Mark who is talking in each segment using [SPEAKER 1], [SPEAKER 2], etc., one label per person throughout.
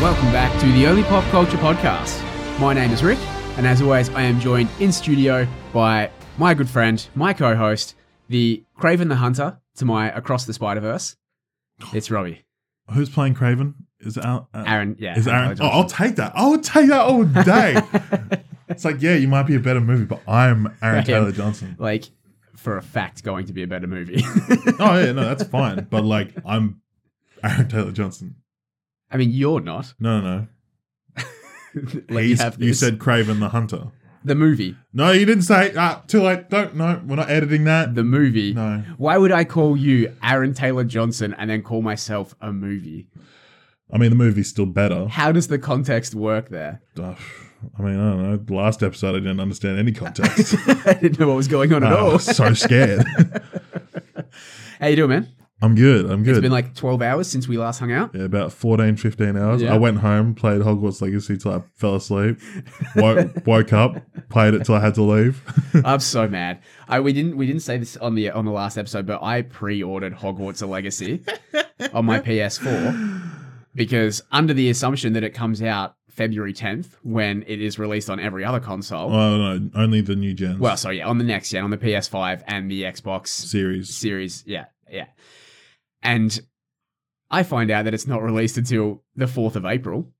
[SPEAKER 1] Welcome back to the Only Pop Culture Podcast. My name is Rick, and as always, I am joined in studio by my good friend, my co host, the Craven the Hunter to my Across the Spider Verse. It's Robbie.
[SPEAKER 2] Who's playing Craven? Is Al- uh,
[SPEAKER 1] Aaron, yeah.
[SPEAKER 2] Is Aaron? Oh, I'll
[SPEAKER 1] Johnson.
[SPEAKER 2] take that. I would take that all day. it's like, yeah, you might be a better movie, but I'm Aaron
[SPEAKER 1] Right.
[SPEAKER 2] Taylor oh, Johnson.
[SPEAKER 1] like, for a fact, going to be a better movie.
[SPEAKER 2] Oh yeah, no, that's fine. But like, I'm Aaron Taylor Johnson.
[SPEAKER 1] I mean, you're not.
[SPEAKER 2] No, no, no.
[SPEAKER 1] Let you
[SPEAKER 2] He's-
[SPEAKER 1] have
[SPEAKER 2] you
[SPEAKER 1] this.
[SPEAKER 2] said Craven the Hunter.
[SPEAKER 1] the movie.
[SPEAKER 2] No, you didn't say. Ah, too late. Don't. No, we're not editing that.
[SPEAKER 1] The movie.
[SPEAKER 2] No.
[SPEAKER 1] Why would I call you Aaron Taylor Johnson and then call myself a movie?
[SPEAKER 2] I mean, the movie's still better.
[SPEAKER 1] How does the context work there?
[SPEAKER 2] Uh, I mean, I don't know. Last episode, I didn't understand any context.
[SPEAKER 1] I didn't know what was going on at
[SPEAKER 2] I
[SPEAKER 1] all.
[SPEAKER 2] was so scared.
[SPEAKER 1] How you doing, man?
[SPEAKER 2] I'm good. I'm good.
[SPEAKER 1] It's been like 12 hours since we last hung out.
[SPEAKER 2] Yeah, about 14, 15 hours.
[SPEAKER 1] Yeah.
[SPEAKER 2] I went home, played Hogwarts Legacy till I fell asleep. woke, woke up, played it till I had to leave.
[SPEAKER 1] I'm so mad. I we didn't we didn't say this on the on the last episode, but I pre-ordered Hogwarts: A Legacy on my PS4 because under the assumption that it comes out February 10th when it is released on every other console.
[SPEAKER 2] oh, no, only the new gens
[SPEAKER 1] well, so yeah, on the next gen, on the PS5 and the Xbox
[SPEAKER 2] series.
[SPEAKER 1] Series. Yeah, yeah. And I find out that it's not released until the 4th of April.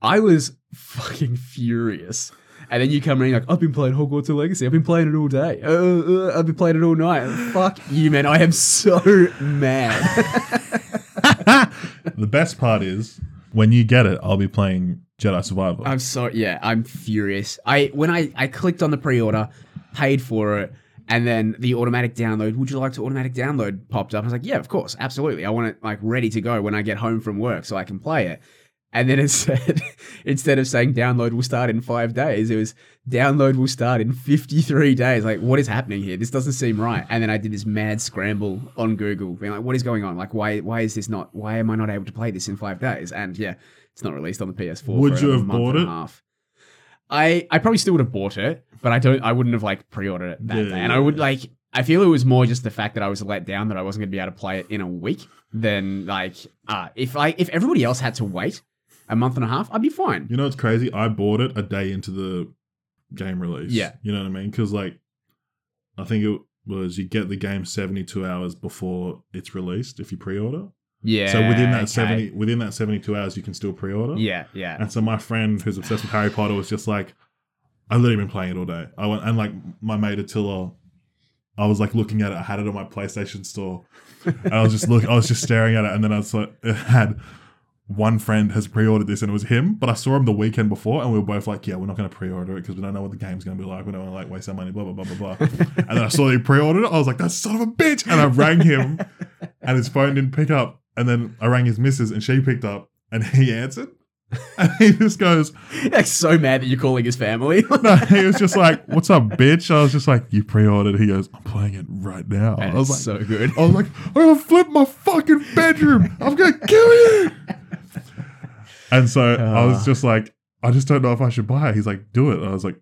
[SPEAKER 1] I was fucking furious. And then you come in like, I've been playing Hogwarts Legacy. I've been playing it all day. Uh, uh, I've been playing it all night. Fuck you, man. I am so mad.
[SPEAKER 2] the best part is when you get it, I'll be playing Jedi Survivor.
[SPEAKER 1] I'm so yeah, I'm furious. I when I I clicked on the pre-order, paid for it, and then the automatic download. Would you like to automatic download? Popped up. I was like, yeah, of course, absolutely. I want it like ready to go when I get home from work so I can play it. And then it said instead of saying download will start in five days, it was download will start in 53 days. Like, what is happening here? This doesn't seem right. And then I did this mad scramble on Google, being like, what is going on? Like, why why is this not why am I not able to play this in five days? And yeah, it's not released on the PS4. for
[SPEAKER 2] Would you
[SPEAKER 1] another
[SPEAKER 2] have
[SPEAKER 1] month
[SPEAKER 2] bought
[SPEAKER 1] and a
[SPEAKER 2] it?
[SPEAKER 1] half. I I probably still would have bought it, but I don't I wouldn't have like pre-ordered it that
[SPEAKER 2] Yeah,
[SPEAKER 1] day. And
[SPEAKER 2] yeah,
[SPEAKER 1] I would
[SPEAKER 2] yeah.
[SPEAKER 1] like I feel it was more just the fact that I was let down that I wasn't gonna be able to play it in a week than like uh if like if everybody else had to wait a month and a half, I'd be fine.
[SPEAKER 2] you know what's crazy? I bought it a day into the game release.
[SPEAKER 1] Yeah.
[SPEAKER 2] You know what I mean? Because, like, I think it was you get the game 72 hours before it's released if you pre order.
[SPEAKER 1] Yeah.
[SPEAKER 2] So within that
[SPEAKER 1] okay.
[SPEAKER 2] seventy within that seventy two hours, you can still pre order.
[SPEAKER 1] Yeah, yeah.
[SPEAKER 2] And so my friend who's obsessed with Harry Potter was just like, I've literally been playing it all day. I went and like my mate Attila, I was like looking at it. I had it on my PlayStation store. And I was just look. I was just staring at it, and then I was like, it had one friend has pre-ordered this, and it was him. But I saw him the weekend before, and we were both like, "Yeah, we're not going to pre-order it because we don't know what the game's going to be like. We don't want to like waste our money." Blah blah blah blah blah. and then I saw he pre-ordered it. I was like, "That son of a bitch!" And I rang him, and his phone didn't pick up. And then I rang his missus, and she picked up, and he answered. And he just goes,
[SPEAKER 1] Like so mad that you're calling his family.
[SPEAKER 2] no, he was just like, "What's up, bitch?" I was just like, "You pre-ordered." He goes, "I'm playing it right now." I
[SPEAKER 1] And
[SPEAKER 2] was
[SPEAKER 1] it's
[SPEAKER 2] like, Oh.
[SPEAKER 1] so good.
[SPEAKER 2] I was like, I'm gonna flip my fucking bedroom. I'm gonna kill you. And so I
[SPEAKER 1] Ah.
[SPEAKER 2] was just like, I just don't know if I should buy it. He's like, do it. And I was like,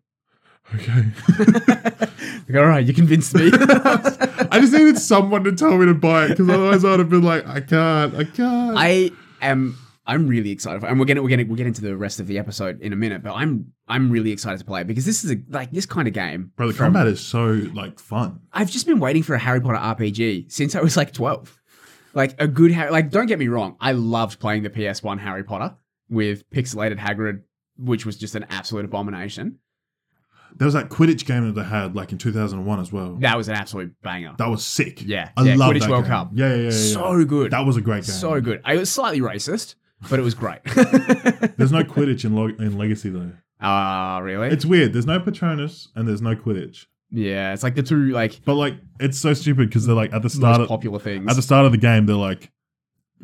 [SPEAKER 2] okay.
[SPEAKER 1] Like, all right, you convinced me.
[SPEAKER 2] I just needed someone to tell me to buy it because otherwise I'd have been like, I can't, I can't.
[SPEAKER 1] I am. I'm really excited, for, and we're gonna we're gonna we'll get into the rest of the episode in a minute. But I'm I'm really excited to play it because this is a like this kind of game.
[SPEAKER 2] Bro, the
[SPEAKER 1] from-
[SPEAKER 2] combat is so like fun.
[SPEAKER 1] I've just been waiting for a Harry Potter RPG since I was like 12. Like a good Harry. Like don't get me wrong, I loved playing the PS1 Harry Potter with pixelated Hagrid, which was just an absolute abomination.
[SPEAKER 2] There was that Quidditch game that they had like in 2001 as well.
[SPEAKER 1] That was an absolute banger.
[SPEAKER 2] That was sick.
[SPEAKER 1] Yeah,
[SPEAKER 2] I
[SPEAKER 1] yeah,
[SPEAKER 2] love
[SPEAKER 1] Quidditch
[SPEAKER 2] that
[SPEAKER 1] World
[SPEAKER 2] game.
[SPEAKER 1] Cup.
[SPEAKER 2] Yeah, yeah, yeah, yeah.
[SPEAKER 1] So good.
[SPEAKER 2] That was a great game.
[SPEAKER 1] so good. I was slightly racist, but it was great.
[SPEAKER 2] There's no Quidditch in, Log in Legacy though.
[SPEAKER 1] Ah, really?
[SPEAKER 2] It's weird. There's no Patronus and there's no Quidditch.
[SPEAKER 1] yeah, it's like the two like
[SPEAKER 2] But like, it's so stupid because they're like at the start
[SPEAKER 1] most
[SPEAKER 2] of,
[SPEAKER 1] popular things.
[SPEAKER 2] at the start of the game, they're like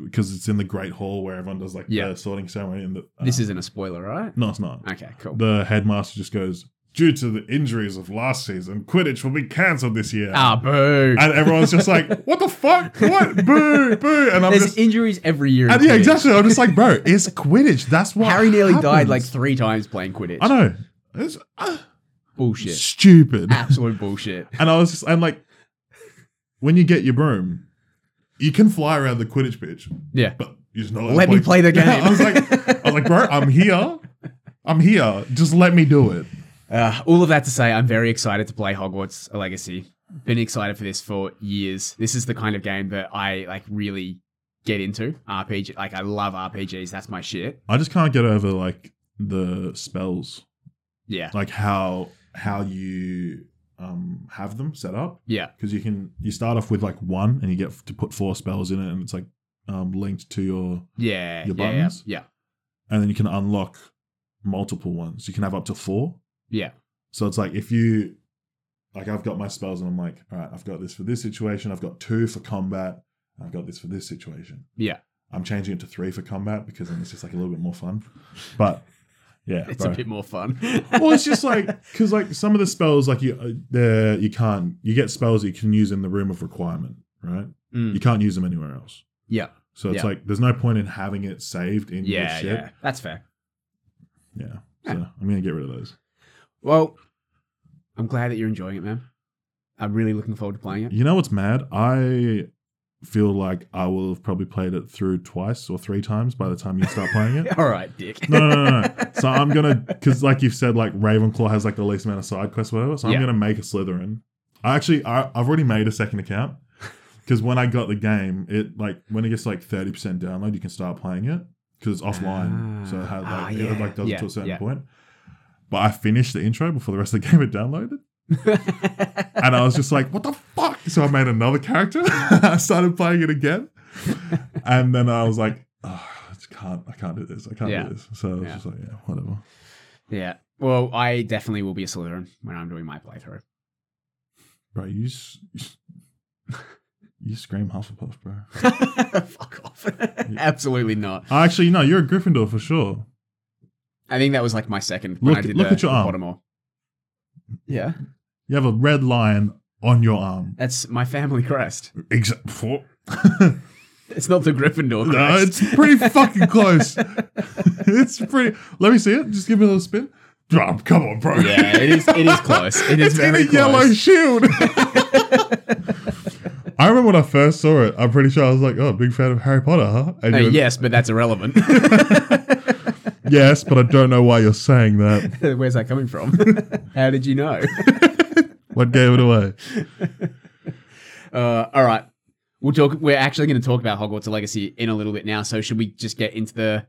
[SPEAKER 2] because it's in the Great Hall where everyone does like
[SPEAKER 1] Yeah.
[SPEAKER 2] the sorting ceremony. And the, uh,
[SPEAKER 1] this isn't a spoiler, right?
[SPEAKER 2] no, it's not.
[SPEAKER 1] Okay, cool.
[SPEAKER 2] The headmaster just goes, "Due to the injuries of last season, Quidditch will be cancelled this year."
[SPEAKER 1] Ah, boo.
[SPEAKER 2] And everyone's just like, "What the fuck? What? boo, boo!" And I'm
[SPEAKER 1] There's
[SPEAKER 2] just,
[SPEAKER 1] injuries every year. in
[SPEAKER 2] and yeah,
[SPEAKER 1] Quidditch.
[SPEAKER 2] exactly. I'm just like, "Bro, it's Quidditch. That's what
[SPEAKER 1] Harry nearly died
[SPEAKER 2] happens."
[SPEAKER 1] like three times playing Quidditch.
[SPEAKER 2] I know. It's uh,
[SPEAKER 1] Bullshit.
[SPEAKER 2] stupid.
[SPEAKER 1] Absolute bullshit.
[SPEAKER 2] And I was just, and like, when you get your broom, you can fly around the Quidditch pitch,
[SPEAKER 1] Yeah.
[SPEAKER 2] but You just not
[SPEAKER 1] Let me play the game.
[SPEAKER 2] I was like, I was like, bro, I'm here. I'm here. Just let me do it.
[SPEAKER 1] Uh, all of that to say, I'm very excited to play Hogwarts Legacy. Been excited for this for years. This is the kind of game that I like really get into. RPG, like I love RPGs. That's my shit.
[SPEAKER 2] I just can't get over like the spells,
[SPEAKER 1] Yeah,
[SPEAKER 2] like how how you um have them set up
[SPEAKER 1] yeah,
[SPEAKER 2] because you can you start off with like one and you get to put four spells in it and it's like um linked to your
[SPEAKER 1] yeah.
[SPEAKER 2] Your
[SPEAKER 1] yeah,
[SPEAKER 2] buttons?
[SPEAKER 1] Yeah,
[SPEAKER 2] and then you can unlock multiple ones. You can have up to four.
[SPEAKER 1] yeah,
[SPEAKER 2] So it's like if you like I've got my spells and I'm like, all right, I've got this for this situation, I've got two for combat, and I've got this for this situation.
[SPEAKER 1] Yeah.
[SPEAKER 2] I'm changing it to three for combat because then it's just like a little bit more fun. But yeah,
[SPEAKER 1] It's
[SPEAKER 2] bro.
[SPEAKER 1] a bit more fun.
[SPEAKER 2] well, it's just like because like some of the spells like you uh, they're- you can't you get spells that you can use in the room of requirement, right?
[SPEAKER 1] Mm.
[SPEAKER 2] You can't use them anywhere else.
[SPEAKER 1] yeah,
[SPEAKER 2] So it's
[SPEAKER 1] Yeah.
[SPEAKER 2] like there's no point in having it saved in your
[SPEAKER 1] yeah,
[SPEAKER 2] shit.
[SPEAKER 1] yeah. That's fair.
[SPEAKER 2] Yeah. So I'm gonna get rid of those.
[SPEAKER 1] Well, I'm glad that you're enjoying it, man. I'm really looking forward to playing it.
[SPEAKER 2] You know what's mad? I feel like I will have probably played it through twice or three times by the time you start playing it.
[SPEAKER 1] All right, Dick.
[SPEAKER 2] No, no, no, no. So I'm gonna because like you've said, like Ravenclaw has like the least amount of side quests, whatever. So I'm
[SPEAKER 1] Yeah.
[SPEAKER 2] gonna make a Slytherin. I actually I, I've already made a second account because when I got the game, it like when it gets to, like thirty percent download, you can start playing it because it's offline,
[SPEAKER 1] Ah.
[SPEAKER 2] so it, has, like,
[SPEAKER 1] Ah,
[SPEAKER 2] it
[SPEAKER 1] yeah.
[SPEAKER 2] like does it
[SPEAKER 1] Yeah,
[SPEAKER 2] to a certain
[SPEAKER 1] yeah.
[SPEAKER 2] point. But I finished the intro before the rest of the game had downloaded and I was just like, "What the fuck?" So I made another character. I started playing it again, and then I was like, oh, "I just can't, I can't do this. I can't
[SPEAKER 1] Yeah.
[SPEAKER 2] do this." So I was
[SPEAKER 1] Yeah.
[SPEAKER 2] just like, "Yeah, whatever."
[SPEAKER 1] yeah. Well, I definitely will be a Slytherin when I'm doing my playthrough.
[SPEAKER 2] Bro, you s- you s- you scream Hufflepuff, bro.
[SPEAKER 1] Fuck off. Absolutely not.
[SPEAKER 2] Uh, Actually, no, you're a Gryffindor for sure.
[SPEAKER 1] I think that was like my second when
[SPEAKER 2] Look-
[SPEAKER 1] I did
[SPEAKER 2] look
[SPEAKER 1] the,
[SPEAKER 2] at your
[SPEAKER 1] the
[SPEAKER 2] arm.
[SPEAKER 1] Pottermore. Yeah.
[SPEAKER 2] You have a red lion on your arm.
[SPEAKER 1] That's my family crest.
[SPEAKER 2] Exactly. no,
[SPEAKER 1] It's not the Gryffindor crest.
[SPEAKER 2] it's pretty fucking close. it's pretty. Let me see it. Just give me a little spin. Drop. Come on, bro.
[SPEAKER 1] yeah, it is it is close. It is
[SPEAKER 2] it's
[SPEAKER 1] very
[SPEAKER 2] in a yellow
[SPEAKER 1] close.
[SPEAKER 2] shield. I remember when I first saw it, I'm pretty sure I was like, oh, big fan of Harry Potter, huh? And
[SPEAKER 1] Uh,
[SPEAKER 2] you were-
[SPEAKER 1] yes, but that's irrelevant.
[SPEAKER 2] Yes, but I don't know why you're saying that.
[SPEAKER 1] Where's that coming from? How did you know?
[SPEAKER 2] What gave it away?
[SPEAKER 1] Uh, all right. We'll talk we're actually going to talk about Hogwarts Legacy in a little bit now, so should we just get into the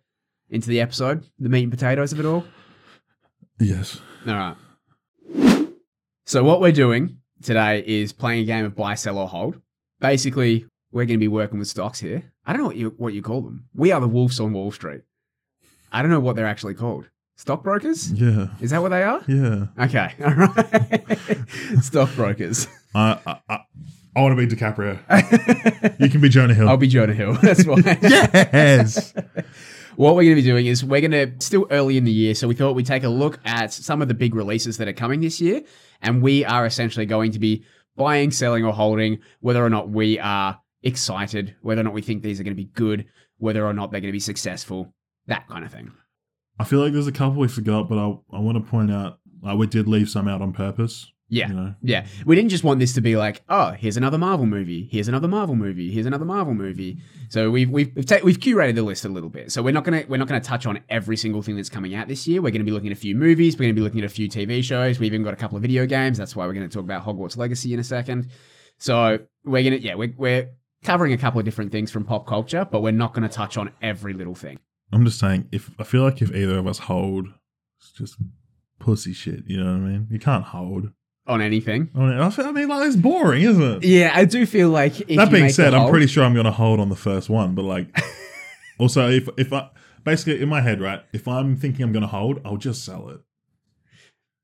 [SPEAKER 1] into the episode, the meat and potatoes of it all?
[SPEAKER 2] Yes.
[SPEAKER 1] All right. So what we're doing today is playing a game of buy, sell, or hold. Basically, we're going to be working with stocks here. I don't know what you what you call them. We are the wolves on Wall Street. I don't know what they're actually called. Stockbrokers?
[SPEAKER 2] Yeah.
[SPEAKER 1] Is that what they are?
[SPEAKER 2] Yeah.
[SPEAKER 1] Okay, all right. Stockbrokers.
[SPEAKER 2] I I, I, I want to be DiCaprio. You can be Jonah Hill.
[SPEAKER 1] I'll be Jonah Hill. That's why.
[SPEAKER 2] yes.
[SPEAKER 1] What we're going to be doing is we're going to still early in the year, so we thought we'd take a look at some of the big releases that are coming this year, and we are essentially going to be buying, selling, or holding whether or not we are excited, whether or not we think these are going to be good, whether or not they're going to be successful, that kind of thing.
[SPEAKER 2] I feel like there's a couple we forgot, but I, I want to point out like, we did leave some out on purpose.
[SPEAKER 1] Yeah.
[SPEAKER 2] You know?
[SPEAKER 1] Yeah, we didn't just want this to be like, oh, here's another Marvel movie, here's another Marvel movie, here's another Marvel movie. So we've we've we've, ta- we've curated the list a little bit. So we're not gonna we're not gonna touch on every single thing that's coming out this year. We're gonna be looking at a few movies. We're gonna be looking at a few TV shows. We've even got a couple of video games. That's why we're gonna talk about Hogwarts Legacy in a second. So we're gonna yeah we're we're covering a couple of different things from pop culture, but we're not gonna touch on every little thing.
[SPEAKER 2] I'm just saying, if I feel like if either of us hold, it's just pussy shit. You know what I mean? You can't hold.
[SPEAKER 1] On anything.
[SPEAKER 2] I mean, I feel- I mean, like it's boring, isn't it?
[SPEAKER 1] Yeah, I do feel like if
[SPEAKER 2] that
[SPEAKER 1] you
[SPEAKER 2] being
[SPEAKER 1] make the
[SPEAKER 2] said, I'm
[SPEAKER 1] whole-
[SPEAKER 2] pretty sure I'm gonna hold on the first one. But like, also if if I basically in my head, right, if I'm thinking I'm gonna hold, I'll just sell it.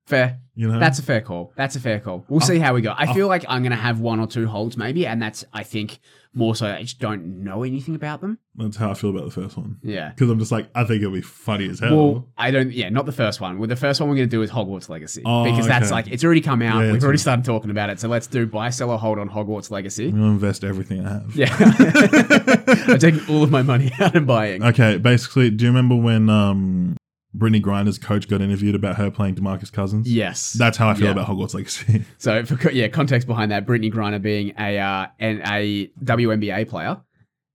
[SPEAKER 1] fair.
[SPEAKER 2] You know,
[SPEAKER 1] That's a fair call. That's a fair call. We'll see how we go. I feel like I'm going to have one or two holds maybe, and that's I think more so I just don't know anything about them.
[SPEAKER 2] that's how I feel about the first one
[SPEAKER 1] Yeah.
[SPEAKER 2] because I'm just like I think it'll be funny as hell.
[SPEAKER 1] Well, I don't. Yeah, not the first one. Well, the first one we're going to do is Hogwarts Legacy
[SPEAKER 2] Oh,
[SPEAKER 1] because that's
[SPEAKER 2] okay.
[SPEAKER 1] like it's already come out.
[SPEAKER 2] Yeah,
[SPEAKER 1] We've
[SPEAKER 2] that's
[SPEAKER 1] already
[SPEAKER 2] right.
[SPEAKER 1] started talking about it. So let's do buy, sell, or hold on Hogwarts Legacy.
[SPEAKER 2] I'm gonna invest everything I have.
[SPEAKER 1] Yeah, I'm taking all of my money out and buying.
[SPEAKER 2] Okay, basically, do you remember when um Brittany Griner's coach got interviewed about her playing Demarcus Cousins?
[SPEAKER 1] yes,
[SPEAKER 2] That's how I feel
[SPEAKER 1] Yeah.
[SPEAKER 2] about Hogwarts Legacy.
[SPEAKER 1] So for co- yeah, context behind that, Brittany Griner being a uh, an, a WNBA player,
[SPEAKER 2] A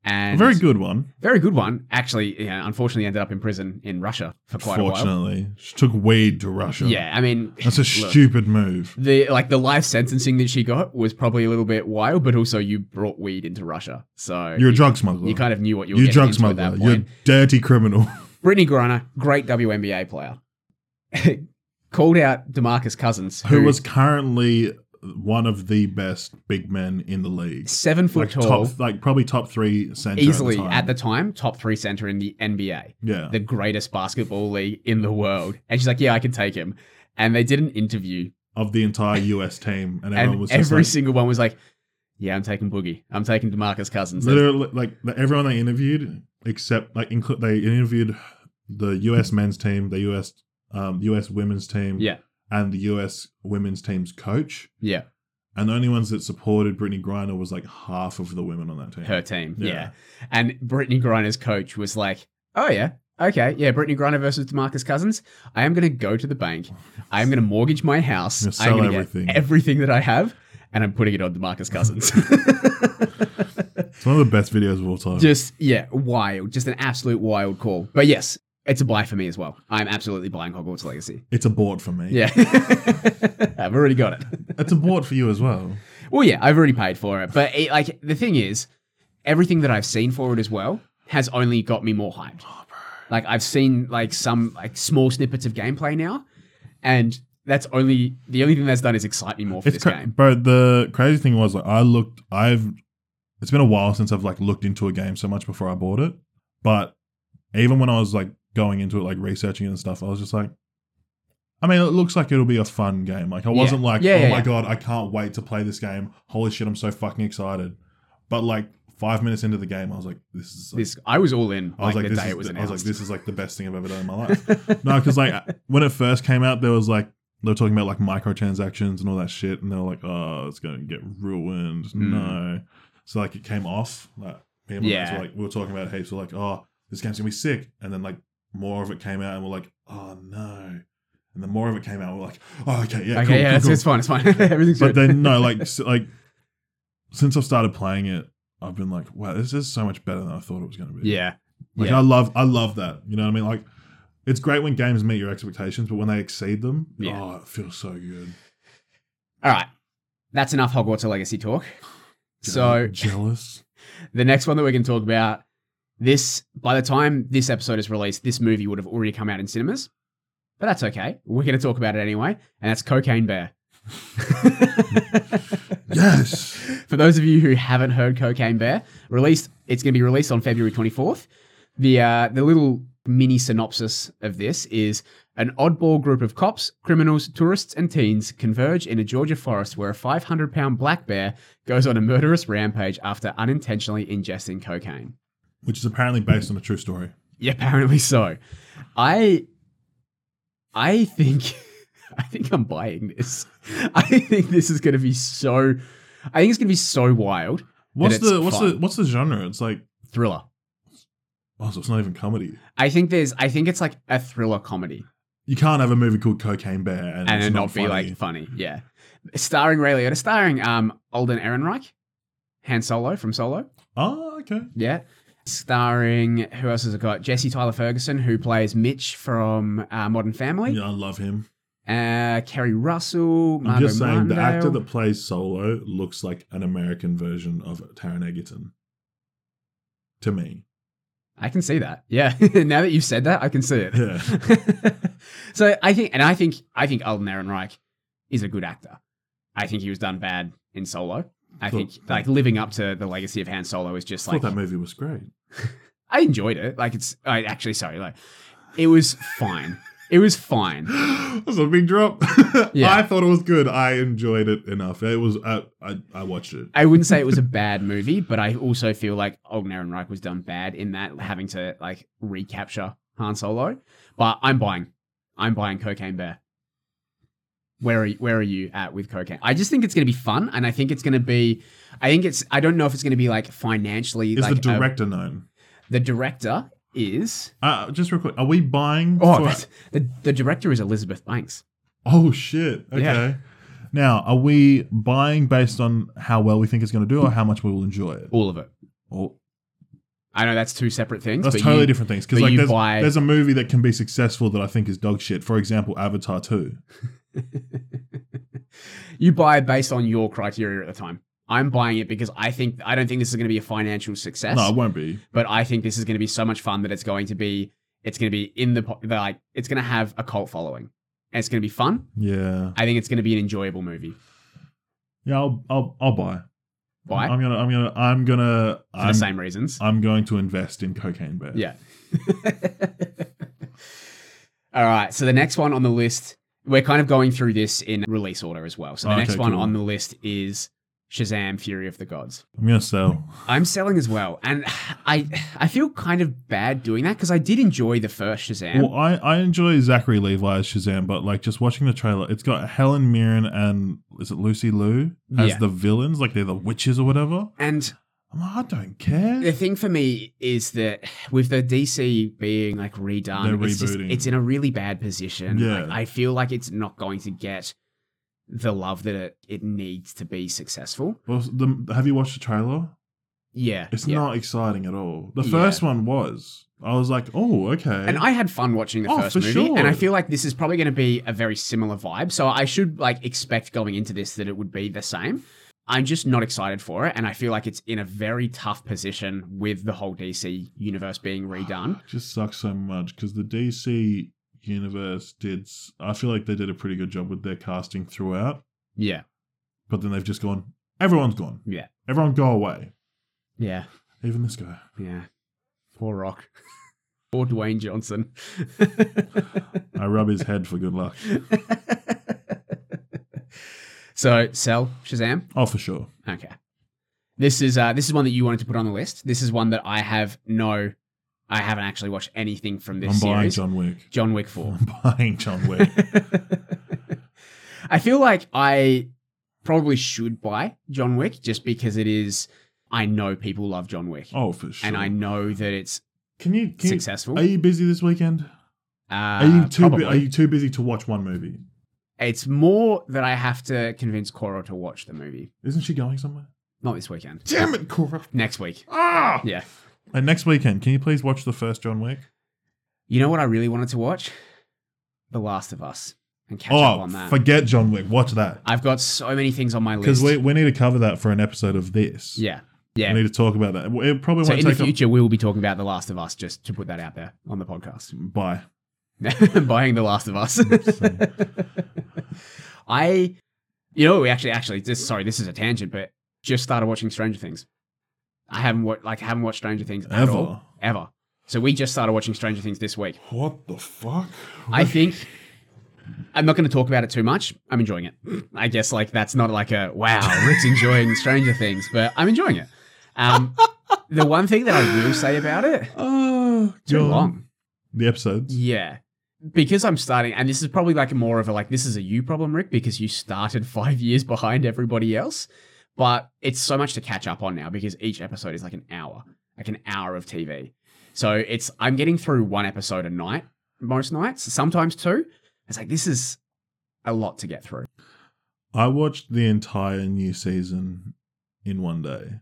[SPEAKER 1] and
[SPEAKER 2] very good one.
[SPEAKER 1] very good one. Actually, yeah, unfortunately, ended up in prison in Russia for quite a while.
[SPEAKER 2] Fortunately, she took weed to Russia.
[SPEAKER 1] Yeah, I mean,
[SPEAKER 2] that's a
[SPEAKER 1] look,
[SPEAKER 2] stupid move.
[SPEAKER 1] The like the life sentencing that she got was probably a little bit wild, but also you brought weed into Russia, so
[SPEAKER 2] You're
[SPEAKER 1] you,
[SPEAKER 2] a drug smuggler.
[SPEAKER 1] you kind of knew what you were
[SPEAKER 2] You're a
[SPEAKER 1] getting
[SPEAKER 2] drug
[SPEAKER 1] into at
[SPEAKER 2] smuggler.
[SPEAKER 1] that
[SPEAKER 2] You're a
[SPEAKER 1] point.
[SPEAKER 2] dirty criminal.
[SPEAKER 1] Brittany Griner, great WNBA player, called out Demarcus Cousins,
[SPEAKER 2] who was currently one of the best big men in the league.
[SPEAKER 1] seven foot
[SPEAKER 2] Like
[SPEAKER 1] tall,
[SPEAKER 2] top, like probably top three center
[SPEAKER 1] easily
[SPEAKER 2] at the time.
[SPEAKER 1] at the time top three center in the NBA.
[SPEAKER 2] yeah.
[SPEAKER 1] the greatest basketball league in the world. And she's like, yeah, I can take him. And they did an interview,
[SPEAKER 2] of the entire US team, and everyone
[SPEAKER 1] and
[SPEAKER 2] was just
[SPEAKER 1] every
[SPEAKER 2] like,
[SPEAKER 1] single one was like, yeah, I'm taking Boogie. I'm taking Demarcus Cousins. That's-
[SPEAKER 2] literally like the, everyone they interviewed except like inclu- they interviewed the US men's team, the US um, US women's team,
[SPEAKER 1] Yeah,
[SPEAKER 2] and the US women's team's coach.
[SPEAKER 1] yeah,
[SPEAKER 2] And the only ones that supported Brittany Griner was like half of the women on that team.
[SPEAKER 1] her team. Yeah.
[SPEAKER 2] Yeah.
[SPEAKER 1] And Brittany Griner's coach was like, oh, yeah. Okay, yeah, Brittany Griner versus Demarcus Cousins. I am going to go to the bank. I am going to mortgage my house.
[SPEAKER 2] You're gonna
[SPEAKER 1] I'm
[SPEAKER 2] sell
[SPEAKER 1] going to
[SPEAKER 2] everything."
[SPEAKER 1] get everything that I have, and I'm putting it on Demarcus Cousins.
[SPEAKER 2] It's one of the best videos of all time.
[SPEAKER 1] Just yeah, wild. Just an absolute wild call. But yes, it's a buy for me as well. I'm absolutely buying Hogwarts Legacy.
[SPEAKER 2] It's a board for me.
[SPEAKER 1] Yeah, I've already got it.
[SPEAKER 2] It's a board for you as well.
[SPEAKER 1] Well, yeah, I've already paid for it. But it, like the thing is, everything that I've seen for it as well has only got me more hyped.
[SPEAKER 2] Oh,
[SPEAKER 1] Like I've seen like some like small snippets of gameplay now, and that's only the only thing that's done is excite me more for
[SPEAKER 2] It's
[SPEAKER 1] this
[SPEAKER 2] cra-
[SPEAKER 1] game.
[SPEAKER 2] bro. The crazy thing was like I looked. I've it's been a while since I've like looked into a game so much before I bought it. But even when I was like going into it, like researching it and stuff, I was just like, I mean, it looks like it'll be a fun game. Like I wasn't like,
[SPEAKER 1] Yeah,
[SPEAKER 2] oh
[SPEAKER 1] yeah,
[SPEAKER 2] my
[SPEAKER 1] yeah.
[SPEAKER 2] god, I can't wait to play this game. Holy shit, I'm so fucking excited. But like five minutes into the game, I was like, this is. Like,
[SPEAKER 1] This I was all in. Like,
[SPEAKER 2] I was like,
[SPEAKER 1] the
[SPEAKER 2] this
[SPEAKER 1] day
[SPEAKER 2] is
[SPEAKER 1] it was
[SPEAKER 2] the- I was
[SPEAKER 1] announced.
[SPEAKER 2] like, this is like the best thing I've ever done in my life. no, because like when it first came out, there was like they were talking about like microtransactions and all that shit, and they were like, oh, it's gonna get ruined.
[SPEAKER 1] Hmm.
[SPEAKER 2] No, so like it came off. Like me and my mates
[SPEAKER 1] Yeah.
[SPEAKER 2] were like we were talking about heaps. We're like, oh, this game's gonna be sick, and then like more of it came out, and we're like, oh no, and then more of it came out. We're like, oh okay, yeah,
[SPEAKER 1] okay,
[SPEAKER 2] cool,
[SPEAKER 1] yeah,
[SPEAKER 2] cool,
[SPEAKER 1] it's,
[SPEAKER 2] cool."
[SPEAKER 1] it's fine, it's fine. Everything's
[SPEAKER 2] but
[SPEAKER 1] good.
[SPEAKER 2] then no, like s- like since I've started playing it, I've been like, wow, this is so much better than I thought it was gonna be.
[SPEAKER 1] yeah,
[SPEAKER 2] Like
[SPEAKER 1] yeah.
[SPEAKER 2] I love I love that. You know what I mean? Like it's great when games meet your expectations, but when they exceed them,
[SPEAKER 1] Yeah.
[SPEAKER 2] oh, it feels so good.
[SPEAKER 1] All right. That's enough Hogwarts Legacy talk.
[SPEAKER 2] Je-
[SPEAKER 1] So
[SPEAKER 2] jealous.
[SPEAKER 1] the next one that we're going to talk about, this by the time this episode is released, this movie would have already come out in cinemas. But that's okay. We're going to talk about it anyway, and that's Cocaine Bear.
[SPEAKER 2] yes.
[SPEAKER 1] For those of you who haven't heard Cocaine Bear, released it's going to be released on February 24th. The uh, the little mini synopsis of this is an oddball group of cops, criminals, tourists, and teens converge in a Georgia forest where a 500 pound black bear goes on a murderous rampage after unintentionally ingesting cocaine.
[SPEAKER 2] Which is apparently based on a true story.
[SPEAKER 1] Yeah, apparently so. I I think I think I'm buying this. I think this is going to be so. I think it's going to be so wild.
[SPEAKER 2] What's
[SPEAKER 1] it's
[SPEAKER 2] the what's the
[SPEAKER 1] fun.
[SPEAKER 2] what's the genre? It's like
[SPEAKER 1] Thriller.
[SPEAKER 2] oh, so it's not even comedy.
[SPEAKER 1] I think there's. I think it's like a thriller comedy,
[SPEAKER 2] You can't have a movie called Cocaine Bear and,
[SPEAKER 1] and
[SPEAKER 2] it's
[SPEAKER 1] it
[SPEAKER 2] not,
[SPEAKER 1] not, be
[SPEAKER 2] funny.
[SPEAKER 1] like funny. Yeah, starring Ray Liotta, starring um Alden Ehrenreich, Han Solo from Solo.
[SPEAKER 2] Oh, okay.
[SPEAKER 1] Yeah, starring who else has it got? Jesse Tyler Ferguson, who plays Mitch from uh, Modern Family.
[SPEAKER 2] Yeah, I love him.
[SPEAKER 1] Uh, Kerry Russell. Margot
[SPEAKER 2] I'm just saying the actor
[SPEAKER 1] Martindale.
[SPEAKER 2] that plays Solo looks like an American version of Taron Egerton. To me.
[SPEAKER 1] I can see that. Yeah. now that you've said that, I can see it.
[SPEAKER 2] Yeah.
[SPEAKER 1] so I think, and I think, I think Alden Ehrenreich is a good actor. I think he was done bad in Solo. I
[SPEAKER 2] Cool.
[SPEAKER 1] think like living up to the legacy of Han Solo is just
[SPEAKER 2] I thought
[SPEAKER 1] like
[SPEAKER 2] that movie was great.
[SPEAKER 1] I enjoyed it. Like it's I actually sorry, like it was fine. it was fine.
[SPEAKER 2] That's a big drop.
[SPEAKER 1] Yeah.
[SPEAKER 2] I thought it was good. I enjoyed it enough. It was. I I, I watched it.
[SPEAKER 1] I wouldn't say it was a bad movie, but I also feel like Alden Ehrenreich was done bad in that having to like recapture Han Solo. But I'm buying, I'm buying Cocaine Bear. Where are you, where are you at with cocaine? I just think it's going to be fun, and I think it's going to be, I think it's, I don't know if it's going to be like financially.
[SPEAKER 2] Is
[SPEAKER 1] like
[SPEAKER 2] the
[SPEAKER 1] a-
[SPEAKER 2] director known?
[SPEAKER 1] the director is
[SPEAKER 2] Uh, just real quick, are we buying?
[SPEAKER 1] oh
[SPEAKER 2] for-
[SPEAKER 1] that's- the the director is Elizabeth Banks.
[SPEAKER 2] oh shit! Okay.
[SPEAKER 1] Yeah.
[SPEAKER 2] Now, are we buying based on how well we think it's going to do, or how much we will enjoy it?
[SPEAKER 1] All of it.
[SPEAKER 2] Or
[SPEAKER 1] I know that's two separate things.
[SPEAKER 2] That's
[SPEAKER 1] but
[SPEAKER 2] totally
[SPEAKER 1] you-
[SPEAKER 2] different things because
[SPEAKER 1] but
[SPEAKER 2] like
[SPEAKER 1] you
[SPEAKER 2] there's,
[SPEAKER 1] buy-
[SPEAKER 2] there's a movie that can be successful that I think is dog shit. For example, Avatar Two.
[SPEAKER 1] You buy based on your criteria at the time. I'm buying it because I think I don't think this is going to be a financial success.
[SPEAKER 2] No, it won't be.
[SPEAKER 1] but I think this is going to be so much fun that it's going to be it's going to be in the po- the, like it's going to have a cult following and it's going to be fun.
[SPEAKER 2] Yeah,
[SPEAKER 1] I think it's going to be an enjoyable movie.
[SPEAKER 2] yeah. I'll I'll, I'll buy.
[SPEAKER 1] Why?
[SPEAKER 2] I'm gonna I'm gonna I'm gonna
[SPEAKER 1] For
[SPEAKER 2] I'm,
[SPEAKER 1] the same reasons.
[SPEAKER 2] I'm going to invest in Cocaine Bear.
[SPEAKER 1] yeah. All right. So the next one on the list, we're kind of going through this in release order as well. So the
[SPEAKER 2] Okay,
[SPEAKER 1] next one
[SPEAKER 2] cool.
[SPEAKER 1] on the list is Shazam: Fury of the Gods.
[SPEAKER 2] I'm gonna sell.
[SPEAKER 1] I'm selling as well, and I I feel kind of bad doing that because I did enjoy the first Shazam.
[SPEAKER 2] Well, I, I enjoy Zachary Levi as Shazam, but like just watching the trailer, it's got Helen Mirren and is it Lucy Liu as
[SPEAKER 1] Yeah.
[SPEAKER 2] the villains, like they're the witches or whatever.
[SPEAKER 1] and
[SPEAKER 2] I'm like, I don't care.
[SPEAKER 1] the thing for me is that with the DC being like redone,
[SPEAKER 2] They're
[SPEAKER 1] it's just
[SPEAKER 2] rebooting.
[SPEAKER 1] it's in a really bad position.
[SPEAKER 2] Yeah.
[SPEAKER 1] Like, I feel like it's not going to get the love that it, it needs to be successful.
[SPEAKER 2] Well, the, have you watched the trailer?
[SPEAKER 1] Yeah,
[SPEAKER 2] It's
[SPEAKER 1] yeah.
[SPEAKER 2] not exciting at all. The
[SPEAKER 1] Yeah.
[SPEAKER 2] first one was. I was like, oh, okay.
[SPEAKER 1] And I had fun watching the
[SPEAKER 2] Oh,
[SPEAKER 1] first
[SPEAKER 2] for
[SPEAKER 1] movie,
[SPEAKER 2] sure.
[SPEAKER 1] and I feel like this is probably going to be a very similar vibe. So I should like expect going into this that it would be the same. I'm just not excited for it, and I feel like it's in a very tough position with the whole DC universe being redone.
[SPEAKER 2] It just sucks so much because the DC universe did. s- I feel like they did a pretty good job with their casting throughout,
[SPEAKER 1] Yeah,
[SPEAKER 2] but then they've just gone. Everyone's gone.
[SPEAKER 1] Yeah.
[SPEAKER 2] Everyone go away.
[SPEAKER 1] yeah.
[SPEAKER 2] Even this guy.
[SPEAKER 1] Yeah. Poor Rock. Poor Dwayne Johnson.
[SPEAKER 2] I rub his head for good luck.
[SPEAKER 1] so sell Shazam.
[SPEAKER 2] Oh, for sure.
[SPEAKER 1] Okay. This is uh, this is one that you wanted to put on the list. This is one that I have no, I haven't actually watched anything from this
[SPEAKER 2] I'm buying
[SPEAKER 1] series.
[SPEAKER 2] John Wick. Oh,
[SPEAKER 1] John Wick Four.
[SPEAKER 2] I'm buying John Wick.
[SPEAKER 1] I feel like I probably should buy John Wick just because it is. I know people love John Wick,
[SPEAKER 2] oh, for sure.
[SPEAKER 1] and I know that it's
[SPEAKER 2] can you? Can you
[SPEAKER 1] successful.
[SPEAKER 2] are you busy this weekend?
[SPEAKER 1] uh,
[SPEAKER 2] Are you too? Bu-
[SPEAKER 1] probably.
[SPEAKER 2] are you too busy to watch one movie?
[SPEAKER 1] It's more that I have to convince Cora to watch the movie.
[SPEAKER 2] Isn't she going somewhere?
[SPEAKER 1] Not this weekend.
[SPEAKER 2] Damn it, Cora!
[SPEAKER 1] Next week.
[SPEAKER 2] Ah!
[SPEAKER 1] Yeah.
[SPEAKER 2] And next weekend, can you please watch the first John Wick?
[SPEAKER 1] You know what I really wanted to watch? The Last of Us and catch up
[SPEAKER 2] Oh,
[SPEAKER 1] on that.
[SPEAKER 2] forget John Wick. Watch that
[SPEAKER 1] I've got so many things on my list.
[SPEAKER 2] because we, we need to cover that for an episode of this.
[SPEAKER 1] yeah.
[SPEAKER 2] we
[SPEAKER 1] Yeah.
[SPEAKER 2] need to talk about that. It probably
[SPEAKER 1] so
[SPEAKER 2] won't
[SPEAKER 1] in the
[SPEAKER 2] take up.
[SPEAKER 1] future, we will be talking about The Last of Us, just to put that out there on the podcast.
[SPEAKER 2] Bye.
[SPEAKER 1] Buying The Last of Us.
[SPEAKER 2] Same.
[SPEAKER 1] I, you know, we actually, actually, this, sorry, this is a tangent, but just started watching Stranger Things. I haven't watched, like, haven't watched Stranger Things at
[SPEAKER 2] Ever.
[SPEAKER 1] all. ever. So we just started watching Stranger Things this week.
[SPEAKER 2] What the fuck?
[SPEAKER 1] I think I'm not going to talk about it too much. I'm enjoying it. I guess like that's not like a wow, Rick's enjoying Stranger Things, but I'm enjoying it. Um, the one thing that I will say about it,
[SPEAKER 2] Oh,
[SPEAKER 1] too
[SPEAKER 2] John.
[SPEAKER 1] long.
[SPEAKER 2] The episodes.
[SPEAKER 1] Yeah. Because I'm starting, and this is probably like more of a like, this is a you problem, Rick, because you started five years behind everybody else. But it's so much to catch up on now because each episode is like an hour, like an hour of TV. So it's, I'm getting through one episode a night, most nights, sometimes two. It's like, this is a lot to get through.
[SPEAKER 2] I watched the entire new season in one day.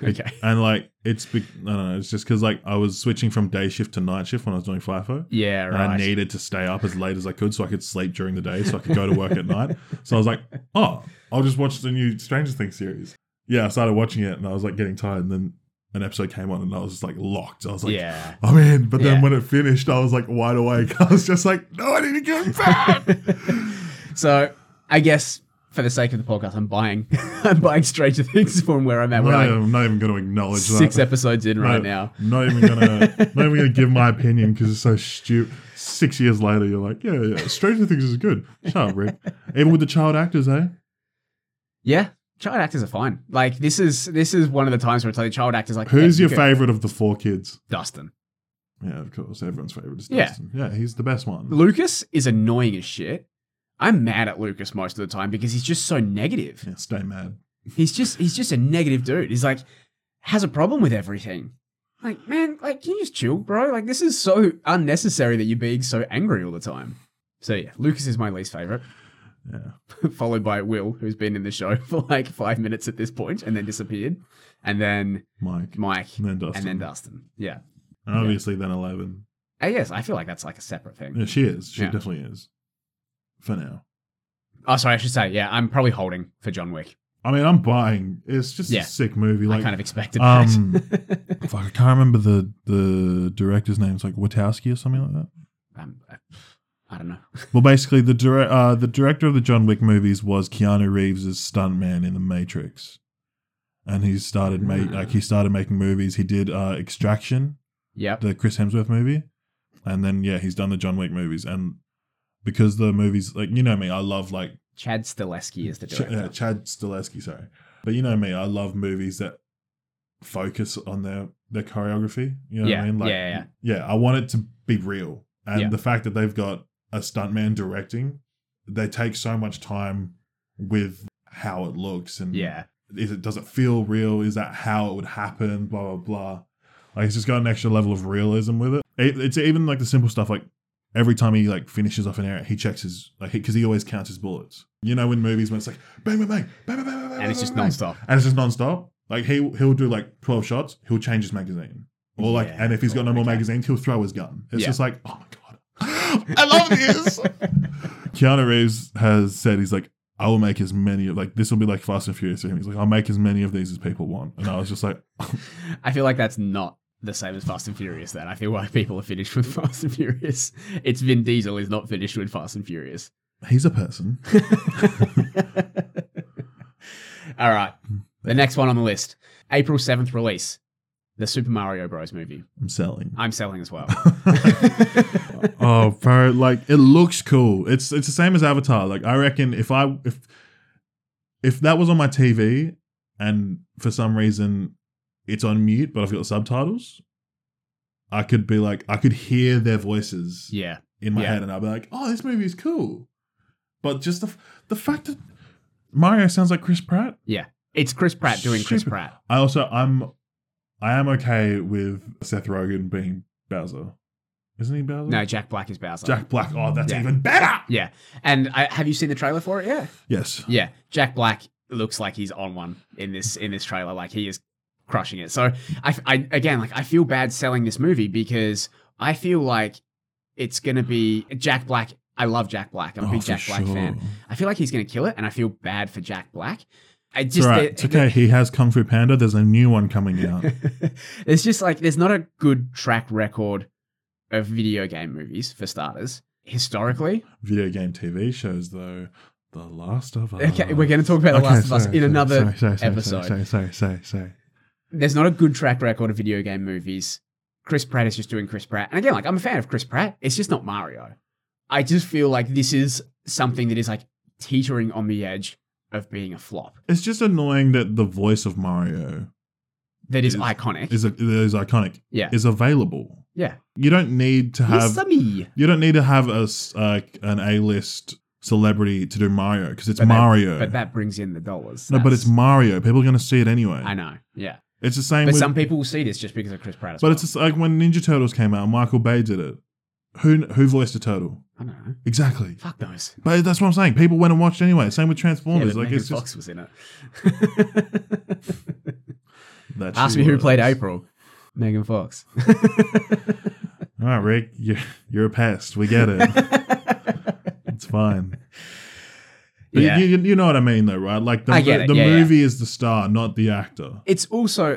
[SPEAKER 1] Okay.
[SPEAKER 2] And like, it's be- I don't know. It's just because like I was switching from day shift to night shift when I was doing FIFO.
[SPEAKER 1] Yeah,
[SPEAKER 2] And
[SPEAKER 1] right.
[SPEAKER 2] I needed to stay up as late as I could so I could sleep during the day so I could go to work at night. So I was like, oh, I'll just watch the new Stranger Things series. Yeah, I started watching it and I was like getting tired. And then an episode came on and I was just like locked. I was like,
[SPEAKER 1] yeah.
[SPEAKER 2] I'm in. But then
[SPEAKER 1] Yeah.
[SPEAKER 2] when it finished, I was like wide awake. I was just like, no, I need to go back.
[SPEAKER 1] so I guess for the sake of the podcast, I'm buying, I'm buying Stranger Things from where I'm at.
[SPEAKER 2] I'm
[SPEAKER 1] We're
[SPEAKER 2] not,
[SPEAKER 1] like
[SPEAKER 2] I'm not even going to acknowledge
[SPEAKER 1] six
[SPEAKER 2] that.
[SPEAKER 1] episodes in right
[SPEAKER 2] No.
[SPEAKER 1] now.
[SPEAKER 2] I'm not even gonna, not even gonna give my opinion because it's so stupid. Six years later, you're like, yeah, yeah, Stranger Things is good. Shut up, Rick. Even with the child actors, eh?
[SPEAKER 1] Yeah, child actors are fine. Like this is this is one of the times where I tell you, child actors like
[SPEAKER 2] Who's
[SPEAKER 1] yeah,
[SPEAKER 2] your
[SPEAKER 1] you could-
[SPEAKER 2] favorite of the four kids?
[SPEAKER 1] Dustin
[SPEAKER 2] Yeah, of course, everyone's favorite is
[SPEAKER 1] Yeah.
[SPEAKER 2] Dustin. Yeah, he's the best one.
[SPEAKER 1] Lucas is annoying as shit. I'm mad at Lucas most of the time because he's just so negative.
[SPEAKER 2] Yeah, stay mad.
[SPEAKER 1] He's just he's just a negative dude. He's like has a problem with everything. Like man, like can you just chill, bro? Like this is so unnecessary that you're being so angry all the time. So yeah, Lucas is my least favorite.
[SPEAKER 2] Yeah.
[SPEAKER 1] followed by Will, who's been in the show for like five minutes at this point and then disappeared, and then
[SPEAKER 2] Mike.
[SPEAKER 1] Mike,
[SPEAKER 2] And then Dustin.
[SPEAKER 1] and then Dustin. Yeah.
[SPEAKER 2] And obviously then Eleven.
[SPEAKER 1] I guess I feel like that's like a separate thing.
[SPEAKER 2] Yeah, she is. She
[SPEAKER 1] Yeah.
[SPEAKER 2] definitely is. For now.
[SPEAKER 1] Oh, sorry, I should say, yeah, I'm probably holding for John Wick.
[SPEAKER 2] I mean, I'm buying. It's just
[SPEAKER 1] Yeah.
[SPEAKER 2] a sick movie. Like
[SPEAKER 1] I kind of expected
[SPEAKER 2] um,
[SPEAKER 1] that.
[SPEAKER 2] fuck, I can't remember the the director's name. It's like Witowski or something like that.
[SPEAKER 1] um, I, I don't know.
[SPEAKER 2] Well, basically, the dire- uh, the director of the John Wick movies was Keanu Reeves' stuntman in The Matrix, and he started ma-
[SPEAKER 1] Ah.
[SPEAKER 2] like he started making movies. He did uh, Extraction,
[SPEAKER 1] Yep.
[SPEAKER 2] the Chris Hemsworth movie, and then yeah, he's done the John Wick movies. And because the movies, like you know me, I love like
[SPEAKER 1] Chad Stileski is the
[SPEAKER 2] Ch- uh, yeah,
[SPEAKER 1] director.
[SPEAKER 2] Chad Stileski, sorry, but you know me, I love movies that focus on their their choreography. You know
[SPEAKER 1] Yeah,
[SPEAKER 2] what I mean?
[SPEAKER 1] yeah, yeah,
[SPEAKER 2] yeah. I want it to be real, and
[SPEAKER 1] Yeah.
[SPEAKER 2] the fact that they've got a stuntman directing, they take so much time with how it looks and
[SPEAKER 1] yeah.
[SPEAKER 2] is it does it feel real? Is that how it would happen? Blah blah blah. Like it's just got an extra level of realism with it. it it's even like the simple stuff. Like every time he like finishes off an area, he checks his like because he always counts his bullets. You know, in movies when it's like bang bang bang bang bang bang, bang bang,
[SPEAKER 1] And it's just
[SPEAKER 2] bang, bang,
[SPEAKER 1] nonstop.
[SPEAKER 2] and it's just nonstop. Like he he'll do like twelve shots. He'll change his magazine, or like,
[SPEAKER 1] Yeah,
[SPEAKER 2] and if he's got no
[SPEAKER 1] cool,
[SPEAKER 2] more
[SPEAKER 1] okay.
[SPEAKER 2] magazines, he'll throw his gun. It's
[SPEAKER 1] Yeah.
[SPEAKER 2] just like, oh my god, I love this. Keanu Reeves has said he's like, I will make as many of like this will be like Fast and Furious for him. He's like, I'll make as many of these as people want, and I was just like,
[SPEAKER 1] I feel like that's not the same as Fast and Furious. Then I feel like people are finished with Fast and Furious. It's Vin Diesel is not finished with Fast and Furious.
[SPEAKER 2] he's a person.
[SPEAKER 1] All right. The next one on the list, April seventh release, the Super Mario Bros. movie.
[SPEAKER 2] I'm selling.
[SPEAKER 1] I'm selling as well.
[SPEAKER 2] oh, bro, like it looks cool. It's it's the same as Avatar. Like I reckon if I if if that was on my TV and for some reason it's on mute, but I've got subtitles, I could be like I could hear their voices
[SPEAKER 1] yeah.
[SPEAKER 2] in my
[SPEAKER 1] Yeah.
[SPEAKER 2] head, and I'd be like, oh, this movie is cool. But just the f- the fact that Mario sounds like Chris Pratt.
[SPEAKER 1] It's Chris Pratt doing Chris
[SPEAKER 2] Super-
[SPEAKER 1] Pratt.
[SPEAKER 2] I also I'm I am okay with Seth Rogen being Bowser. Isn't he Bowser?
[SPEAKER 1] No, Jack Black is Bowser.
[SPEAKER 2] Jack Black. Oh, that's
[SPEAKER 1] Yeah.
[SPEAKER 2] even better.
[SPEAKER 1] Yeah. And I, have you seen the trailer for it? Yeah.
[SPEAKER 2] Yes.
[SPEAKER 1] Yeah. Jack Black looks like he's on one in this in this trailer. Like he is crushing it. So I, I again like I feel bad selling this movie because I feel like it's gonna be Jack Black. I love Jack Black. I'm a
[SPEAKER 2] Oh,
[SPEAKER 1] big
[SPEAKER 2] for
[SPEAKER 1] Jack Black
[SPEAKER 2] sure.
[SPEAKER 1] fan. I feel like he's gonna kill it, and I feel bad for Jack Black. I
[SPEAKER 2] It's
[SPEAKER 1] just
[SPEAKER 2] alright.
[SPEAKER 1] the-
[SPEAKER 2] It's okay. He has Kung Fu Panda. There's a new one coming out.
[SPEAKER 1] it's just like there's not a good track record of video game movies for starters historically.
[SPEAKER 2] Video game TV shows though. The Last of Us.
[SPEAKER 1] Okay, we're going to talk about The
[SPEAKER 2] Uh, Okay,
[SPEAKER 1] Last of Us
[SPEAKER 2] sorry,
[SPEAKER 1] in
[SPEAKER 2] sorry,
[SPEAKER 1] another.
[SPEAKER 2] sorry, sorry, sorry,
[SPEAKER 1] episode.
[SPEAKER 2] Sorry, sorry, sorry, sorry.
[SPEAKER 1] There's not a good track record of video game movies. Chris Pratt is just doing Chris Pratt. And again, like I'm a fan of Chris Pratt. It's just not Mario. I just feel like this is something that is like teetering on the edge of being a flop.
[SPEAKER 2] It's just annoying that the voice of Mario
[SPEAKER 1] That is
[SPEAKER 2] Is-
[SPEAKER 1] iconic.
[SPEAKER 2] is is iconic.
[SPEAKER 1] Yeah.
[SPEAKER 2] Is available.
[SPEAKER 1] Yeah.
[SPEAKER 2] You don't need to have.
[SPEAKER 1] He's Sammy.
[SPEAKER 2] You don't need to have a s- like an A list celebrity to do Mario because it's
[SPEAKER 1] But that-
[SPEAKER 2] Mario.
[SPEAKER 1] But that brings in the dollars.
[SPEAKER 2] no, but
[SPEAKER 1] That's-
[SPEAKER 2] it's Mario. People are going to see it anyway.
[SPEAKER 1] I know. Yeah.
[SPEAKER 2] It's the same.
[SPEAKER 1] But
[SPEAKER 2] with,
[SPEAKER 1] some people will see this just because of Chris Pratt. As
[SPEAKER 2] but
[SPEAKER 1] well.
[SPEAKER 2] it's just like when Ninja Turtles came out. Michael Bay did it. Who who voiced a turtle?
[SPEAKER 1] I don't know.
[SPEAKER 2] Exactly.
[SPEAKER 1] Fuck those.
[SPEAKER 2] But that's what I'm saying. People went and watched anyway. Same with
[SPEAKER 1] Yeah,
[SPEAKER 2] Transformers.
[SPEAKER 1] but
[SPEAKER 2] like
[SPEAKER 1] Megan
[SPEAKER 2] it's just
[SPEAKER 1] Fox was in it.
[SPEAKER 2] that
[SPEAKER 1] Ask
[SPEAKER 2] she
[SPEAKER 1] me who
[SPEAKER 2] was.
[SPEAKER 1] played April. Megan Fox.
[SPEAKER 2] All right, Rick, you're you're a pest. We get it. it's fine. But
[SPEAKER 1] Yeah.
[SPEAKER 2] you, you, you know what I mean, though, right? Like the,
[SPEAKER 1] I get it.
[SPEAKER 2] the
[SPEAKER 1] Yeah, yeah.
[SPEAKER 2] movie is the star, not the actor.
[SPEAKER 1] It's also,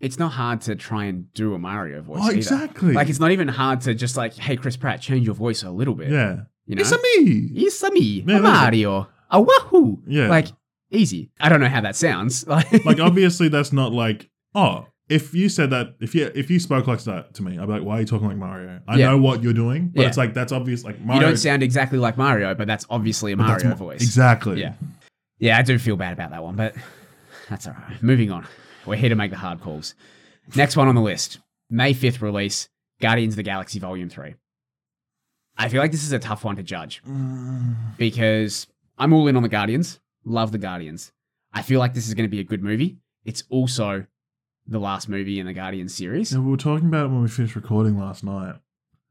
[SPEAKER 1] it's not hard to try and do a Mario voice.
[SPEAKER 2] Oh,
[SPEAKER 1] either.
[SPEAKER 2] exactly.
[SPEAKER 1] Like it's not even hard to just like, hey, Chris Pratt, change your voice a little bit.
[SPEAKER 2] yeah.
[SPEAKER 1] You know,
[SPEAKER 2] It's a me.
[SPEAKER 1] it's a me,
[SPEAKER 2] Yeah,
[SPEAKER 1] a
[SPEAKER 2] that's it.
[SPEAKER 1] Mario, a wahoo.
[SPEAKER 2] Yeah.
[SPEAKER 1] Like easy. I don't know how that sounds. Like,
[SPEAKER 2] Like obviously that's not like oh if you said that if you if you spoke like that to me I'd be like why are you talking like Mario? I
[SPEAKER 1] Yeah.
[SPEAKER 2] know what you're doing, but
[SPEAKER 1] Yeah.
[SPEAKER 2] it's like that's obvious like
[SPEAKER 1] you
[SPEAKER 2] Mario.
[SPEAKER 1] don't sound exactly like Mario, but that's obviously a
[SPEAKER 2] but that's
[SPEAKER 1] Mario
[SPEAKER 2] Ma-
[SPEAKER 1] voice.
[SPEAKER 2] Exactly.
[SPEAKER 1] Yeah. Yeah, I do feel bad about that one, but that's all right. Moving on. We're here to make the hard calls. Next one on the list May 5th release Guardians of the Galaxy Volume 3. I feel like this is a tough one to judge
[SPEAKER 2] Mm,
[SPEAKER 1] because I'm all in on the Guardians. Love the Guardians. I feel like this is going to be a good movie. It's also the last movie in the Guardians series.
[SPEAKER 2] yeah, we were talking about it when we finished recording last night.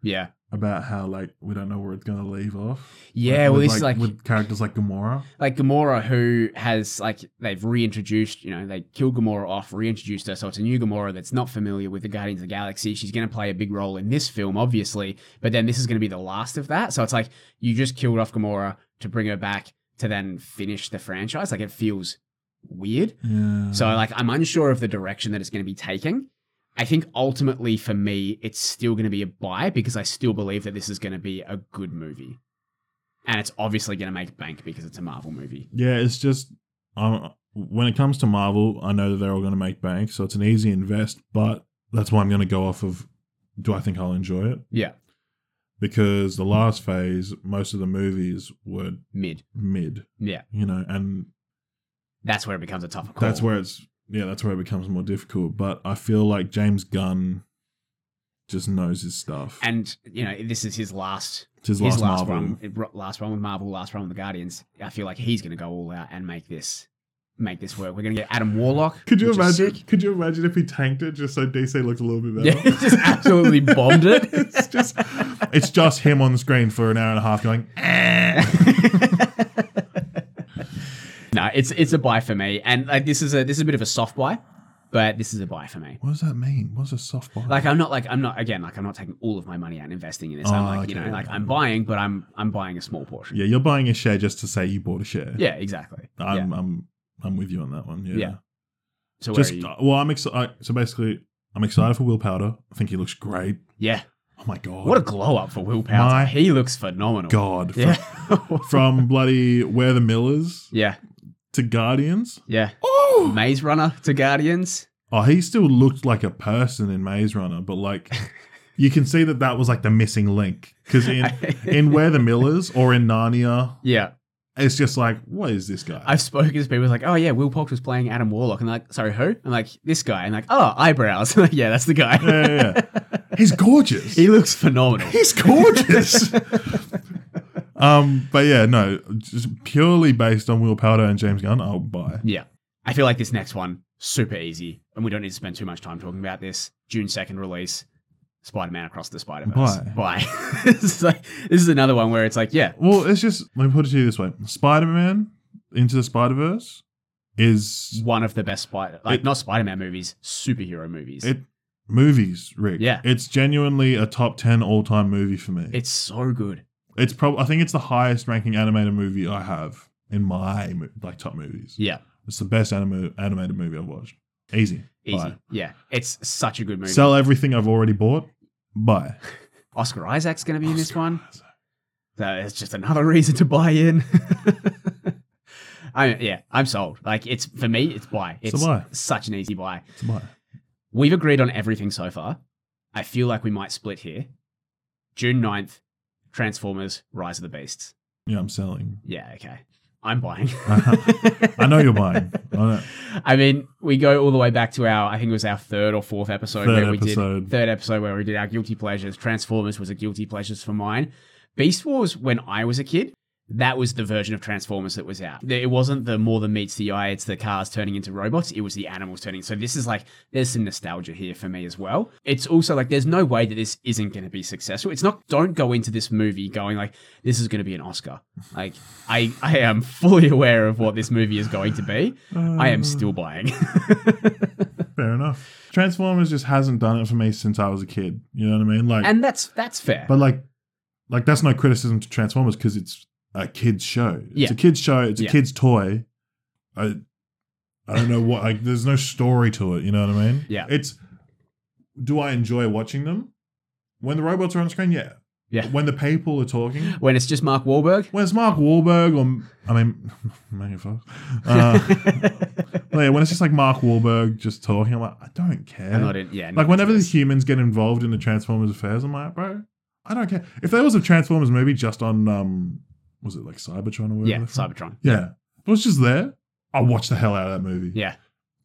[SPEAKER 1] Yeah.
[SPEAKER 2] about how like we don't know where it's gonna leave off.
[SPEAKER 1] Yeah,
[SPEAKER 2] Like,
[SPEAKER 1] well,
[SPEAKER 2] with,
[SPEAKER 1] this is like
[SPEAKER 2] with characters like Gamora.
[SPEAKER 1] like Gamora, who has like they've reintroduced, you know, they killed Gamora off, reintroduced her, so it's a new Gamora that's not familiar with the Guardians of the Galaxy. She's going to play a big role in this film, obviously, but then this is going to be the last of that. So it's like you just killed off Gamora to bring her back to then finish the franchise. Like it feels weird.
[SPEAKER 2] Yeah.
[SPEAKER 1] So like I'm unsure of the direction that it's going to be taking. I think ultimately for me, it's still going to be a buy because I still believe that this is going to be a good movie. And it's obviously going to make bank because it's a Marvel movie.
[SPEAKER 2] yeah, it's just um, when it comes to Marvel, I know that they're all gonna make bank, so it's an easy invest. But that's why I'm gonna go off of. Do I think I'll enjoy it?
[SPEAKER 1] Yeah.
[SPEAKER 2] Because the last phase, most of the movies were
[SPEAKER 1] Mid.
[SPEAKER 2] mid,
[SPEAKER 1] Yeah.
[SPEAKER 2] you know, and
[SPEAKER 1] That's where it becomes a tougher call.
[SPEAKER 2] that's where it's yeah, that's where it becomes more difficult. But I feel like James Gunn just knows his stuff.
[SPEAKER 1] and you know this is his last
[SPEAKER 2] it's his,
[SPEAKER 1] his last,
[SPEAKER 2] last, Marvel.
[SPEAKER 1] run last run with Marvel last run with the Guardians I feel like he's gonna go all out and make this make this work we're gonna get Adam Warlock
[SPEAKER 2] Could you
[SPEAKER 1] which is
[SPEAKER 2] imagine?
[SPEAKER 1] sick.
[SPEAKER 2] Could you imagine if he tanked it just so DC looked a little bit
[SPEAKER 1] yeah
[SPEAKER 2] better?
[SPEAKER 1] just absolutely bombed it
[SPEAKER 2] it's just it's just him on the screen for an hour and a half going. "Eh."
[SPEAKER 1] no, it's it's a buy for me, and like this is a this is a bit of a soft buy, but this is a buy for me.
[SPEAKER 2] What does that mean? What's a soft bottom?
[SPEAKER 1] Like I'm not like I'm not again like I'm not taking all of my money out and investing in this. I'm
[SPEAKER 2] Oh,
[SPEAKER 1] like you
[SPEAKER 2] okay.
[SPEAKER 1] know like I'm buying, but I'm I'm buying a small portion.
[SPEAKER 2] yeah, you're buying a share just to say you bought a share.
[SPEAKER 1] Yeah, exactly. yeah.
[SPEAKER 2] I'm I'm I'm with you on that one. Yeah.
[SPEAKER 1] Yeah. So where
[SPEAKER 2] Just
[SPEAKER 1] are you?
[SPEAKER 2] uh, well, I'm excited. So basically, I'm excited for Will Powder. I think he looks great.
[SPEAKER 1] yeah.
[SPEAKER 2] Oh my god!
[SPEAKER 1] What a glow up for Will Power.
[SPEAKER 2] My
[SPEAKER 1] he looks phenomenal.
[SPEAKER 2] god! From,
[SPEAKER 1] Yeah.
[SPEAKER 2] from bloody Where the Millers
[SPEAKER 1] yeah.
[SPEAKER 2] to Guardians.
[SPEAKER 1] Yeah.
[SPEAKER 2] Oh,
[SPEAKER 1] Maze Runner to Guardians.
[SPEAKER 2] Oh, he still looked like a person in Maze Runner, but like you can see that that was like the missing link because in in Where the Millers or in Narnia,
[SPEAKER 1] yeah.
[SPEAKER 2] it's just like what is this guy?
[SPEAKER 1] I've spoken to people like, oh yeah, Will Pox was playing Adam Warlock, and like, sorry, who? I'm like, this guy, and like, oh, eyebrows. Like, yeah, that's the guy.
[SPEAKER 2] yeah, yeah, yeah. he's gorgeous.
[SPEAKER 1] he looks phenomenal.
[SPEAKER 2] he's gorgeous. um, but yeah, no, just purely based on Will Powder and James Gunn, I'll buy.
[SPEAKER 1] yeah, I feel like this next one super easy, and we don't need to spend too much time talking about this. June second release, Spider Man Across the Spider Verse. Bye. this, is like, this is another one where it's like, yeah,
[SPEAKER 2] Well, it's just let me put it to you this way: Spider Man into the Spider Verse is
[SPEAKER 1] one of the best Spider, like
[SPEAKER 2] It-
[SPEAKER 1] not Spider Man movies, superhero movies.
[SPEAKER 2] It- movies, Rick.
[SPEAKER 1] Yeah.
[SPEAKER 2] it's genuinely a top ten all time movie for me.
[SPEAKER 1] it's so good.
[SPEAKER 2] It's probably I think it's the highest ranking animated movie I have in my mo- like top movies.
[SPEAKER 1] Yeah,
[SPEAKER 2] It's the best anima- animated movie I've watched. Easy.
[SPEAKER 1] easy.
[SPEAKER 2] Buy.
[SPEAKER 1] Yeah, it's such a good movie.
[SPEAKER 2] Sell everything I've already bought. Buy.
[SPEAKER 1] Oscar Isaac's going to be in this
[SPEAKER 2] Oscar
[SPEAKER 1] one.
[SPEAKER 2] Isaac.
[SPEAKER 1] So it's just another reason to buy in. I yeah, I'm sold. Like it's for me, it's buy.
[SPEAKER 2] It's
[SPEAKER 1] It's
[SPEAKER 2] a buy.
[SPEAKER 1] such an easy buy.
[SPEAKER 2] It's a buy.
[SPEAKER 1] We've agreed on everything so far. I feel like we might split here. June 9th, Transformers: Rise of the Beasts.
[SPEAKER 2] Yeah, I'm selling.
[SPEAKER 1] Yeah, okay. I'm buying.
[SPEAKER 2] Uh-huh. I know you're buying. I know.
[SPEAKER 1] I mean, we go all the way back to our I think it was our third or fourth episode
[SPEAKER 2] Third
[SPEAKER 1] where we did
[SPEAKER 2] episode.
[SPEAKER 1] third episode where we did our guilty pleasures. Transformers was a guilty pleasures for mine. Beast Wars, when I was a kid, that was the version of Transformers that was out. It wasn't the more than meets the eye, it's the cars turning into robots, it was the animals turning. So this is like, there's some nostalgia here for me as well. It's also like, there's no way that this isn't going to be successful. It's not, don't go into this movie going like, this is going to be an Oscar. Like, I, I am fully aware of what this movie is going to be. I am still buying.
[SPEAKER 2] Uh, Fair enough. Transformers just hasn't done it for me since I was a kid. You know what I mean? Like,
[SPEAKER 1] and that's, that's fair.
[SPEAKER 2] but like, like that's no criticism to Transformers because it's a kids show. It's
[SPEAKER 1] Yeah.
[SPEAKER 2] a kids show. It's a
[SPEAKER 1] Yeah.
[SPEAKER 2] kids toy. I, I don't know what. Like, there's no story to it. You know what I mean?
[SPEAKER 1] Yeah.
[SPEAKER 2] It's. Do I enjoy watching them? When the robots are on screen, yeah.
[SPEAKER 1] Yeah.
[SPEAKER 2] When the people are talking,
[SPEAKER 1] When it's just Mark Wahlberg.
[SPEAKER 2] when it's Mark Wahlberg or I mean, Megan Fox. Uh, Well, yeah, when it's just like Mark Wahlberg just talking, I'm like, I don't care.
[SPEAKER 1] I'm not in, yeah.
[SPEAKER 2] like
[SPEAKER 1] not
[SPEAKER 2] whenever the
[SPEAKER 1] into
[SPEAKER 2] humans get involved in the Transformers affairs, I'm like, bro, I don't care. If there was a Transformers movie just on, um, was it like Cybertron or
[SPEAKER 1] this.
[SPEAKER 2] whatever?
[SPEAKER 1] yeah, Cybertron.
[SPEAKER 2] yeah, if it was just there. I'll watch the hell out of that movie.
[SPEAKER 1] Yeah,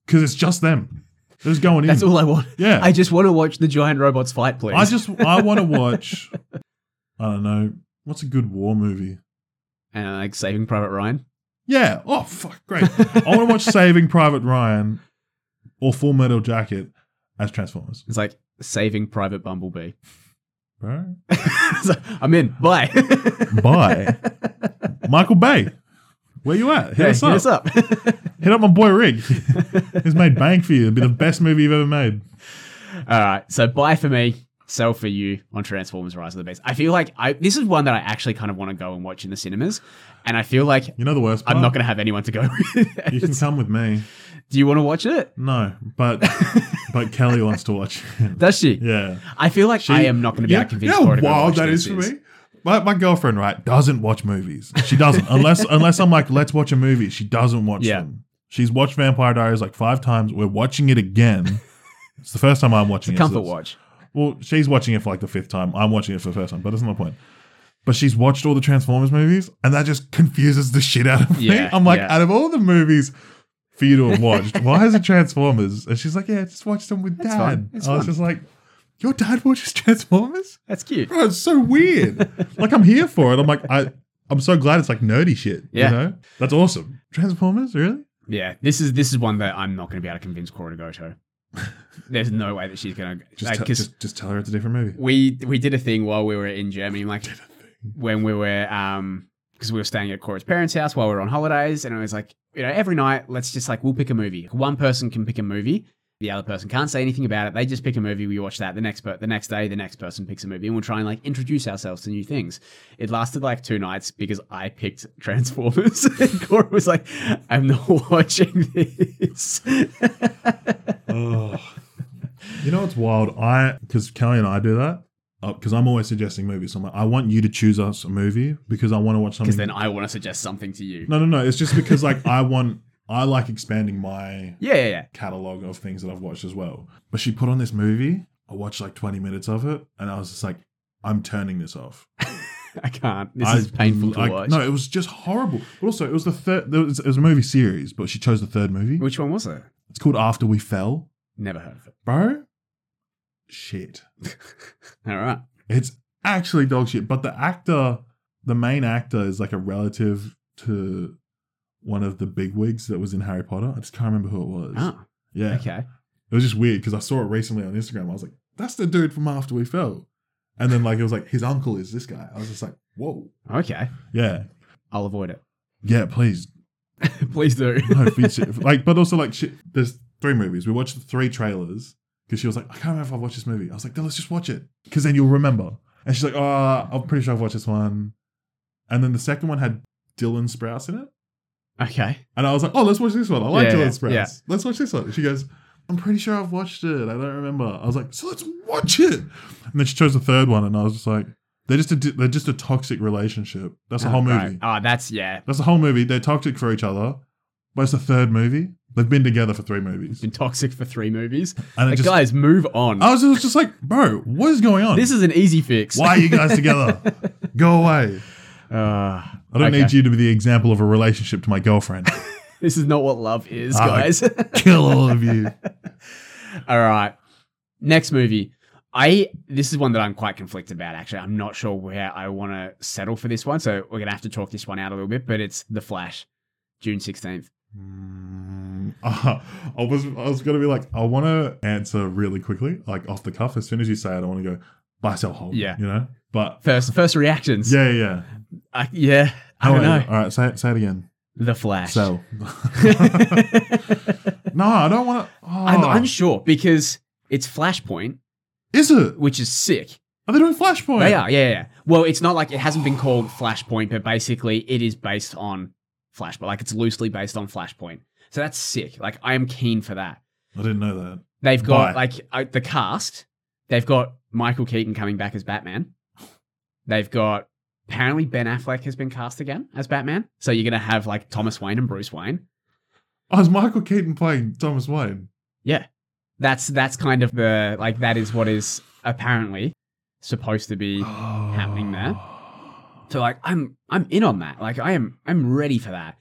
[SPEAKER 2] because it's just them. They're just going in.
[SPEAKER 1] that's all I want.
[SPEAKER 2] yeah,
[SPEAKER 1] I just want to watch the giant robots fight, please.
[SPEAKER 2] I just I want to watch. I don't know what's a good war movie.
[SPEAKER 1] and like Saving Private Ryan.
[SPEAKER 2] Yeah. Oh fuck, great. I want to watch Saving Private Ryan or Full Metal Jacket as Transformers.
[SPEAKER 1] It's like Saving Private Bumblebee.
[SPEAKER 2] bro.
[SPEAKER 1] So, I'm in. Bye.
[SPEAKER 2] Bye. Michael Bay, where you at? Hit
[SPEAKER 1] Hey,
[SPEAKER 2] us
[SPEAKER 1] hit
[SPEAKER 2] up.
[SPEAKER 1] us up.
[SPEAKER 2] Hit up my boy Rick. He's made bang for you. It'd be the best movie you've ever made.
[SPEAKER 1] All right. So buy for me, sell for you on Transformers: Rise of the Beast. I feel like I this is one that I actually kind of want to go and watch in the cinemas, and I feel like
[SPEAKER 2] You know the worst part?
[SPEAKER 1] I'm not going to have anyone to go with.
[SPEAKER 2] You can come with me.
[SPEAKER 1] Do you want to watch it?
[SPEAKER 2] No, but but Kelly wants to watch. it.
[SPEAKER 1] Does she?
[SPEAKER 2] yeah.
[SPEAKER 1] I feel like I am not going to be
[SPEAKER 2] Yeah,
[SPEAKER 1] able to convince
[SPEAKER 2] you know
[SPEAKER 1] her
[SPEAKER 2] how
[SPEAKER 1] to go
[SPEAKER 2] wild
[SPEAKER 1] watch
[SPEAKER 2] that
[SPEAKER 1] this
[SPEAKER 2] is for me. My, my girlfriend, right, doesn't watch movies. She doesn't unless unless I'm like, let's watch a movie. She doesn't watch
[SPEAKER 1] Yeah.
[SPEAKER 2] them. She's watched Vampire Diaries like five times. We're watching it again. It's the first time I'm watching
[SPEAKER 1] It's a
[SPEAKER 2] it. so
[SPEAKER 1] comfort
[SPEAKER 2] it's-
[SPEAKER 1] watch.
[SPEAKER 2] Well, she's watching it for like the fifth time. I'm watching it for the first time, but that's not the point. But she's watched all the Transformers movies, and that just confuses the shit out of me.
[SPEAKER 1] Yeah,
[SPEAKER 2] I'm like,
[SPEAKER 1] yeah.
[SPEAKER 2] out of all the movies for you to have watched, why is it Transformers? And she's like, yeah, just watch them with
[SPEAKER 1] That's
[SPEAKER 2] dad.
[SPEAKER 1] fine. It's
[SPEAKER 2] I was
[SPEAKER 1] fun.
[SPEAKER 2] just like, your dad watches Transformers?
[SPEAKER 1] That's cute.
[SPEAKER 2] Bro, it's so weird. like I'm here for it. I'm like, I, I'm so glad it's like nerdy shit.
[SPEAKER 1] Yeah.
[SPEAKER 2] You know? That's awesome. Transformers, really?
[SPEAKER 1] Yeah, this is this is one that I'm not going to be able to convince Cora to go to. There's no way that she's going to
[SPEAKER 2] Just,
[SPEAKER 1] like
[SPEAKER 2] te-
[SPEAKER 1] 'cause
[SPEAKER 2] just, just tell her it's a different movie.
[SPEAKER 1] we we did a thing while we were in Germany, like when we were um because we were staying at Cora's parents' house while we were on holidays, and it was like you know every night let's just like we'll pick a movie. One person can pick a movie, the other person can't say anything about it. They just pick a movie, we watch that. The next per- the next day, the next person picks a movie, and we'll try and like introduce ourselves to new things. It lasted like two nights because I picked Transformers, and Cora was like, "I'm not watching this."
[SPEAKER 2] Oh. You know what's wild? I because Kelly and I do that because I'm always suggesting movies. So I'm like, I want you to choose us a movie because I want to watch something.
[SPEAKER 1] Because then I want to suggest something to you.
[SPEAKER 2] no, no, no. It's just because like I want I like expanding my
[SPEAKER 1] Yeah, yeah, yeah.
[SPEAKER 2] catalog of things that I've watched as well. But she put on this movie. I watched like 20 minutes of it, and I was just like, I'm turning this off.
[SPEAKER 1] I can't. This
[SPEAKER 2] I-
[SPEAKER 1] is painful to
[SPEAKER 2] I-
[SPEAKER 1] watch.
[SPEAKER 2] No, it was just horrible. But also, it was the third. There was, it was a movie series, but she chose the third movie.
[SPEAKER 1] Which one was it?
[SPEAKER 2] It's called After We Fell,
[SPEAKER 1] Never heard of it.
[SPEAKER 2] bro. Shit.
[SPEAKER 1] All right.
[SPEAKER 2] It's actually dog shit. But the actor, the main actor, is like a relative to one of the bigwigs that was in Harry Potter. I just can't remember who it was.
[SPEAKER 1] Oh,
[SPEAKER 2] yeah,
[SPEAKER 1] okay.
[SPEAKER 2] it was just weird because I saw it recently on Instagram. I was like, "That's the dude from After We Fell," and then like it was like his uncle is this guy. I was just like, "Whoa,
[SPEAKER 1] Okay.
[SPEAKER 2] yeah,
[SPEAKER 1] I'll avoid it.
[SPEAKER 2] yeah, please."
[SPEAKER 1] Please do.
[SPEAKER 2] No, feature, like, but also like shit. There's three movies. We watched the three trailers because she was like, "I can't remember if I've watched this movie." I was like, "Then let's just watch it because then you'll remember." And she's like, "Oh, I'm pretty sure I've watched this one." And then the second one had Dylan Sprouse in it.
[SPEAKER 1] okay.
[SPEAKER 2] And I was like, oh, let's watch this one. I like
[SPEAKER 1] Yeah,
[SPEAKER 2] Dylan
[SPEAKER 1] yeah,
[SPEAKER 2] Sprouse.
[SPEAKER 1] yeah.
[SPEAKER 2] Let's watch this one. She goes, I'm pretty sure I've watched it. I don't remember. I was like, so let's watch it. And then she chose the third one, and I was just like, they're just a di- they're just a toxic relationship. That's the
[SPEAKER 1] Oh,
[SPEAKER 2] whole movie.
[SPEAKER 1] right. Oh, that's yeah.
[SPEAKER 2] That's the whole movie. They're toxic for each other, but it's the third movie. They've been together for three movies,
[SPEAKER 1] It's been toxic for three movies.
[SPEAKER 2] and it
[SPEAKER 1] Like,
[SPEAKER 2] just Oh.
[SPEAKER 1] guys, move on.
[SPEAKER 2] I was just, just like, bro, what is going on?
[SPEAKER 1] this is an easy fix.
[SPEAKER 2] Why are you guys together? Go away.
[SPEAKER 1] Uh,
[SPEAKER 2] I don't
[SPEAKER 1] Okay.
[SPEAKER 2] need you to be the example of a relationship to my girlfriend.
[SPEAKER 1] this is not what love is,
[SPEAKER 2] Ah.
[SPEAKER 1] guys.
[SPEAKER 2] Kill all of you.
[SPEAKER 1] All right. Next movie. I this is one that I'm quite conflicted about actually. I'm not sure where I want to settle for this one, so we're gonna have to talk this one out a little bit. But it's The Flash, June sixteenth.
[SPEAKER 2] Mm, I was I was gonna be like, I want to answer really quickly, like off the cuff. As soon as you say it, I want to go buy, sell, hold.
[SPEAKER 1] Yeah.
[SPEAKER 2] you know. But
[SPEAKER 1] First, first reactions.
[SPEAKER 2] yeah, yeah, yeah.
[SPEAKER 1] I, yeah. I
[SPEAKER 2] How
[SPEAKER 1] don't
[SPEAKER 2] about
[SPEAKER 1] know.
[SPEAKER 2] you? All right, say it, say it again.
[SPEAKER 1] The Flash.
[SPEAKER 2] Sell. no, I don't want to. Oh,
[SPEAKER 1] I'm unsure because it's Flashpoint,
[SPEAKER 2] is it?
[SPEAKER 1] which is sick.
[SPEAKER 2] Are they doing Flashpoint?
[SPEAKER 1] They are, yeah, yeah, yeah. Well, it's not like it hasn't been called Flashpoint, but basically it is based on Flashpoint. Like it's loosely based on Flashpoint. So that's sick. Like I am keen for that.
[SPEAKER 2] I didn't know that.
[SPEAKER 1] They've got
[SPEAKER 2] Right.
[SPEAKER 1] like uh, the cast. They've got Michael Keaton coming back as Batman. They've got apparently Ben Affleck has been cast again as Batman. So you're gonna have like Thomas Wayne and Bruce Wayne.
[SPEAKER 2] Oh, is Michael Keaton playing Thomas Wayne?
[SPEAKER 1] That's that's kind of the like that is what is apparently supposed to be
[SPEAKER 2] Oh.
[SPEAKER 1] happening there. So like I'm I'm in on that. Like I am I'm ready for that.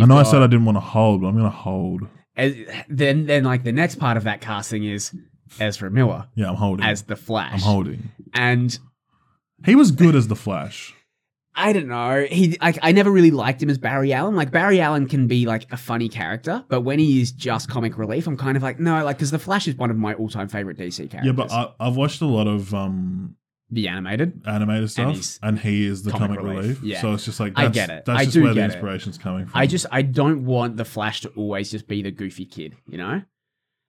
[SPEAKER 2] I know I
[SPEAKER 1] You've
[SPEAKER 2] said
[SPEAKER 1] got-
[SPEAKER 2] I didn't want to hold, but I'm gonna hold.
[SPEAKER 1] as, then then like the next part of that casting is Ezra Miller
[SPEAKER 2] Yeah, I'm holding.
[SPEAKER 1] as the
[SPEAKER 2] I'm
[SPEAKER 1] Flash.
[SPEAKER 2] holding.
[SPEAKER 1] and
[SPEAKER 2] He was good as the Flash.
[SPEAKER 1] I don't know. He like I never really liked him as Barry Allen. Like Barry Allen can be like a funny character, but when he is just comic relief, I'm kind of like no, like because the Flash is one of my all-time favorite DC characters.
[SPEAKER 2] Yeah, but I, I've watched a lot of um,
[SPEAKER 1] the animated.
[SPEAKER 2] animated stuff,
[SPEAKER 1] he's
[SPEAKER 2] and, he is the
[SPEAKER 1] comic
[SPEAKER 2] comic,
[SPEAKER 1] relief.
[SPEAKER 2] relief.
[SPEAKER 1] Yeah.
[SPEAKER 2] So it's just like
[SPEAKER 1] I
[SPEAKER 2] that's,
[SPEAKER 1] get it.
[SPEAKER 2] That's
[SPEAKER 1] I
[SPEAKER 2] just
[SPEAKER 1] do
[SPEAKER 2] where the
[SPEAKER 1] get it.
[SPEAKER 2] inspiration's coming from.
[SPEAKER 1] I just I don't want the Flash to always just be the goofy kid. You know,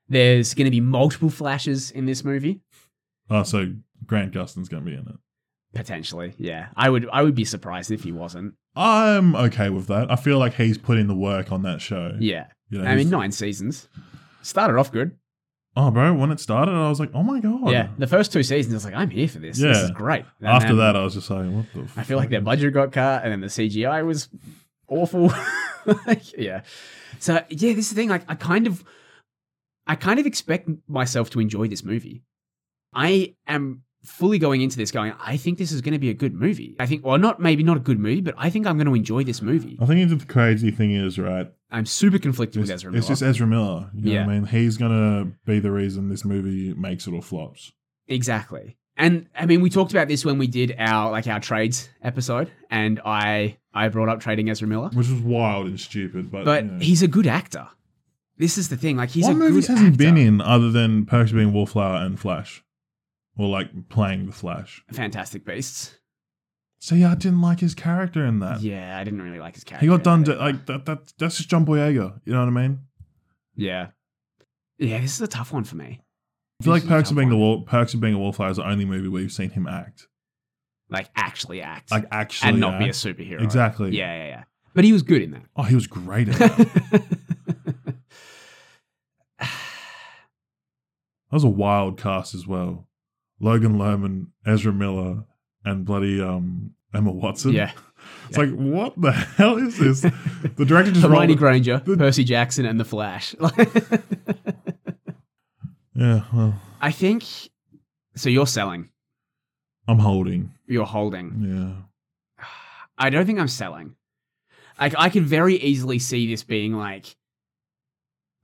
[SPEAKER 1] there's going to be multiple Flashes in this movie
[SPEAKER 2] oh, so Grant Gustin's gonna be in it.
[SPEAKER 1] potentially. Yeah, I would I would be surprised if he wasn't.
[SPEAKER 2] I'm okay with that. I feel like he's put in the work on that show.
[SPEAKER 1] Yeah,
[SPEAKER 2] You know,
[SPEAKER 1] I mean
[SPEAKER 2] he's-
[SPEAKER 1] nine seasons. Started off good.
[SPEAKER 2] oh, bro, when it started, I was like, oh my god.
[SPEAKER 1] Yeah, the first two seasons, I was like, I'm here for this. This
[SPEAKER 2] Yeah.
[SPEAKER 1] is great. And
[SPEAKER 2] After
[SPEAKER 1] then
[SPEAKER 2] that, I was just like, what the?
[SPEAKER 1] I feel like their budget got cut, and then the CGI was awful. Like, yeah. So yeah, this is the thing. Like, I kind of, I kind of expect myself to enjoy this movie. I am fully going into this going. I think this is going to be a good movie. I think, well, not maybe not a good movie, but I think I'm going to enjoy this movie.
[SPEAKER 2] I think the crazy thing is right.
[SPEAKER 1] I'm super conflicted
[SPEAKER 2] It's,
[SPEAKER 1] with Ezra
[SPEAKER 2] it's
[SPEAKER 1] Miller.
[SPEAKER 2] just Ezra Miller. You
[SPEAKER 1] Yeah.
[SPEAKER 2] know what I mean, he's gonna be the reason this movie makes it or flops.
[SPEAKER 1] Exactly. And I mean, we talked about this when we did our like our trades episode, and I I brought up trading Ezra Miller,
[SPEAKER 2] Which is wild and stupid, but
[SPEAKER 1] but
[SPEAKER 2] you know.
[SPEAKER 1] he's a good actor. This is the thing. Like he's
[SPEAKER 2] what
[SPEAKER 1] a
[SPEAKER 2] movies
[SPEAKER 1] good
[SPEAKER 2] has he
[SPEAKER 1] actor.
[SPEAKER 2] been in other than Perks of Being a Wallflower and Flash, or like playing the Flash?
[SPEAKER 1] Fantastic Beasts.
[SPEAKER 2] See, I didn't like his character in that.
[SPEAKER 1] Yeah, I didn't really like his character.
[SPEAKER 2] Uh, he got done
[SPEAKER 1] either.
[SPEAKER 2] to, like that. That that's just John Boyega. You know what I mean?
[SPEAKER 1] yeah, yeah. This is a tough one for me.
[SPEAKER 2] I feel
[SPEAKER 1] This
[SPEAKER 2] like
[SPEAKER 1] is a
[SPEAKER 2] Perks
[SPEAKER 1] tough
[SPEAKER 2] of Being the
[SPEAKER 1] one.
[SPEAKER 2] Wall, Perks of Being a Wallflower is the only movie we've seen him act,
[SPEAKER 1] Like actually act
[SPEAKER 2] like actually,
[SPEAKER 1] and not be a
[SPEAKER 2] act.
[SPEAKER 1] superhero.
[SPEAKER 2] exactly.
[SPEAKER 1] Yeah, yeah, yeah. But he was good in
[SPEAKER 2] Oh, he was great in that. that
[SPEAKER 1] that.
[SPEAKER 2] was a wild cast as well. Logan Lerman, Ezra Miller, and bloody um Emma Watson.
[SPEAKER 1] yeah.
[SPEAKER 2] It's like what the hell is this? The director just
[SPEAKER 1] Hermione
[SPEAKER 2] rolled.
[SPEAKER 1] Granger,
[SPEAKER 2] the-
[SPEAKER 1] Percy Jackson, and the Flash.
[SPEAKER 2] yeah, well,
[SPEAKER 1] I think. So you're selling.
[SPEAKER 2] I'm holding.
[SPEAKER 1] You're holding.
[SPEAKER 2] Yeah.
[SPEAKER 1] I don't think I'm selling. Like I could very easily see this being like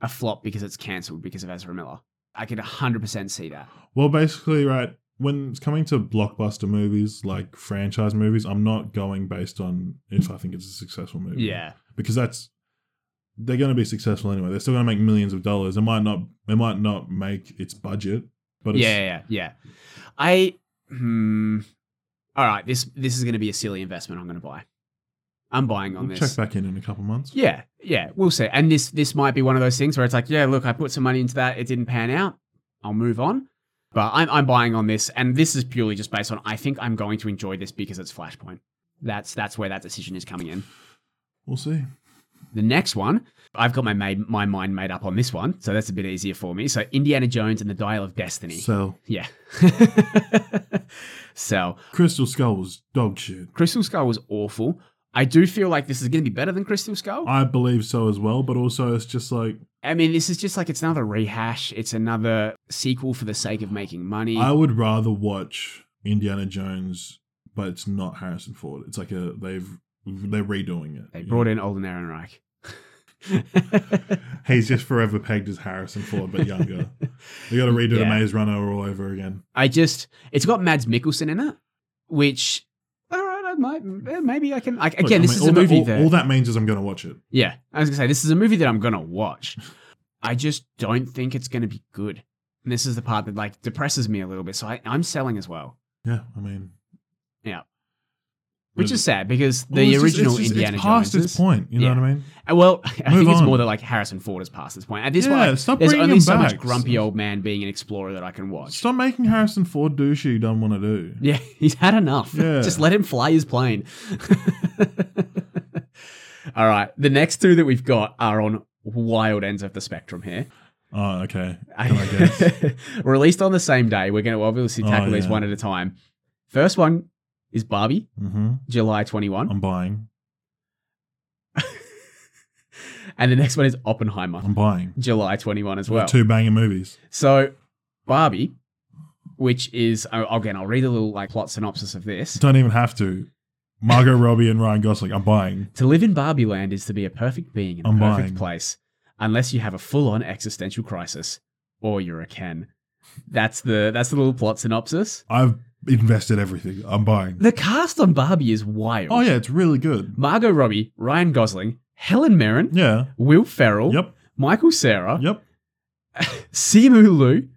[SPEAKER 1] a flop because it's cancelled because of Ezra Miller. I could 100% see that.
[SPEAKER 2] Well, basically, right when it's coming to blockbuster movies like franchise movies, I'm not going based on if I think it's a successful movie.
[SPEAKER 1] Yeah.
[SPEAKER 2] because that's they're going to be successful anyway. They're still going to make millions of dollars. It might not. It might not make its budget, but it's,
[SPEAKER 1] yeah, yeah, yeah. I hmm. All right, this this is going to be a silly investment I'm going to buy. I'm buying on
[SPEAKER 2] we'll
[SPEAKER 1] this.
[SPEAKER 2] check back in in a couple months.
[SPEAKER 1] Yeah, yeah, we'll see. And this this might be one of those things where it's like, yeah, look, I put some money into that, it didn't pan out. I'll move on. But I'm I'm buying on this, and this is purely just based on I think I'm going to enjoy this because it's Flashpoint. That's that's where that decision is coming in.
[SPEAKER 2] We'll see.
[SPEAKER 1] The next one, I've got my made, my mind made up on this one, so that's a bit easier for me. So Indiana Jones and the Dial of Destiny.
[SPEAKER 2] So
[SPEAKER 1] yeah. so
[SPEAKER 2] Crystal Skull was dog shit.
[SPEAKER 1] Crystal Skull was awful. I do feel like this is going to be better than Crystal Skull.
[SPEAKER 2] I believe so as well, but also it's just like
[SPEAKER 1] I mean, this is just like it's another rehash. It's another sequel for the sake of making money.
[SPEAKER 2] I would rather watch Indiana Jones, but it's not Harrison Ford. It's like a they've they're redoing it.
[SPEAKER 1] they
[SPEAKER 2] you know?
[SPEAKER 1] brought in Olden Ehrenreich.
[SPEAKER 2] He's just forever pegged as Harrison Ford, but younger. you got to redo the
[SPEAKER 1] Yeah.
[SPEAKER 2] Maze Runner all over again.
[SPEAKER 1] I just, it's got Mads Mikkelsen in it, which, all right, I might, eh, maybe I can. Like,
[SPEAKER 2] Look,
[SPEAKER 1] again,
[SPEAKER 2] I
[SPEAKER 1] this is
[SPEAKER 2] mean,
[SPEAKER 1] a
[SPEAKER 2] all that-
[SPEAKER 1] movie
[SPEAKER 2] all-
[SPEAKER 1] that.
[SPEAKER 2] all that means is I'm going to watch it.
[SPEAKER 1] yeah, I was gonna say this is a movie that I'm gonna watch. I just don't think it's gonna be good, and this is the part that like depresses me a little bit. So I, I'm selling as well,
[SPEAKER 2] Yeah, I mean,
[SPEAKER 1] Yeah. which
[SPEAKER 2] Maybe-
[SPEAKER 1] is sad because
[SPEAKER 2] Well,
[SPEAKER 1] the
[SPEAKER 2] it's just-
[SPEAKER 1] original
[SPEAKER 2] it's just-
[SPEAKER 1] Indiana
[SPEAKER 2] it's past
[SPEAKER 1] Jones.
[SPEAKER 2] its point. You know
[SPEAKER 1] Yeah.
[SPEAKER 2] what I mean?
[SPEAKER 1] Uh, Well, I
[SPEAKER 2] Move
[SPEAKER 1] think it's
[SPEAKER 2] on.
[SPEAKER 1] more that like Harrison Ford has passed this point. At this
[SPEAKER 2] yeah,
[SPEAKER 1] point,
[SPEAKER 2] stop
[SPEAKER 1] there's
[SPEAKER 2] bringing
[SPEAKER 1] only
[SPEAKER 2] him
[SPEAKER 1] so
[SPEAKER 2] back.
[SPEAKER 1] much grumpy old man being an explorer that I can watch.
[SPEAKER 2] Stop making Harrison Ford do shit he doesn't want to do.
[SPEAKER 1] Yeah, he's had enough.
[SPEAKER 2] Yeah.
[SPEAKER 1] Just let him fly his plane. All right, the next two that we've got are on wild ends of the spectrum here.
[SPEAKER 2] Oh, okay. Can I guess?
[SPEAKER 1] Released on the same day, we're going to obviously
[SPEAKER 2] Oh,
[SPEAKER 1] tackle these
[SPEAKER 2] yeah.
[SPEAKER 1] one at a time. First one is Barbie,
[SPEAKER 2] mm-hmm.
[SPEAKER 1] July 21,
[SPEAKER 2] I'm buying.
[SPEAKER 1] and the next one is Oppenheimer,
[SPEAKER 2] I'm buying.
[SPEAKER 1] July 21 as well.
[SPEAKER 2] Two banging movies.
[SPEAKER 1] So Barbie, which is oh, again, I'll read a little like plot synopsis of this.
[SPEAKER 2] Don't even have to. Margot Robbie and Ryan Gosling. I'm buying.
[SPEAKER 1] To live in Barbie Land is to be a perfect being in a
[SPEAKER 2] I'm
[SPEAKER 1] perfect
[SPEAKER 2] buying.
[SPEAKER 1] place, unless you have a full-on existential crisis or you're a Ken. That's the that's the little plot synopsis.
[SPEAKER 2] I've invested everything. I'm buying.
[SPEAKER 1] The cast on Barbie is wild.
[SPEAKER 2] Oh yeah, it's really good.
[SPEAKER 1] Margot Robbie, Ryan Gosling, Helen Mirren,
[SPEAKER 2] Yeah.
[SPEAKER 1] Will Ferrell,
[SPEAKER 2] Yep.
[SPEAKER 1] Michael Sarah,
[SPEAKER 2] Yep.
[SPEAKER 1] Simu Liu.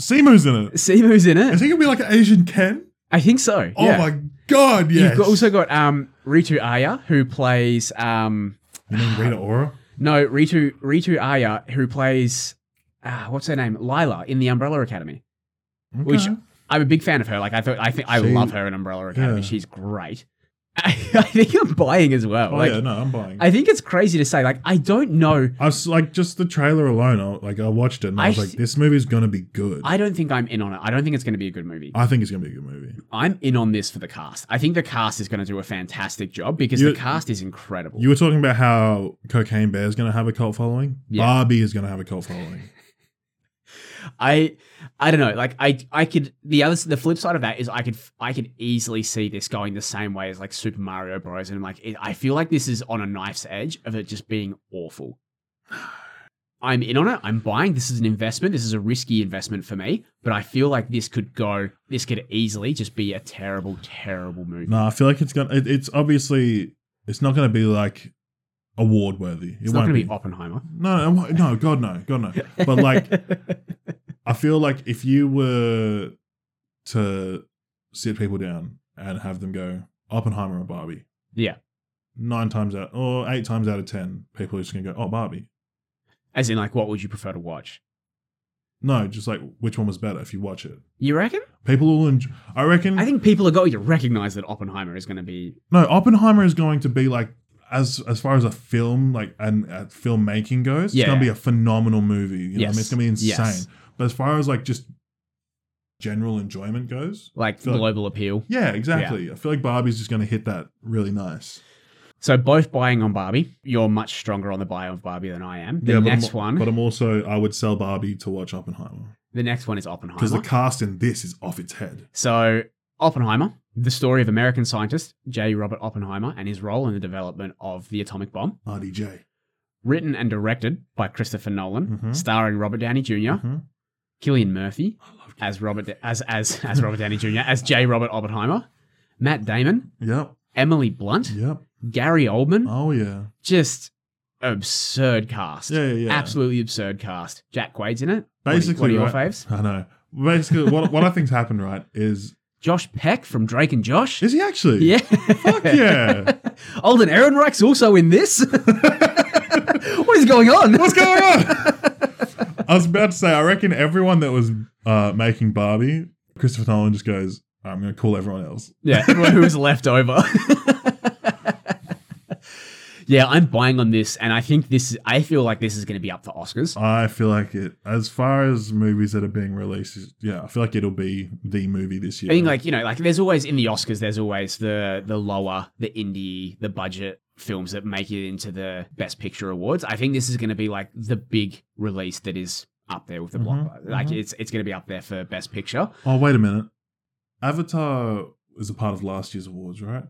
[SPEAKER 2] Simu's in it.
[SPEAKER 1] Simu's in
[SPEAKER 2] Is
[SPEAKER 1] it.
[SPEAKER 2] he gonna be like an Asian Ken?
[SPEAKER 1] I think so.
[SPEAKER 2] Oh
[SPEAKER 1] yeah.
[SPEAKER 2] my god, yes.
[SPEAKER 1] You've got, also got um, Ritu Aya, who plays um,
[SPEAKER 2] you mean Rita Ora?
[SPEAKER 1] no Ritu Ritu Aya, who plays uh, what's her name, Lila in the Umbrella Academy. Which
[SPEAKER 2] Okay.
[SPEAKER 1] I'm a big fan of her. Like I thought, I think I
[SPEAKER 2] She-
[SPEAKER 1] love her in Umbrella Academy.
[SPEAKER 2] yeah.
[SPEAKER 1] She's great. I, think I'm buying as well.
[SPEAKER 2] Oh
[SPEAKER 1] like
[SPEAKER 2] yeah, no, I'm buying. I,
[SPEAKER 1] I think it's crazy to say. Like I don't know.
[SPEAKER 2] was like just the trailer alone. I, like I watched it and I,
[SPEAKER 1] I
[SPEAKER 2] was like,
[SPEAKER 1] s-
[SPEAKER 2] this movie's gonna be good. I,
[SPEAKER 1] I don't think I'm in on it. I don't think it's going to be a good movie.
[SPEAKER 2] think it's gonna be a good movie.
[SPEAKER 1] I'm in on this for the cast. I think the cast is going to do a fantastic job because
[SPEAKER 2] You-
[SPEAKER 1] the cast is incredible.
[SPEAKER 2] You were talking about how Cocaine Bear is gonna have a cult following.
[SPEAKER 1] Yeah.
[SPEAKER 2] Barbie is gonna have a cult following.
[SPEAKER 1] I I don't know. Like I I could the other the flip side of that is I could I could easily see this going the same way as like Super Mario Bros. And like it, I feel like this is on a knife's edge of it just being awful. I'm in on it. I'm buying. This is an investment. This is a risky investment for me. But I feel like this could go. This could easily just be a terrible, terrible movie.
[SPEAKER 2] no, I feel like it's gonna. It, it's obviously it's not gonna be like award worthy. It
[SPEAKER 1] it's not
[SPEAKER 2] won't
[SPEAKER 1] going to
[SPEAKER 2] be.
[SPEAKER 1] be Oppenheimer.
[SPEAKER 2] no, it won't- no, God no, God no. But like, I feel like if you were to sit people down and have them go Oppenheimer or Barbie,
[SPEAKER 1] yeah,
[SPEAKER 2] nine times out or eight times out of ten, people are just gonna go, "Oh, Barbie."
[SPEAKER 1] as in like, what would you prefer to watch?
[SPEAKER 2] No, just like which one was better if you watch it.
[SPEAKER 1] You reckon?
[SPEAKER 2] People will enjoy. I reckon.
[SPEAKER 1] I think people are going to recognize that Oppenheimer is going to be
[SPEAKER 2] no, Oppenheimer is going to be like as as far as a film like and uh, filmmaking goes, it's
[SPEAKER 1] Yeah.
[SPEAKER 2] gonna be a phenomenal movie. You know what I mean?
[SPEAKER 1] Yes.
[SPEAKER 2] It's gonna be insane.
[SPEAKER 1] Yes.
[SPEAKER 2] But as far as like just general enjoyment goes,
[SPEAKER 1] like
[SPEAKER 2] Feel like-
[SPEAKER 1] global appeal.
[SPEAKER 2] yeah, exactly. I feel like Barbie's just gonna hit that really nice.
[SPEAKER 1] So both buying on Barbie. You're much stronger on the buy of Barbie than I am. The
[SPEAKER 2] yeah,
[SPEAKER 1] next
[SPEAKER 2] but I'm,
[SPEAKER 1] one,
[SPEAKER 2] But I'm also I would sell Barbie to watch Oppenheimer
[SPEAKER 1] the next one is
[SPEAKER 2] because
[SPEAKER 1] Oppenheimer.
[SPEAKER 2] the cast in this is off its head.
[SPEAKER 1] so Oppenheimer, the story of American scientist J. Robert Oppenheimer and his role in the development of the atomic bomb,
[SPEAKER 2] RDJ.
[SPEAKER 1] written and directed by Christopher Nolan,
[SPEAKER 2] Mhm.
[SPEAKER 1] starring Robert Downey junior
[SPEAKER 2] Mhm.
[SPEAKER 1] Killian Murphy
[SPEAKER 2] I love
[SPEAKER 1] as Robert as as as Robert Downey Jr. as J. Robert Oppenheimer, Matt Damon,
[SPEAKER 2] Yep.
[SPEAKER 1] Emily Blunt,
[SPEAKER 2] Yep.
[SPEAKER 1] Gary Oldman,
[SPEAKER 2] Oh yeah.
[SPEAKER 1] just absurd cast.
[SPEAKER 2] Yeah. Yeah. yeah.
[SPEAKER 1] Absolutely absurd cast. Jack Quaid's in it. What are-
[SPEAKER 2] Basically,
[SPEAKER 1] what are your
[SPEAKER 2] right-
[SPEAKER 1] faves?
[SPEAKER 2] I know. Basically, what what I think's happened right is
[SPEAKER 1] Josh Peck from Drake and Josh.
[SPEAKER 2] is he actually?
[SPEAKER 1] Yeah.
[SPEAKER 2] Fuck yeah.
[SPEAKER 1] Alden Ehrenreich's also in this. what is going on?
[SPEAKER 2] What's going on? I was about to say. I reckon everyone that was uh, making Barbie, Christopher Nolan just goes. I'm going to call everyone else.
[SPEAKER 1] Yeah, everyone who was left over. yeah, I'm buying on this, and I think this. Is, I feel like this is going to be up for Oscars.
[SPEAKER 2] I feel like it. As far as movies that are being released, is- yeah, I feel like it'll be the movie this year.
[SPEAKER 1] I think, like you know, like there's always in the Oscars, there's always the the lower, the indie, the budget films that make it into the Best Picture awards. I think this is going to be like the big release that is up there with the
[SPEAKER 2] Mhm,
[SPEAKER 1] blockbuster. Like
[SPEAKER 2] mhm.
[SPEAKER 1] it's it's going to be up there for Best Picture.
[SPEAKER 2] oh wait a minute, Avatar is a part of last year's awards, right?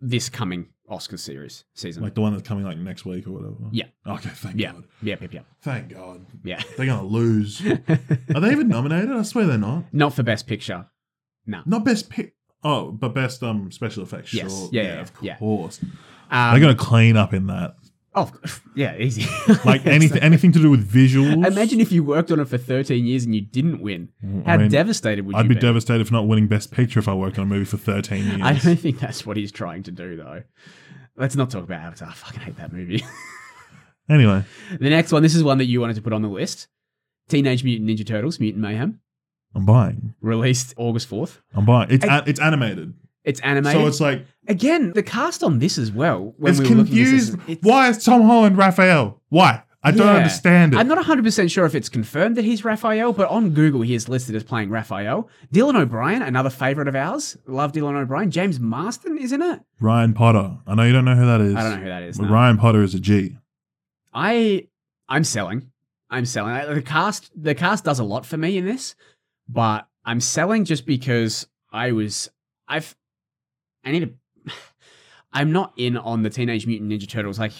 [SPEAKER 1] This coming Oscars series season.
[SPEAKER 2] Like the one that's coming like next week or whatever.
[SPEAKER 1] Yeah.
[SPEAKER 2] Okay. Thank
[SPEAKER 1] Yeah.
[SPEAKER 2] God.
[SPEAKER 1] yep, yep, yep.
[SPEAKER 2] Thank God.
[SPEAKER 1] Yeah.
[SPEAKER 2] They're gonna lose. Are they even nominated? I swear they're not.
[SPEAKER 1] Not for Best Picture.
[SPEAKER 2] Not best pick. Oh, but best um special effects.
[SPEAKER 1] Yes.
[SPEAKER 2] Sure.
[SPEAKER 1] Yeah, yeah,
[SPEAKER 2] of
[SPEAKER 1] yeah.
[SPEAKER 2] course.
[SPEAKER 1] Um,
[SPEAKER 2] They're gonna clean up in that.
[SPEAKER 1] oh, yeah, easy.
[SPEAKER 2] Like anything, anything to do with visuals.
[SPEAKER 1] Imagine if you worked on it for 13 years and you didn't win.
[SPEAKER 2] Mm, I
[SPEAKER 1] How
[SPEAKER 2] mean,
[SPEAKER 1] devastated would
[SPEAKER 2] I'd
[SPEAKER 1] you
[SPEAKER 2] be
[SPEAKER 1] be?
[SPEAKER 2] devastated for not winning best picture if I worked on a movie for thirteen
[SPEAKER 1] I
[SPEAKER 2] years.
[SPEAKER 1] don't think that's what he's trying to do, though. Let's not talk about Avatar. I fucking hate that movie.
[SPEAKER 2] Anyway,
[SPEAKER 1] the next one, this is one that you wanted to put on the list Teenage Mutant Ninja Turtles Mutant Mayhem,
[SPEAKER 2] I'm buying.
[SPEAKER 1] released August 4th.
[SPEAKER 2] I'm buying. It's
[SPEAKER 1] I-
[SPEAKER 2] a- it's animated,
[SPEAKER 1] It's animated.
[SPEAKER 2] so it's like
[SPEAKER 1] Again, the cast on this as well. When
[SPEAKER 2] it's
[SPEAKER 1] we were looking at this,
[SPEAKER 2] confused.
[SPEAKER 1] it's-
[SPEAKER 2] Why is Tom Holland Raphael? Why? I don't
[SPEAKER 1] Yeah.
[SPEAKER 2] understand it.
[SPEAKER 1] I'm not 100% sure if it's confirmed that he's Raphael, but on Google he is listed as playing Raphael. Dylan O'Brien, another favourite of ours. Love Dylan O'Brien. James Marston is in it.
[SPEAKER 2] Ryan Potter. I know you don't know who that is.
[SPEAKER 1] I don't know who that is.
[SPEAKER 2] But
[SPEAKER 1] no.
[SPEAKER 2] Ryan Potter is a G.
[SPEAKER 1] I I'm selling. I'm selling. I- The cast the cast does a lot for me in this, but I'm selling just because I was I've I need to I'm not in on the Teenage Mutant Ninja Turtles like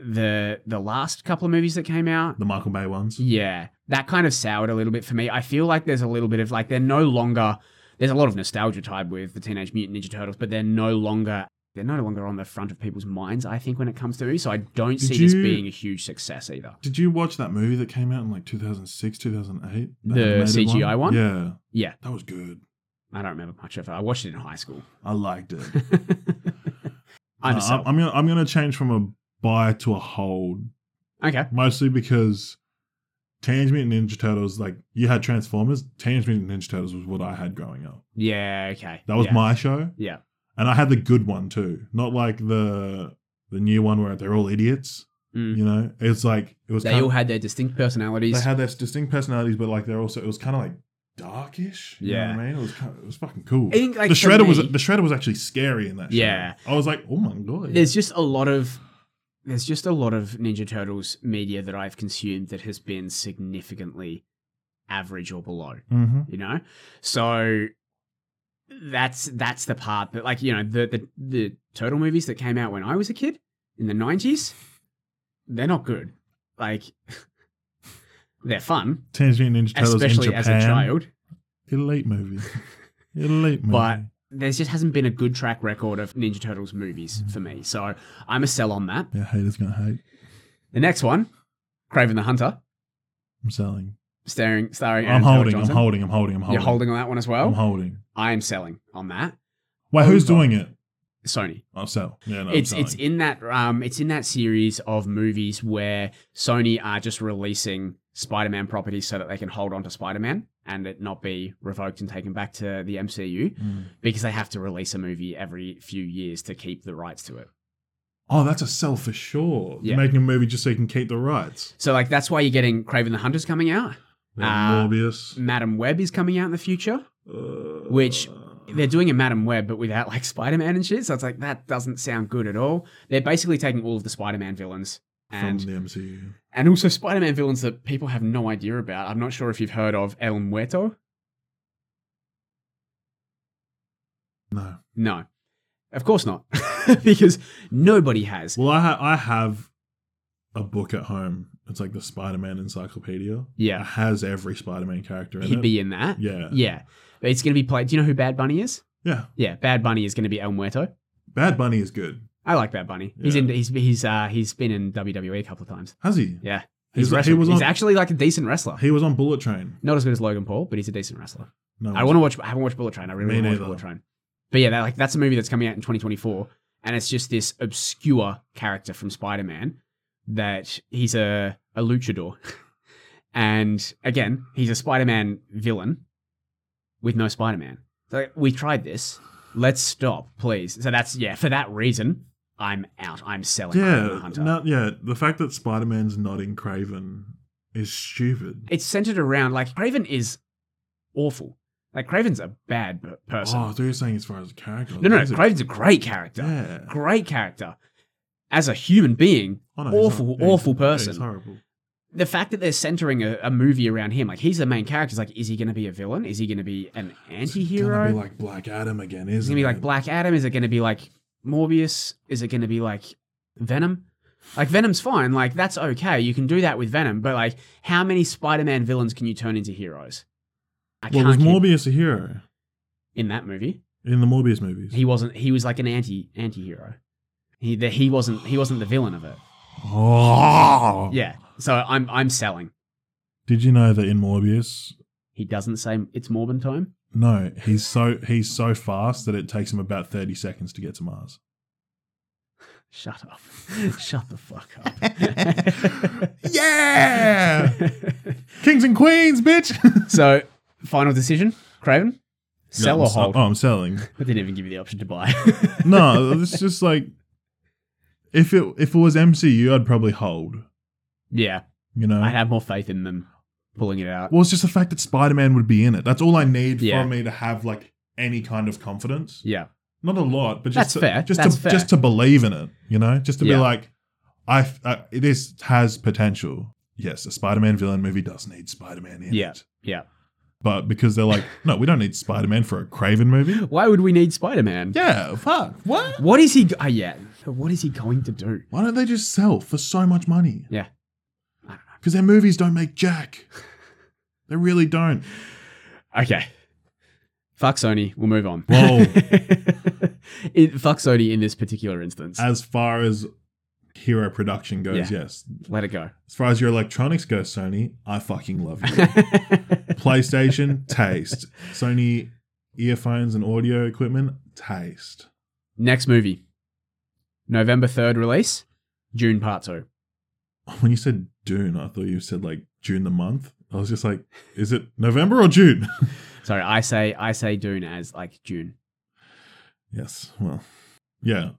[SPEAKER 1] the the last couple of movies that came out.
[SPEAKER 2] The Michael Bay ones.
[SPEAKER 1] Yeah, that kind of soured a little bit for me. I feel like there's a little bit of like they're no longer there's a lot of nostalgia tied with the Teenage Mutant Ninja Turtles, but they're no longer they're no longer on the front of people's minds. I think when it comes to movies, so I don't
[SPEAKER 2] Did
[SPEAKER 1] see this
[SPEAKER 2] you-
[SPEAKER 1] being a huge success either.
[SPEAKER 2] Did you watch that movie that came out in like 2006, 2008?
[SPEAKER 1] The CGI one?
[SPEAKER 2] Yeah.
[SPEAKER 1] Yeah.
[SPEAKER 2] That was good.
[SPEAKER 1] I don't remember much of it. I watched it in high school.
[SPEAKER 2] I liked it.
[SPEAKER 1] I'm
[SPEAKER 2] Uh,
[SPEAKER 1] a
[SPEAKER 2] I'm,
[SPEAKER 1] sub.
[SPEAKER 2] I'm gonna I'm gonna change from a buy to a hold,
[SPEAKER 1] Okay.
[SPEAKER 2] mostly because Teenage Mutant Ninja Turtles. Like you had Transformers, Teenage Mutant Ninja Turtles was what I had growing up.
[SPEAKER 1] Yeah. Okay.
[SPEAKER 2] That was
[SPEAKER 1] yeah.
[SPEAKER 2] my show,
[SPEAKER 1] Yeah.
[SPEAKER 2] and I had the good one too, not like the the new one where they're all idiots.
[SPEAKER 1] Mm.
[SPEAKER 2] You know, it's like it was.
[SPEAKER 1] They
[SPEAKER 2] kind
[SPEAKER 1] all had their distinct personalities.
[SPEAKER 2] they had their distinct personalities, but like they're also it was kind of like darkish. You know
[SPEAKER 1] Yeah.
[SPEAKER 2] what I mean, it was kind of, it was fucking cool.
[SPEAKER 1] I think like
[SPEAKER 2] the
[SPEAKER 1] for
[SPEAKER 2] shredder was
[SPEAKER 1] me-
[SPEAKER 2] the shredder was actually scary in that. show.
[SPEAKER 1] Yeah.
[SPEAKER 2] I was like, oh my god.
[SPEAKER 1] there's just a lot of there's just a lot of Ninja Turtles media that I've consumed that has been significantly average or below.
[SPEAKER 2] mm-hmm.
[SPEAKER 1] you know so that's that's the part that like you know the the, the turtle movies that came out when i was a kid in the 90s they're not good like they're fun
[SPEAKER 2] Teenage Mutant Ninja Turtles
[SPEAKER 1] especially
[SPEAKER 2] in
[SPEAKER 1] as
[SPEAKER 2] Japan.
[SPEAKER 1] a child
[SPEAKER 2] Elite movie. Elite movie.
[SPEAKER 1] But- there just hasn't been a good track record of ninja turtles movies for me so i'm a sell on that
[SPEAKER 2] yeah, haters gonna hate.
[SPEAKER 1] the next one craven the hunter
[SPEAKER 2] I'm selling.
[SPEAKER 1] staring starring Aaron
[SPEAKER 2] I'm
[SPEAKER 1] Taylor
[SPEAKER 2] holding. I'm
[SPEAKER 1] Johnson.
[SPEAKER 2] holding. I'm holding. I'm holding.
[SPEAKER 1] you're holding on that one as
[SPEAKER 2] I'm
[SPEAKER 1] well
[SPEAKER 2] holding.
[SPEAKER 1] i am selling on that
[SPEAKER 2] Wait, who's
[SPEAKER 1] Over.
[SPEAKER 2] doing it?
[SPEAKER 1] sony
[SPEAKER 2] I'll sell. Yeah, no, I'm
[SPEAKER 1] Oh, it's it's
[SPEAKER 2] selling.
[SPEAKER 1] in that um it's in that series of movies where Sony are just releasing Spider-Man properties so that they can hold on to Spider-Man and it not be revoked and taken back to the MCU
[SPEAKER 2] Mm.
[SPEAKER 1] because they have to release a movie every few years to keep the rights to it.
[SPEAKER 2] Oh, that's a sell for sure.
[SPEAKER 1] Yeah.
[SPEAKER 2] Making a movie just so you can keep the rights.
[SPEAKER 1] So like that's why you're getting Craven the Hunter's coming out,
[SPEAKER 2] Yeah,
[SPEAKER 1] Uh,
[SPEAKER 2] Morbius.
[SPEAKER 1] Madam Web is coming out in the future.
[SPEAKER 2] Uh,
[SPEAKER 1] mm, which- They're doing a Madam Web but without like Spider-Man and shit. So it's like that doesn't sound good at all. They're basically taking all of the Spider-Man villains
[SPEAKER 2] from
[SPEAKER 1] and
[SPEAKER 2] the MCU.
[SPEAKER 1] And also Spider-Man villains that people have no idea about. I'm not sure if you've heard of El Muerto.
[SPEAKER 2] No.
[SPEAKER 1] No. Of course not. because nobody has.
[SPEAKER 2] Well, I ha- I have a book at home. It's like the Spider-Man Encyclopedia. It
[SPEAKER 1] Yeah.
[SPEAKER 2] has every Spider-Man character in
[SPEAKER 1] He'd
[SPEAKER 2] it.
[SPEAKER 1] be in that.
[SPEAKER 2] yeah.
[SPEAKER 1] Yeah. But it's going to be played. Do you know who Bad Bunny is?
[SPEAKER 2] Yeah.
[SPEAKER 1] Yeah, Bad Bunny is going to be El Muerto.
[SPEAKER 2] Bad Bunny is good.
[SPEAKER 1] I like Bad Bunny. He's
[SPEAKER 2] Yeah.
[SPEAKER 1] in he's he's uh he's been in WWE a couple of times.
[SPEAKER 2] Has he?
[SPEAKER 1] Yeah.
[SPEAKER 2] He's-
[SPEAKER 1] He's, wrestling.
[SPEAKER 2] he was
[SPEAKER 1] he's
[SPEAKER 2] on-
[SPEAKER 1] actually like a decent wrestler.
[SPEAKER 2] He was on Bullet Train.
[SPEAKER 1] not as good as Logan Paul, but he's a decent wrestler.
[SPEAKER 2] No,
[SPEAKER 1] I want to watch. I haven't watched Bullet Train. I really
[SPEAKER 2] Me
[SPEAKER 1] want to watch
[SPEAKER 2] neither.
[SPEAKER 1] Bullet Train. But yeah, that, like that's a movie that's coming out in 2024, and it's just this obscure character from Spider-Man that he's a a luchador, and again, he's a Spider-Man villain with no Spider-Man. So like, we tried this. Let's stop, please. So that's yeah. For that reason, I'm out. I'm selling. Craven the
[SPEAKER 2] Yeah,
[SPEAKER 1] Hunter.
[SPEAKER 2] no, yeah. The fact that Spider-Man's not in Craven is stupid.
[SPEAKER 1] It's centered around like Craven is awful. Like Craven's a bad b- person.
[SPEAKER 2] Oh, I thought you were saying as far as the character.
[SPEAKER 1] No, no,
[SPEAKER 2] He's a-
[SPEAKER 1] Craven's a great character.
[SPEAKER 2] Yeah.
[SPEAKER 1] Great character. As a human being,
[SPEAKER 2] Oh, no, he's
[SPEAKER 1] Awful,
[SPEAKER 2] hor-
[SPEAKER 1] awful
[SPEAKER 2] he's- yeah,
[SPEAKER 1] person.
[SPEAKER 2] He's horrible.
[SPEAKER 1] the fact that they're centering a, a movie around him, like he's the main character, is like, is he going to be a villain? Is he going to be an anti
[SPEAKER 2] It's
[SPEAKER 1] hero?
[SPEAKER 2] gonna be like Black Adam again,
[SPEAKER 1] Is
[SPEAKER 2] isn't
[SPEAKER 1] it going to
[SPEAKER 2] it?
[SPEAKER 1] be like Black Adam? Is it going to be like Morbius? Is it going to be like Venom? Like, Venom's fine. Like, that's okay. You can do that with Venom. But, like, how many Spider Man villains can you turn into heroes? I
[SPEAKER 2] Well, was
[SPEAKER 1] can't keep
[SPEAKER 2] Morbius a hero
[SPEAKER 1] in that movie.
[SPEAKER 2] in the Morbius movies?
[SPEAKER 1] He wasn't, he was like an anti anti hero. He, the, he wasn't he wasn't the villain of it.
[SPEAKER 2] oh,
[SPEAKER 1] Yeah. So I'm I'm selling.
[SPEAKER 2] Did you know that in Morbius?
[SPEAKER 1] He doesn't say it's Morbin time.
[SPEAKER 2] No, he's so he's so fast that it takes him about thirty seconds to get to Mars.
[SPEAKER 1] Shut up. Shut the fuck up.
[SPEAKER 2] yeah, kings and queens, bitch.
[SPEAKER 1] so final decision, Craven? Sell
[SPEAKER 2] No, I'm
[SPEAKER 1] or
[SPEAKER 2] sell-
[SPEAKER 1] hold?
[SPEAKER 2] Oh, I'm selling.
[SPEAKER 1] I didn't even give you the option to buy.
[SPEAKER 2] No, it's just like if it if it was MCU, I'd probably hold.
[SPEAKER 1] Yeah.
[SPEAKER 2] You know,
[SPEAKER 1] I'd have more faith in them pulling it out.
[SPEAKER 2] well, it's just the fact that Spider Man would be in it. That's all I need
[SPEAKER 1] Yeah.
[SPEAKER 2] for me to have like any kind of confidence.
[SPEAKER 1] Yeah.
[SPEAKER 2] Not a lot, but
[SPEAKER 1] That's
[SPEAKER 2] just to,
[SPEAKER 1] fair.
[SPEAKER 2] just
[SPEAKER 1] That's
[SPEAKER 2] to
[SPEAKER 1] fair.
[SPEAKER 2] just to believe in it. You know, just to
[SPEAKER 1] Yeah.
[SPEAKER 2] be like, I f- uh, this has potential. Yes, a Spider Man villain movie does need Spider Man in
[SPEAKER 1] Yeah.
[SPEAKER 2] it.
[SPEAKER 1] Yeah.
[SPEAKER 2] But because they're like, no, we don't need Spider Man for a Craven movie.
[SPEAKER 1] Why would we need Spider Man?
[SPEAKER 2] Yeah, fuck. What?
[SPEAKER 1] What is he go- uh, yeah. What is he going to do?
[SPEAKER 2] Why don't they just sell for so much money?
[SPEAKER 1] Yeah.
[SPEAKER 2] Because their movies don't make jack. They really don't.
[SPEAKER 1] Okay. Fuck Sony. We'll move on.
[SPEAKER 2] Whoa.
[SPEAKER 1] It- fuck Sony in this particular instance.
[SPEAKER 2] As far as hero production goes, yes.
[SPEAKER 1] Let it go.
[SPEAKER 2] As far as your electronics go, Sony, I fucking love you. PlayStation, taste. Sony, earphones and audio equipment, taste.
[SPEAKER 1] Next movie, November third release, June Part Two.
[SPEAKER 2] When you said June, I thought you said like June the month. I was just like, is it November or June?
[SPEAKER 1] Sorry, I say I say Dune as like June.
[SPEAKER 2] yes. Well, yeah.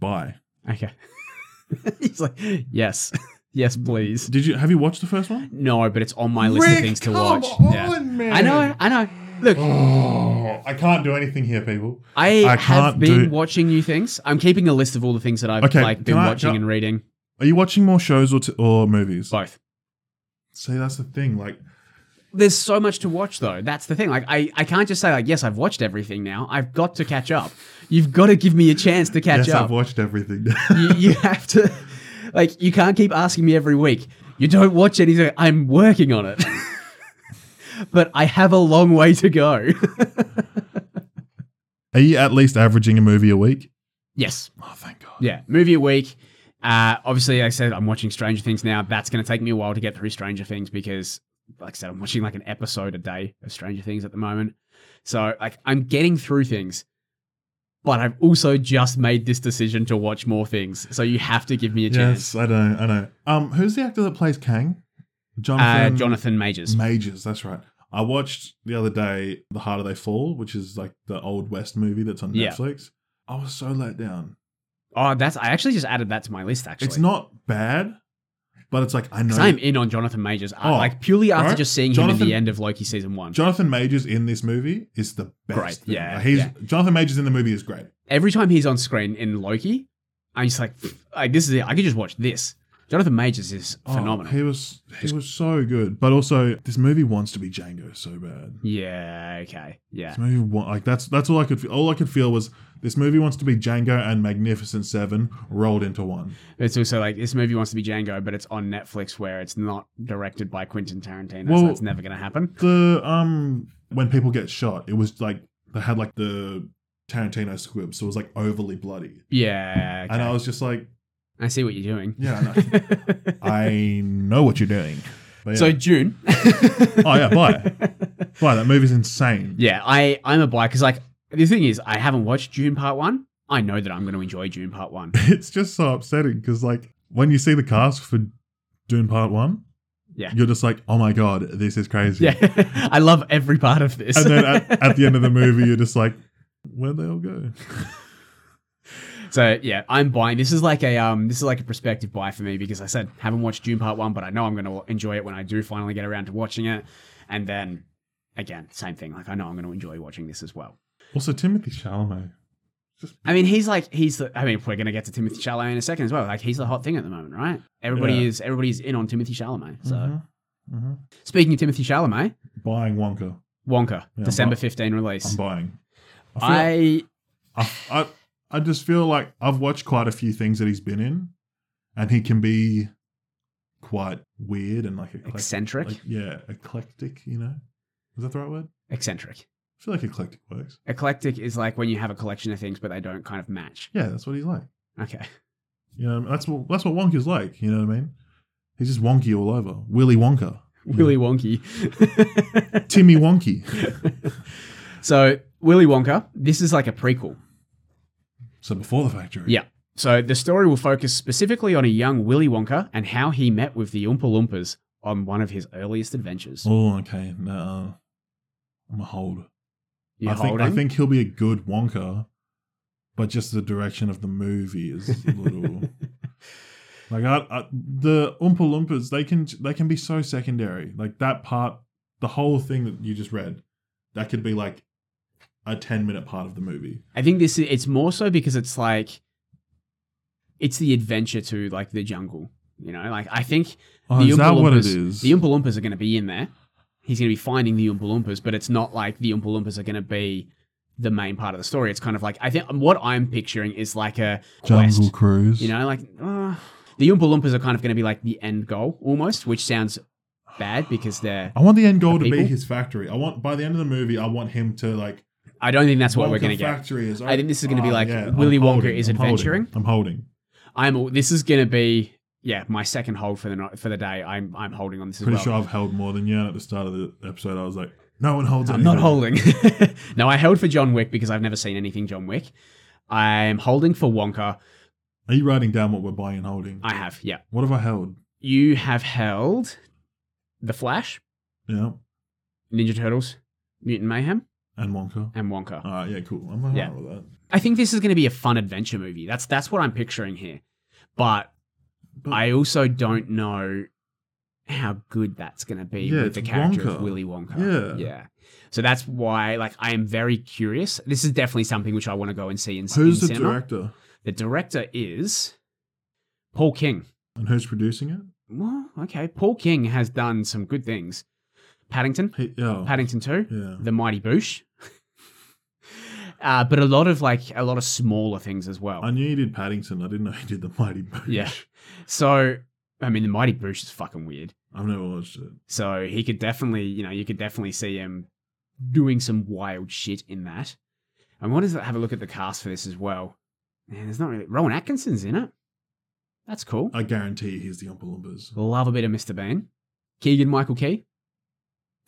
[SPEAKER 2] Bye.
[SPEAKER 1] Okay. He's like, yes, yes, please.
[SPEAKER 2] Did you have you watched the first one?
[SPEAKER 1] No, but it's on my list of things to watch. yeah.
[SPEAKER 2] man.
[SPEAKER 1] I know, I know. Look,
[SPEAKER 2] Oh, I can't do anything here, people.
[SPEAKER 1] I,
[SPEAKER 2] I
[SPEAKER 1] have
[SPEAKER 2] can't
[SPEAKER 1] been
[SPEAKER 2] do-
[SPEAKER 1] watching new things. I'm keeping a list of all the things that I've
[SPEAKER 2] Okay,
[SPEAKER 1] like been
[SPEAKER 2] can I-
[SPEAKER 1] watching
[SPEAKER 2] can I-
[SPEAKER 1] and reading.
[SPEAKER 2] Are you watching more shows or t- or movies?
[SPEAKER 1] Both.
[SPEAKER 2] See, that's the thing. Like,
[SPEAKER 1] There's so much to watch though. That's the thing. Like I, I can't just say like yes, I've watched everything now. I've got to catch up. You've got to give me a chance to catch
[SPEAKER 2] yes,
[SPEAKER 1] up.
[SPEAKER 2] I've watched everything.
[SPEAKER 1] you, you have to like you can't keep asking me every week you don't watch anything i'm working on it but i have a long way to go
[SPEAKER 2] Are you at least averaging a movie a week?
[SPEAKER 1] yes
[SPEAKER 2] Oh, thank God.
[SPEAKER 1] yeah movie a week uh, obviously like i said i'm watching stranger things now that's going to take me a while to get through stranger things because like i said i'm watching like an episode a day of stranger things at the moment so like i'm getting through things but i've also just made this decision to watch more things so you have to give me a chance
[SPEAKER 2] Yes, I know, I know. Um, who's the actor that plays Kang?
[SPEAKER 1] uh,
[SPEAKER 2] Jonathan.
[SPEAKER 1] jonathan majors
[SPEAKER 2] Majors. That's right. I watched the other day The Harder They Fall, which is like the old West movie that's on
[SPEAKER 1] Yeah.
[SPEAKER 2] Netflix. I was so let down.
[SPEAKER 1] Oh, that's I actually just added that to my list. Actually,
[SPEAKER 2] It's not bad, but it's like I know
[SPEAKER 1] because I'm in on Jonathan Majors, uh,
[SPEAKER 2] Oh,
[SPEAKER 1] like purely after
[SPEAKER 2] right.
[SPEAKER 1] just seeing him in
[SPEAKER 2] Jonathan-
[SPEAKER 1] the end of Loki season one.
[SPEAKER 2] Jonathan Majors in this movie is the best.
[SPEAKER 1] Great,
[SPEAKER 2] thing.
[SPEAKER 1] yeah,
[SPEAKER 2] Like, he's Jonathan Majors in the movie is great.
[SPEAKER 1] Every time he's on screen in Loki, I'm just like, "Pff, like this is it. I could just watch this. Jonathan Majors is
[SPEAKER 2] Oh,
[SPEAKER 1] phenomenal.
[SPEAKER 2] He was he
[SPEAKER 1] Just-
[SPEAKER 2] was so good, but also this movie wants to be Django so bad.
[SPEAKER 1] yeah. Okay. Yeah.
[SPEAKER 2] This movie wa- like that's that's all I could feel. All I could feel was this movie wants to be Django and Magnificent Seven rolled into one.
[SPEAKER 1] It's also like this movie wants to be Django, but it's on Netflix where it's not directed by Quentin Tarantino, so
[SPEAKER 2] Well-
[SPEAKER 1] it's never going to happen.
[SPEAKER 2] The um when people get shot, it was like they had like the Tarantino squib, so it was like overly bloody,
[SPEAKER 1] Yeah. Okay.
[SPEAKER 2] and I was just like,
[SPEAKER 1] I see what you're doing.
[SPEAKER 2] yeah, I know, I know what you're doing. But yeah.
[SPEAKER 1] So June.
[SPEAKER 2] oh yeah, bye, bye. That movie's insane.
[SPEAKER 1] Yeah, I I'm a buy because like the thing is, I haven't watched June Part One. I know that I'm going to enjoy June Part One.
[SPEAKER 2] it's just so upsetting because like when you see the cast for Dune Part One,
[SPEAKER 1] Yeah.
[SPEAKER 2] you're just like, oh my god, this is crazy.
[SPEAKER 1] Yeah, I love every part of this.
[SPEAKER 2] and then uh, at, at the end of the movie, you're just like, where'd they all go?
[SPEAKER 1] so yeah, I'm buying. This is like a um, this is like a prospective buy for me because I said haven't watched June Part One, but I know I'm going to enjoy it when I do finally get around to watching it. And then again, same thing. Like I know I'm going to enjoy watching this as well.
[SPEAKER 2] Also, Timothy Chalamet.
[SPEAKER 1] I mean, he's like he's the. I mean, we're going to get to Timothy Chalamet in a second as well. Like he's the hot thing at the moment, right? Everybody
[SPEAKER 2] Yeah.
[SPEAKER 1] is everybody's in on Timothy Chalamet. So
[SPEAKER 2] Mhm, mhm.
[SPEAKER 1] speaking of Timothy Chalamet,
[SPEAKER 2] buying Wonka.
[SPEAKER 1] Wonka,
[SPEAKER 2] Yeah,
[SPEAKER 1] December
[SPEAKER 2] but-
[SPEAKER 1] 15
[SPEAKER 2] I'm
[SPEAKER 1] release.
[SPEAKER 2] buying. I, feel,
[SPEAKER 1] I
[SPEAKER 2] I, I I just feel like I've watched quite a few things that he's been in, and he can be quite weird and like eclectic.
[SPEAKER 1] eccentric,
[SPEAKER 2] like, yeah, eclectic. You know, is that the right word?
[SPEAKER 1] eccentric.
[SPEAKER 2] I feel like eclectic works.
[SPEAKER 1] Eclectic is like when you have a collection of things, but they don't kind of match.
[SPEAKER 2] Yeah, that's what he's like.
[SPEAKER 1] Okay,
[SPEAKER 2] You know, that's what that's what Wonka's like. You know what I mean? He's just wonky all over. Willy Wonka,
[SPEAKER 1] Willy Wonky.
[SPEAKER 2] Timmy Wonky.
[SPEAKER 1] so Willy Wonka, this is like a prequel.
[SPEAKER 2] so before the factory.
[SPEAKER 1] Yeah. So the story will focus specifically on a young Willy Wonka and how he met with the Oompa Loompas on one of his earliest adventures.
[SPEAKER 2] Oh, okay. No, I'm a hold.
[SPEAKER 1] You
[SPEAKER 2] I think I
[SPEAKER 1] holding?
[SPEAKER 2] think he'll be a good Wonka, but just the direction of the movie is a little. Like I, I, the Oompa Loompas, they can they can be so secondary. Like that part, the whole thing that you just read, that could be like a ten minute part of the movie.
[SPEAKER 1] I think this is, it's more so because it's like it's the adventure to like the jungle. You know, like I think
[SPEAKER 2] Oh,
[SPEAKER 1] The
[SPEAKER 2] is
[SPEAKER 1] Oompa
[SPEAKER 2] that what it
[SPEAKER 1] Loompas-
[SPEAKER 2] is?
[SPEAKER 1] The Oompa Loompas are going to be in there. He's going to be finding the Oompa Loompas, but it's not like the Oompa Loompas are going to be the main part of the story. It's kind of like I think what I'm picturing is like a quest.
[SPEAKER 2] Jungle Cruise.
[SPEAKER 1] You know, like uh, the Oompa Loompas are kind of going to be like the end goal almost, which sounds bad because they're.
[SPEAKER 2] I want the end goal
[SPEAKER 1] The
[SPEAKER 2] to be
[SPEAKER 1] people?
[SPEAKER 2] his factory. I want by the end of the movie, I want him to like.
[SPEAKER 1] I don't think that's what
[SPEAKER 2] Wonka
[SPEAKER 1] we're going to get.
[SPEAKER 2] Factory is.
[SPEAKER 1] I think this is gonna be
[SPEAKER 2] Oh,
[SPEAKER 1] like
[SPEAKER 2] yeah, I'm
[SPEAKER 1] Willy Wonka
[SPEAKER 2] holding,
[SPEAKER 1] is
[SPEAKER 2] I'm holding,
[SPEAKER 1] adventuring.
[SPEAKER 2] I'm holding.
[SPEAKER 1] I'm. al- This is going to be yeah my second hold for the night for the day. I'm I'm holding on this as
[SPEAKER 2] Pretty
[SPEAKER 1] well.
[SPEAKER 2] sure I've held more than you. And at the start of the episode, I was like, No one holds
[SPEAKER 1] I'm
[SPEAKER 2] anything.
[SPEAKER 1] not holding. no, I held for John Wick because I've never seen anything John Wick. I'm holding for Wonka.
[SPEAKER 2] Are you writing down what we're buying and holding?
[SPEAKER 1] I have, yeah.
[SPEAKER 2] what have I held?
[SPEAKER 1] You have held The Flash,
[SPEAKER 2] Yeah.
[SPEAKER 1] Ninja Turtles, Mutant Mayhem,
[SPEAKER 2] And Wonka.
[SPEAKER 1] and Wonka.
[SPEAKER 2] All right, yeah, cool. I'm alright
[SPEAKER 1] Yeah.
[SPEAKER 2] with that.
[SPEAKER 1] I think this is going to be a fun adventure movie. That's that's what I'm picturing here. But
[SPEAKER 2] But-
[SPEAKER 1] I also don't know how good that's going to be
[SPEAKER 2] Yeah,
[SPEAKER 1] with the
[SPEAKER 2] it's
[SPEAKER 1] character
[SPEAKER 2] Wonka.
[SPEAKER 1] of Willy Wonka.
[SPEAKER 2] Yeah.
[SPEAKER 1] Yeah. So that's why like I am very curious. This is definitely something which I want to go and see in,
[SPEAKER 2] Who's
[SPEAKER 1] in
[SPEAKER 2] the
[SPEAKER 1] cinema.
[SPEAKER 2] director?
[SPEAKER 1] The director is Paul King.
[SPEAKER 2] And who's producing it?
[SPEAKER 1] Well, okay. Paul King has done some good things. Paddington,
[SPEAKER 2] He, yeah.
[SPEAKER 1] Paddington 2,
[SPEAKER 2] Oh, yeah.
[SPEAKER 1] The Mighty Boosh. uh, but a lot of like a lot of smaller things as well.
[SPEAKER 2] I knew he did Paddington. I didn't know he did The Mighty Boosh.
[SPEAKER 1] Yeah. So, I mean, the Mighty Boosh is fucking weird.
[SPEAKER 2] I've never watched it.
[SPEAKER 1] So he could definitely, you know, you could definitely see him doing some wild shit in that. And what does that? Have a look at the cast for this as well. Man, there's not really Rowan Atkinson's in it. That's cool.
[SPEAKER 2] I guarantee he's the Oompa Loompas.
[SPEAKER 1] Love a bit of Mr. Bean. Keegan Michael Key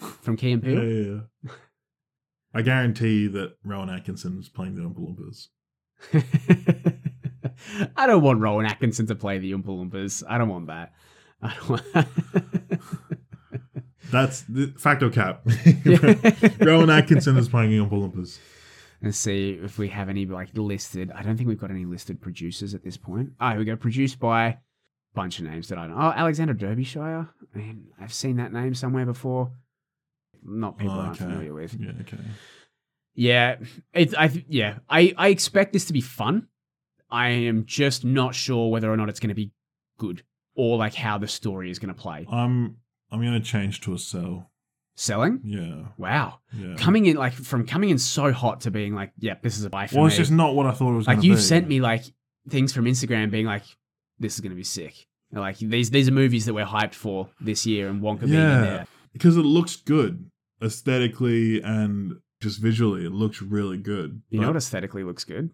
[SPEAKER 1] from Key and
[SPEAKER 2] Yeah,
[SPEAKER 1] Peele.
[SPEAKER 2] yeah, yeah. I guarantee that Rowan Atkinson is playing the Oompa Loompas.
[SPEAKER 1] I don't want Rowan Atkinson to play the Oompa Loompas. I don't want that. I don't
[SPEAKER 2] That's the facto cap.
[SPEAKER 1] want.
[SPEAKER 2] Rowan Atkinson is playing the Oompa Loompas.
[SPEAKER 1] Let's see if we have any like listed. I don't think we've got any listed producers at this point. Ah, here we go. Produced by bunch of names that I know. Oh, Alexander Derbyshire. Man, I've seen that name somewhere before. Not people
[SPEAKER 2] Oh,
[SPEAKER 1] I'm
[SPEAKER 2] okay.
[SPEAKER 1] familiar with.
[SPEAKER 2] Yeah, okay.
[SPEAKER 1] Yeah, it's I th- yeah I I expect this to be fun. I am just not sure whether or not it's going to be good or like how the story is going to play.
[SPEAKER 2] I'm I'm gonna change to a cell.
[SPEAKER 1] Selling.
[SPEAKER 2] Yeah,
[SPEAKER 1] Wow,
[SPEAKER 2] yeah.
[SPEAKER 1] coming in like from coming in so hot to being like, yeah, this is a buy for
[SPEAKER 2] well,
[SPEAKER 1] me.
[SPEAKER 2] it's just not what I thought it was.
[SPEAKER 1] like
[SPEAKER 2] gonna
[SPEAKER 1] you've
[SPEAKER 2] be.
[SPEAKER 1] sent me like things from Instagram being like, this is gonna be sick. And, Like these these are movies that we're hyped for this year and Wonka being in
[SPEAKER 2] Yeah.
[SPEAKER 1] there.
[SPEAKER 2] because it looks good aesthetically and just visually. It looks really good.
[SPEAKER 1] You
[SPEAKER 2] But-
[SPEAKER 1] know what aesthetically looks good?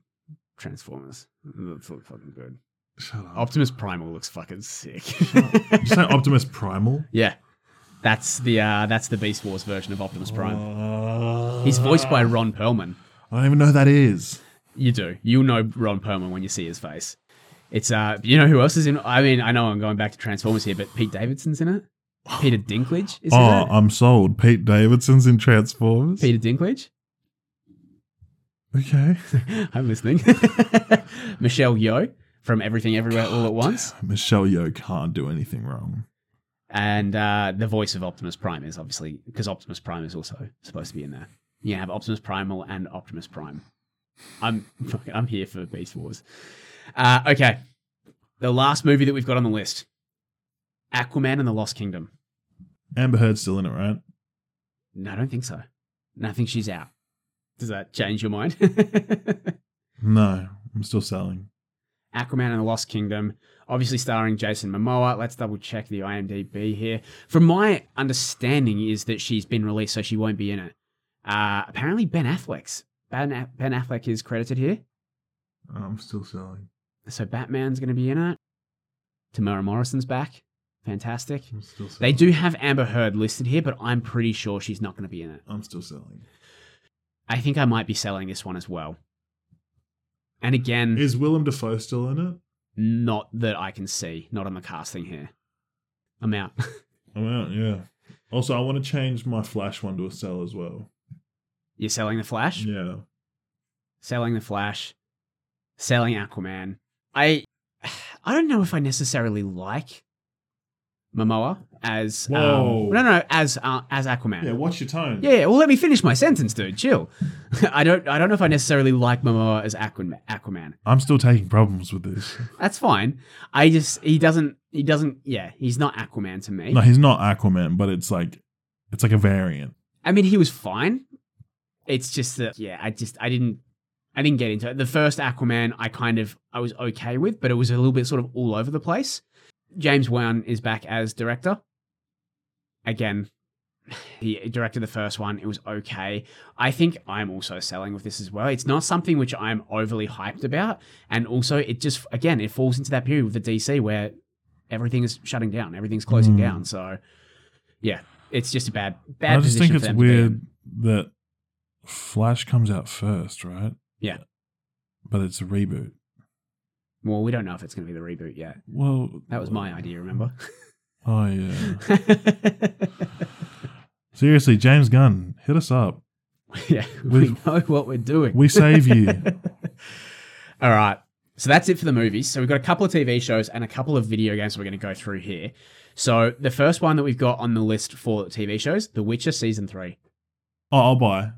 [SPEAKER 1] Transformers. Looks look fucking good.
[SPEAKER 2] Shut up.
[SPEAKER 1] Optimus Primal looks fucking sick.
[SPEAKER 2] Did you say Optimus Primal?
[SPEAKER 1] yeah. That's the uh, that's the Beast Wars version of Optimus Prime.
[SPEAKER 2] Uh,
[SPEAKER 1] He's voiced by Ron Perlman.
[SPEAKER 2] I don't even know who that is.
[SPEAKER 1] You do. You'll know Ron Perlman when you see his face. It's uh you know who else is in I mean, I know I'm going back to Transformers here, but Pete Davidson's in it. Peter Dinklage is in
[SPEAKER 2] oh,
[SPEAKER 1] it.
[SPEAKER 2] I'm sold. Pete Davidson's in Transformers.
[SPEAKER 1] Peter Dinklage.
[SPEAKER 2] Okay.
[SPEAKER 1] I'm listening. Michelle Yeoh from Everything Everywhere All at Once,
[SPEAKER 2] Michelle Yeoh can't do anything wrong.
[SPEAKER 1] and uh, the voice of Optimus Prime is obviously because Optimus Prime is also supposed to be in there. You have Optimus Primal and Optimus Prime. I'm I'm here for Beast Wars. Uh, okay, the last movie that we've got on the list, Aquaman and the Lost Kingdom.
[SPEAKER 2] Amber Heard's still in it, right?
[SPEAKER 1] No, I don't think so. No, I think she's out. Does that change your mind?
[SPEAKER 2] No, I'm still selling.
[SPEAKER 1] Aquaman and the Lost Kingdom, obviously starring Jason Momoa. Let's double check the IMDb here. From my understanding, is that she's been released, so she won't be in it. Uh, apparently, Ben Affleck's ben, A- ben Affleck is credited here,
[SPEAKER 2] I'm still selling.
[SPEAKER 1] so Batman's going to be in it. Tamara Morrison's back, fantastic.
[SPEAKER 2] I'm still
[SPEAKER 1] They
[SPEAKER 2] selling.
[SPEAKER 1] do have Amber Heard listed here, but I'm pretty sure she's not going to be in it.
[SPEAKER 2] I'm still selling.
[SPEAKER 1] I think I might be selling this one as well. And again,
[SPEAKER 2] Is Willem Dafoe still in it?
[SPEAKER 1] not that I can see, not on the casting here. I'm out.
[SPEAKER 2] I'm out, yeah. Also, I want to change my Flash one to a cell as well.
[SPEAKER 1] You're selling the Flash,
[SPEAKER 2] Yeah.
[SPEAKER 1] selling the Flash, selling Aquaman. I I don't know if I necessarily like Momoa as um,
[SPEAKER 2] Whoa.
[SPEAKER 1] no no as uh, as Aquaman.
[SPEAKER 2] Yeah, watch your tone.
[SPEAKER 1] yeah, yeah, well, let me finish my sentence, dude. Chill. I don't, I don't know if I necessarily like Momoa as Aquaman. Aquaman.
[SPEAKER 2] I'm still taking problems with this.
[SPEAKER 1] That's fine. I just, he doesn't, he doesn't. Yeah, he's not Aquaman to me.
[SPEAKER 2] No, he's not Aquaman, but it's like it's like a variant.
[SPEAKER 1] I mean, he was fine. It's just that, yeah, I just, I didn't, I didn't get into it. The first Aquaman, I kind of, I was okay with, but it was a little bit sort of all over the place. James Wan is back as director. Again, he directed the first one. It was okay. I think I'm also selling with this as well. It's not something which I'm overly hyped about. And also, it just, again, it falls into
[SPEAKER 2] Hmm.
[SPEAKER 1] that period with the DC where everything is shutting down, everything's closing
[SPEAKER 2] Mm.
[SPEAKER 1] down. So, yeah,
[SPEAKER 3] it's just a bad bad
[SPEAKER 2] I just
[SPEAKER 3] position
[SPEAKER 2] think
[SPEAKER 3] for
[SPEAKER 2] it's
[SPEAKER 3] them to be in.
[SPEAKER 2] weird that Flash comes out first, right?
[SPEAKER 1] Yeah.
[SPEAKER 2] But it's a reboot.
[SPEAKER 1] Well, we don't know if it's going to be the reboot yet.
[SPEAKER 2] Well,
[SPEAKER 1] That was my idea, remember?
[SPEAKER 2] Oh yeah. Seriously, James Gunn, hit us up.
[SPEAKER 1] yeah, we
[SPEAKER 2] We've-
[SPEAKER 1] know what we're doing.
[SPEAKER 2] We save you.
[SPEAKER 1] All right. So that's it for the movies. So we've got a couple of TV shows and a couple of video games we're going to go through here. So the first one that we've got on the list for TV shows, The Witcher season three,
[SPEAKER 2] Oh, I'll buy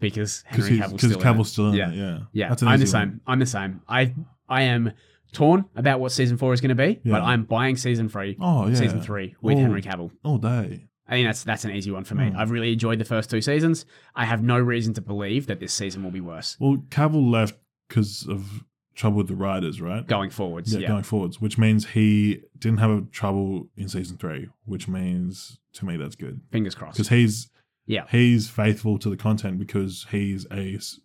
[SPEAKER 1] because
[SPEAKER 2] because
[SPEAKER 1] Henry Cavill's
[SPEAKER 2] Cavill's,
[SPEAKER 1] still in it.
[SPEAKER 2] still in
[SPEAKER 1] Yeah.
[SPEAKER 2] it. Yeah,
[SPEAKER 1] Yeah,
[SPEAKER 2] That's an
[SPEAKER 1] I'm the
[SPEAKER 2] easy
[SPEAKER 1] same.
[SPEAKER 2] one.
[SPEAKER 1] I'm the same. I I am torn about what season four is going to be,
[SPEAKER 2] Yeah.
[SPEAKER 1] but I'm buying season three,
[SPEAKER 2] Oh yeah,
[SPEAKER 1] season three with
[SPEAKER 2] Oh.
[SPEAKER 1] Henry Cavill.
[SPEAKER 2] all day.
[SPEAKER 1] I think that's that's an easy one for me.
[SPEAKER 2] Hmm.
[SPEAKER 1] I've really enjoyed the first two seasons. I have no reason to believe that this season will be worse
[SPEAKER 2] Well, Cavill left because of trouble with the writers, right?
[SPEAKER 1] going forwards.
[SPEAKER 2] yeah,
[SPEAKER 1] Yeah,
[SPEAKER 2] going forwards, which means he didn't have a trouble in season three, which means to me that's good
[SPEAKER 1] fingers crossed.
[SPEAKER 2] because he's
[SPEAKER 1] Yeah.
[SPEAKER 2] he's faithful to the content because he's a, s-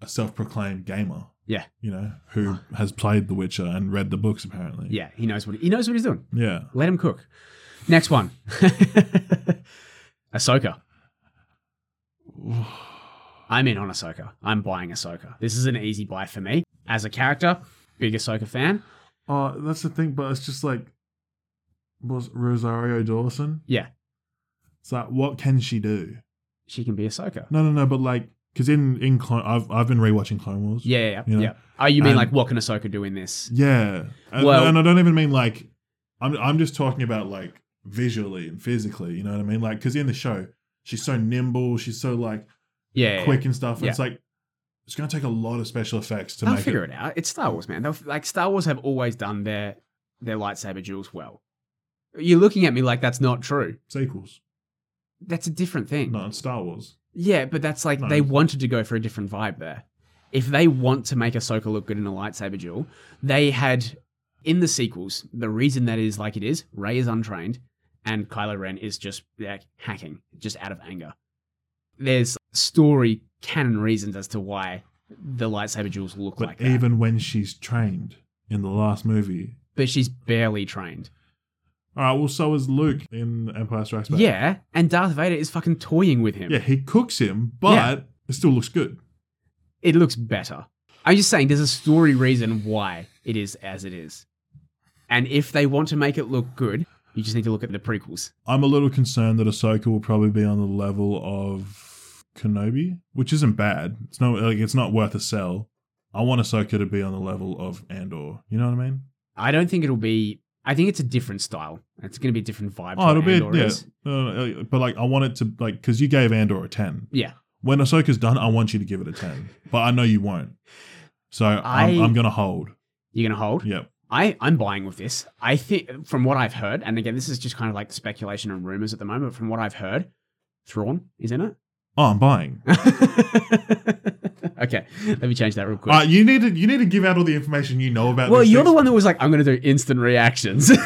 [SPEAKER 2] a self-proclaimed gamer.
[SPEAKER 1] Yeah.
[SPEAKER 2] you know who has played The Witcher and read the books apparently.
[SPEAKER 1] Yeah, he knows what he knows what he's doing.
[SPEAKER 2] yeah.
[SPEAKER 1] Let him cook. Next one. Ahsoka. I'm in on Ahsoka. I'm buying Ahsoka. This is an easy buy for me. As a character, big Ahsoka fan.
[SPEAKER 2] Oh, that's the thing, but it's just like was Rosario Dawson.
[SPEAKER 1] Yeah.
[SPEAKER 2] It's like, what can she do?
[SPEAKER 1] She can be Ahsoka.
[SPEAKER 2] No, no, no. But like, because in in Clone, I've I've been rewatching Clone Wars.
[SPEAKER 1] Yeah, yeah, yeah.
[SPEAKER 2] You know?
[SPEAKER 1] yeah. Oh, you mean
[SPEAKER 2] And-
[SPEAKER 1] like what can Ahsoka do in this?
[SPEAKER 2] yeah. And,
[SPEAKER 1] Well-
[SPEAKER 2] and I don't even mean like, I'm I'm just talking about like visually and physically. You know what I mean? Like, because in the show, she's so nimble, she's so like
[SPEAKER 1] Yeah, yeah,
[SPEAKER 2] quick and stuff. and
[SPEAKER 1] Yeah.
[SPEAKER 2] It's like it's gonna take a lot of special effects to
[SPEAKER 1] yeah. They'll
[SPEAKER 2] make
[SPEAKER 1] figure
[SPEAKER 2] it.
[SPEAKER 1] it. out. It's Star Wars, man. They'll, like Star Wars have always done their their lightsaber duels well. You're looking at me like that's not true.
[SPEAKER 2] Sequels,
[SPEAKER 1] That's a different thing.
[SPEAKER 2] no, it's Star Wars.
[SPEAKER 1] Yeah, but that's like
[SPEAKER 2] No.
[SPEAKER 1] they wanted to go for a different vibe there. If they want to make Ahsoka look good in a lightsaber duel, they had in the sequels the reason that is like it is. Rey is untrained, and Kylo Ren is just like hacking, just out of anger. There's story canon reasons as to why the lightsaber duels look
[SPEAKER 2] But
[SPEAKER 1] like that.
[SPEAKER 2] even when she's trained in the last movie,
[SPEAKER 1] but she's barely trained.
[SPEAKER 2] All right. Well, so is Luke in Empire Strikes Back.
[SPEAKER 1] Yeah, and Darth Vader is fucking toying with him.
[SPEAKER 2] Yeah, he cooks him, but
[SPEAKER 1] Yeah.
[SPEAKER 2] it still looks good.
[SPEAKER 1] It looks better. I'm just saying there's a story reason why it is as it is. And if they want to make it look good, you just need to look at the prequels.
[SPEAKER 2] I'm a little concerned that Ahsoka will probably be on the level of Kenobi, which isn't bad. It's no like it's not worth a sell. I want Ahsoka to be on the level of Andor. You know what I mean?
[SPEAKER 1] I don't think it'll be. I think it's a different style. It's going to be a different vibe. to
[SPEAKER 2] Oh, it'll
[SPEAKER 1] what Andor
[SPEAKER 2] be yeah.
[SPEAKER 1] is.
[SPEAKER 2] No, no, no, but like, I want it to like because you gave Andor a ten.
[SPEAKER 1] Yeah.
[SPEAKER 2] When Ahsoka's done, I want you to give it a ten, but I know you won't. So I'm,
[SPEAKER 1] I-
[SPEAKER 2] I'm gonna hold.
[SPEAKER 1] You're going to hold.
[SPEAKER 2] Yep.
[SPEAKER 1] I I'm buying with this. I think from what I've heard, and again, this is just kind of like speculation and rumors at the moment. But from what I've heard, Thrawn is in it.
[SPEAKER 2] Oh, I'm buying.
[SPEAKER 1] okay, let me change that real quick.
[SPEAKER 2] Uh, you need to you need to give out all the information you know about.
[SPEAKER 1] well,
[SPEAKER 2] these
[SPEAKER 1] you're the
[SPEAKER 2] things.
[SPEAKER 1] one that was like, I'm going to do instant reactions.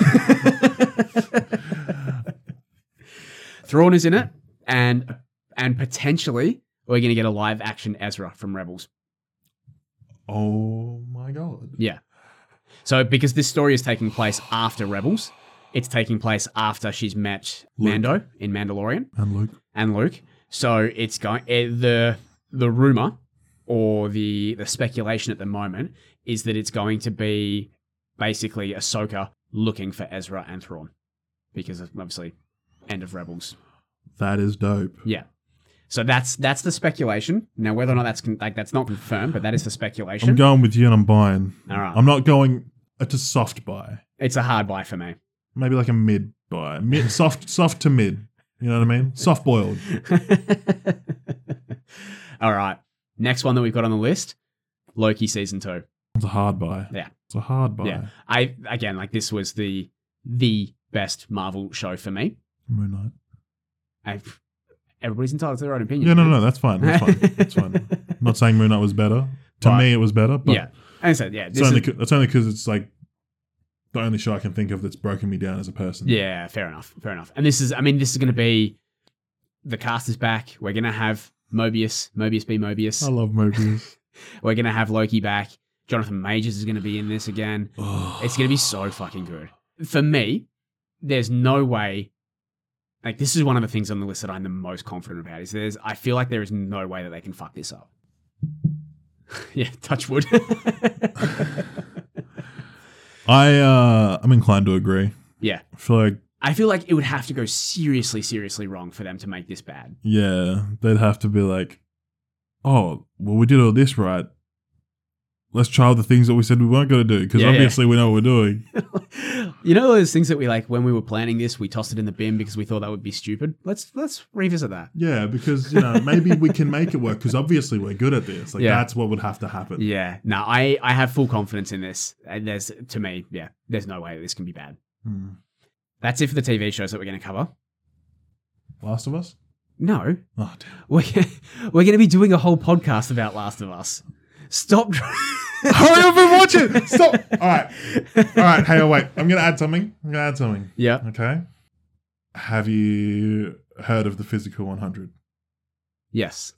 [SPEAKER 1] Thrawn is in it, and and potentially we're going to get a live action Ezra from Rebels.
[SPEAKER 2] Oh my god!
[SPEAKER 1] Yeah. So because this story is taking place after Rebels, it's taking place after she's met
[SPEAKER 2] Luke.
[SPEAKER 1] Mando in Mandalorian
[SPEAKER 2] And Luke,
[SPEAKER 1] and Luke. So it's going eh, the the rumor or the the speculation at the moment is that it's going to be basically Ahsoka looking for Ezra and Thrawn because of obviously end of Rebels.
[SPEAKER 2] that is dope.
[SPEAKER 1] Yeah. So that's that's the speculation. Now whether or not that's con- like that's not confirmed, but that is the
[SPEAKER 2] I'm
[SPEAKER 1] speculation.
[SPEAKER 2] going with you, and I'm buying.
[SPEAKER 1] All right.
[SPEAKER 2] I'm not going. It's a soft buy,
[SPEAKER 1] it's a hard buy for me.
[SPEAKER 2] maybe like a mid buy, mid soft, soft to mid. You know what I mean? Soft boiled.
[SPEAKER 1] All right. Next one that we've got on the list, Loki season 2.
[SPEAKER 2] It's a hard buy.
[SPEAKER 1] Yeah.
[SPEAKER 2] it's a hard buy.
[SPEAKER 1] Yeah. I again like this was the the best Marvel show for me.
[SPEAKER 2] Moon Knight.
[SPEAKER 1] i everybody's entitled to their own opinion.
[SPEAKER 2] Yeah, no, no, that's fine. That's fine. That's fine. I'm not saying Moon Knight was better. To
[SPEAKER 1] Right.
[SPEAKER 2] me, it was better. But
[SPEAKER 1] yeah. And so yeah,
[SPEAKER 2] it's
[SPEAKER 1] this
[SPEAKER 2] only
[SPEAKER 1] is-
[SPEAKER 2] c- it's only because it's like the only show I can think of that's broken me down as a person.
[SPEAKER 1] yeah, fair enough. Fair enough. And this is I mean this is going to be the cast is back. We're going to have Mobius, Mobius be Mobius.
[SPEAKER 2] I love Mobius.
[SPEAKER 1] We're going to have Loki back. Jonathan Majors is going to be in this again.
[SPEAKER 2] Oh.
[SPEAKER 1] It's going to be so fucking good. For me, there's no way like this is one of the things on the list that I'm the most confident about. Is there's I feel like there is no way that they can fuck this up. yeah, touch wood.
[SPEAKER 2] I uh, I'm inclined to agree.
[SPEAKER 1] yeah,
[SPEAKER 2] I feel like
[SPEAKER 1] I feel like it would have to go seriously, seriously wrong for them to make this bad.
[SPEAKER 2] yeah, they'd have to be like, oh, well, we did all this right. Let's try all the things that we said we weren't going to do because
[SPEAKER 1] Yeah, yeah.
[SPEAKER 2] obviously we know what we're doing.
[SPEAKER 1] you know those things that we like when we were planning this, we tossed it in the bin because we thought that would be stupid. Let's let's revisit that.
[SPEAKER 2] Yeah, because you know maybe we can make it work because obviously we're good at this. Like
[SPEAKER 1] Yeah.
[SPEAKER 2] that's what would have to happen.
[SPEAKER 1] Yeah, no, I I have full confidence in this. And there's to me, yeah, there's no way this can be bad.
[SPEAKER 2] Hmm.
[SPEAKER 1] That's it for the TV shows that we're going to cover.
[SPEAKER 2] Last of Us.
[SPEAKER 1] No,
[SPEAKER 2] Oh damn!
[SPEAKER 1] we're we're going to be doing a whole podcast about Last of Us. Stop.
[SPEAKER 2] Hurry up and watch it. Stop. All right, all right. Hey, oh, wait. I'm gonna add something. I'm gonna add something.
[SPEAKER 1] yeah.
[SPEAKER 2] Okay. Have you heard of the Physical 100?
[SPEAKER 1] Yes.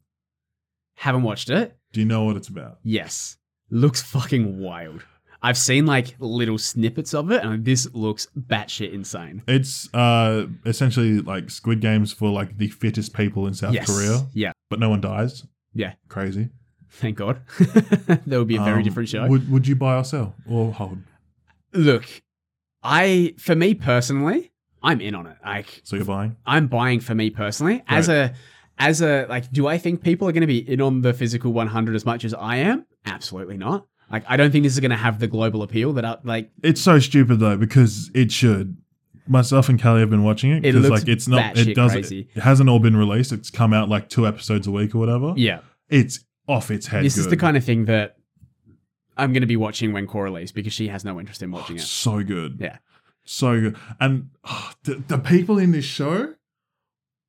[SPEAKER 1] Haven't watched it.
[SPEAKER 2] Do you know what it's about?
[SPEAKER 1] Yes. Looks fucking wild. I've seen like little snippets of it, and this looks batshit insane.
[SPEAKER 2] It's uh essentially like Squid Games for like the fittest people in South
[SPEAKER 1] yes.
[SPEAKER 2] Korea,
[SPEAKER 1] Yeah.
[SPEAKER 2] but no one dies.
[SPEAKER 1] Yeah.
[SPEAKER 2] Crazy.
[SPEAKER 1] Thank God. that would be a very
[SPEAKER 2] Um,
[SPEAKER 1] different show.
[SPEAKER 2] Would would you buy or sell or hold?
[SPEAKER 1] Look, I for me personally, I'm in on it. Like
[SPEAKER 2] So you're buying?
[SPEAKER 1] I'm buying for me personally as a as a like do I think people are going to be in on the physical 100 as much as I am? Absolutely not. Like I don't think this is going to have the global appeal that I, like
[SPEAKER 2] It's so stupid though because it should. Myself and Callie have been watching it
[SPEAKER 1] It
[SPEAKER 2] because
[SPEAKER 1] looks
[SPEAKER 2] like it's not
[SPEAKER 1] batshit
[SPEAKER 2] it doesn't
[SPEAKER 1] crazy.
[SPEAKER 2] it hasn't all been released. It's come out like two episodes a week or whatever.
[SPEAKER 1] yeah.
[SPEAKER 2] It's off its head.
[SPEAKER 1] This is the
[SPEAKER 2] good.
[SPEAKER 1] kind of thing that I'm going to be watching when Cora leaves because she has no interest in watching
[SPEAKER 2] It's
[SPEAKER 1] it.
[SPEAKER 2] So good.
[SPEAKER 1] Yeah.
[SPEAKER 2] So good. And ah, the, the people in this show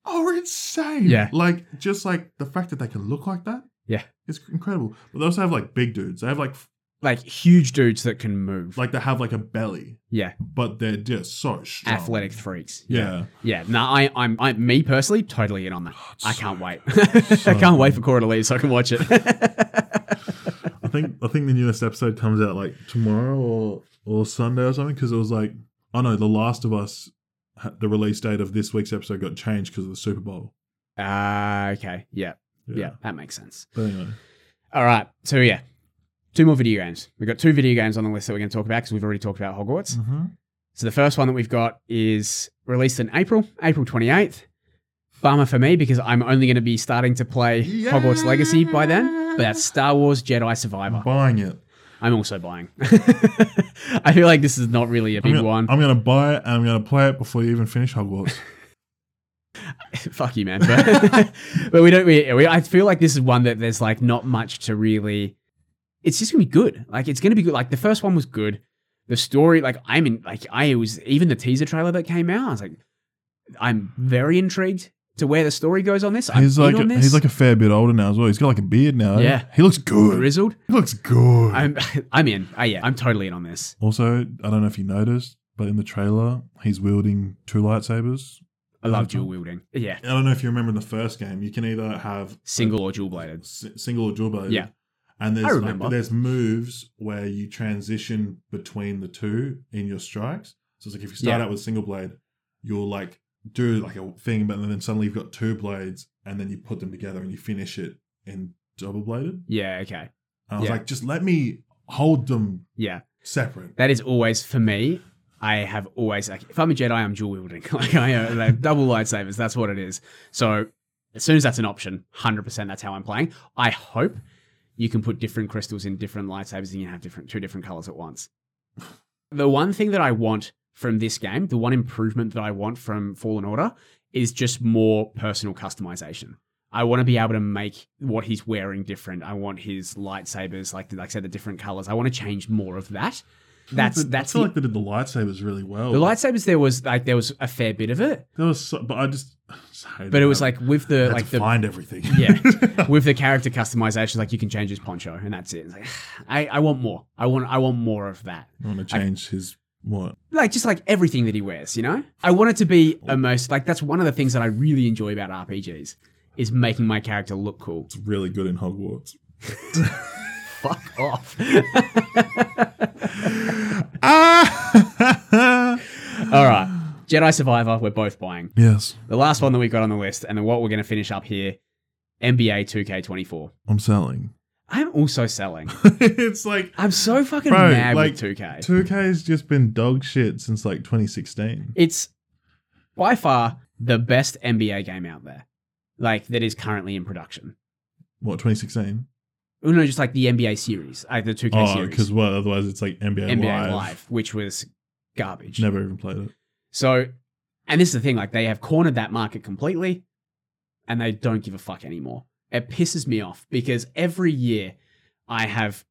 [SPEAKER 2] are insane.
[SPEAKER 1] Yeah.
[SPEAKER 2] Like, just like the fact that they can look like that.
[SPEAKER 1] Yeah.
[SPEAKER 2] It's incredible. But they also have like big dudes. They have like, f-
[SPEAKER 1] Like huge dudes that can move.
[SPEAKER 2] like they have like a belly,
[SPEAKER 1] yeah,
[SPEAKER 2] but they're just so strong.
[SPEAKER 1] athletic freaks.
[SPEAKER 2] Yeah.
[SPEAKER 1] Yeah, no, I, I'm, I, me personally, totally in on that. I can't wait.
[SPEAKER 2] so
[SPEAKER 1] I can't wait
[SPEAKER 2] good.
[SPEAKER 1] for Cora to leave so I can watch it.
[SPEAKER 2] I think, I think the newest episode comes out like tomorrow or, or Sunday or something because it was like, oh no, The Last of Us, ha- the release date of this week's episode got changed because of the Super Bowl.
[SPEAKER 1] Ah, okay. Yeah, yeah, that makes sense.
[SPEAKER 2] But anyway.
[SPEAKER 1] All right. So yeah, two more video games. We've got two video games on the list that we're going to talk about because we've already talked about Hogwarts. So the first one that we've got is released in April, April 28th. Bummer for me because I'm only going to be starting to play Hogwarts Legacy by then. But that's Star Wars Jedi Survivor.
[SPEAKER 2] I'm buying it.
[SPEAKER 1] I'm also buying. I feel like this is not really a big
[SPEAKER 2] I'm gonna,
[SPEAKER 1] one.
[SPEAKER 2] I'm gonna buy it and I'm gonna play it before you even finish Hogwarts.
[SPEAKER 1] Fuck you, man. But, but we don't. We, we, I feel like this is one that there's like not much to really. It's just gonna be good. Like it's gonna be good. Like the first one was good. The story, like I'm in. Like I was even the teaser trailer that came out. I was like, I'm very intrigued to where the story goes on this. I'm
[SPEAKER 2] he's
[SPEAKER 1] in
[SPEAKER 2] like
[SPEAKER 1] on this.
[SPEAKER 2] he's like a fair bit older now as well. He's got like a beard now. eh?
[SPEAKER 1] Yeah.
[SPEAKER 2] he looks good.
[SPEAKER 1] grizzled.
[SPEAKER 2] He looks good.
[SPEAKER 1] I'm I'm in. I yeah. I'm totally in on this.
[SPEAKER 2] also, I don't know if you noticed, but in the trailer, he's wielding two lightsabers.
[SPEAKER 1] I love
[SPEAKER 2] Okay.
[SPEAKER 1] dual wielding. Yeah,
[SPEAKER 2] I don't know if you remember in the first game, you can either have
[SPEAKER 1] single or dual bladed.
[SPEAKER 2] s- single or dual blade.
[SPEAKER 1] Yeah.
[SPEAKER 2] And
[SPEAKER 1] I
[SPEAKER 2] there's
[SPEAKER 1] remember.
[SPEAKER 2] like, there's moves where you transition between the two in your strikes. So it's like if you start
[SPEAKER 1] Yeah.
[SPEAKER 2] out with single blade, you'll like do like a thing, but then suddenly you've got two blades, and then you put them together and you finish it in double bladed.
[SPEAKER 1] Yeah. Okay.
[SPEAKER 2] And I was
[SPEAKER 1] Yeah.
[SPEAKER 2] like, just let me hold them
[SPEAKER 1] Yeah.
[SPEAKER 2] separate.
[SPEAKER 1] That is always for me. I have always like if I'm a Jedi, I'm dual wielding. Like I uh, like, double lightsabers. That's what it is. So as soon as that's an option, hundred percent, that's how I'm playing. I hope you can put different crystals in different lightsabers and you have different two different colors at once. The one thing that I want from this game, the one improvement that I want from Fallen Order, is just more personal customization. I want to be able to make what he's wearing different. I want his lightsabers, like like I said, the different colors. I want to change more of that. That's
[SPEAKER 2] I
[SPEAKER 1] that's
[SPEAKER 2] feel
[SPEAKER 1] the,
[SPEAKER 2] like they did the lightsabers really well.
[SPEAKER 1] the lightsabers. There was like there was a fair bit of it,
[SPEAKER 2] There was, so, but I just, sorry,
[SPEAKER 1] but it was like with
[SPEAKER 2] I
[SPEAKER 1] the
[SPEAKER 2] had
[SPEAKER 1] like
[SPEAKER 2] to
[SPEAKER 1] the
[SPEAKER 2] find everything.
[SPEAKER 1] Yeah. with the character customizations, like you can change his poncho and that's it. It's like, I I want more. I want I want more of that.
[SPEAKER 2] I want to change his what?
[SPEAKER 1] like just like everything that he wears, you know? I want it to be almost like that's one of the things that I really enjoy about RPGs is making my character look cool.
[SPEAKER 2] It's really good in Hogwarts.
[SPEAKER 1] Fuck off.
[SPEAKER 2] Ah!
[SPEAKER 1] All right. Jedi Survivor, we're both buying.
[SPEAKER 2] Yes,
[SPEAKER 1] The last one that we got on the list, and then what we're going to finish up here, NBA 2K24.
[SPEAKER 2] I'm selling.
[SPEAKER 1] I'm also selling.
[SPEAKER 2] it's like
[SPEAKER 1] I'm so fucking
[SPEAKER 2] Bro,
[SPEAKER 1] mad
[SPEAKER 2] like,
[SPEAKER 1] with 2K.
[SPEAKER 2] 2K has just been dog shit since like 2016.
[SPEAKER 1] it's by far the best NBA game out there, like that is currently in production.
[SPEAKER 2] What 2016?
[SPEAKER 1] Oh no, just like the NBA series, like the 2K
[SPEAKER 2] Oh,
[SPEAKER 1] series,
[SPEAKER 2] because what? Otherwise, it's like NBA,
[SPEAKER 1] NBA
[SPEAKER 2] Live.
[SPEAKER 1] Live. which was garbage.
[SPEAKER 2] Never even played it.
[SPEAKER 1] So, and this is the thing, like they have cornered that market completely and they don't give a fuck anymore. It pisses me off because every year I have,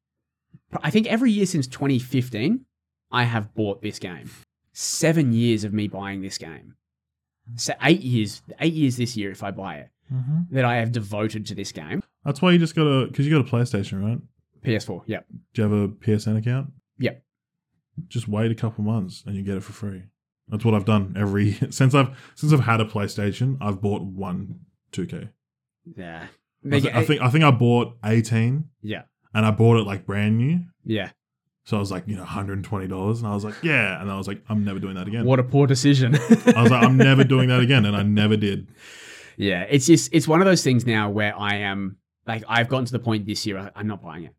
[SPEAKER 1] I think every year since 2015, I have bought this game. Seven years of me buying this game. So eight years, eight years this year if I buy it, that I have devoted to this game.
[SPEAKER 2] That's why you just got a because you got a PlayStation, right?
[SPEAKER 1] PS4, yeah.
[SPEAKER 2] Do you have a PSN account?
[SPEAKER 1] Yep.
[SPEAKER 2] Just wait a couple months and you get it for free. That's what I've done every since I've since I've had a PlayStation. I've bought one 2K.
[SPEAKER 1] Yeah.
[SPEAKER 2] I, thi- I think I think I bought 18
[SPEAKER 1] yeah,
[SPEAKER 2] and I bought it like brand new.
[SPEAKER 1] yeah.
[SPEAKER 2] So I was like, you know, 120 dollars, and I was like, yeah, and I was like, I'm never doing that again.
[SPEAKER 1] What a poor decision.
[SPEAKER 2] I was like, I'm never doing that again, and I never did.
[SPEAKER 1] Yeah, it's just it's one of those things now where I am like I've gotten to the point this year I- I'm not buying it.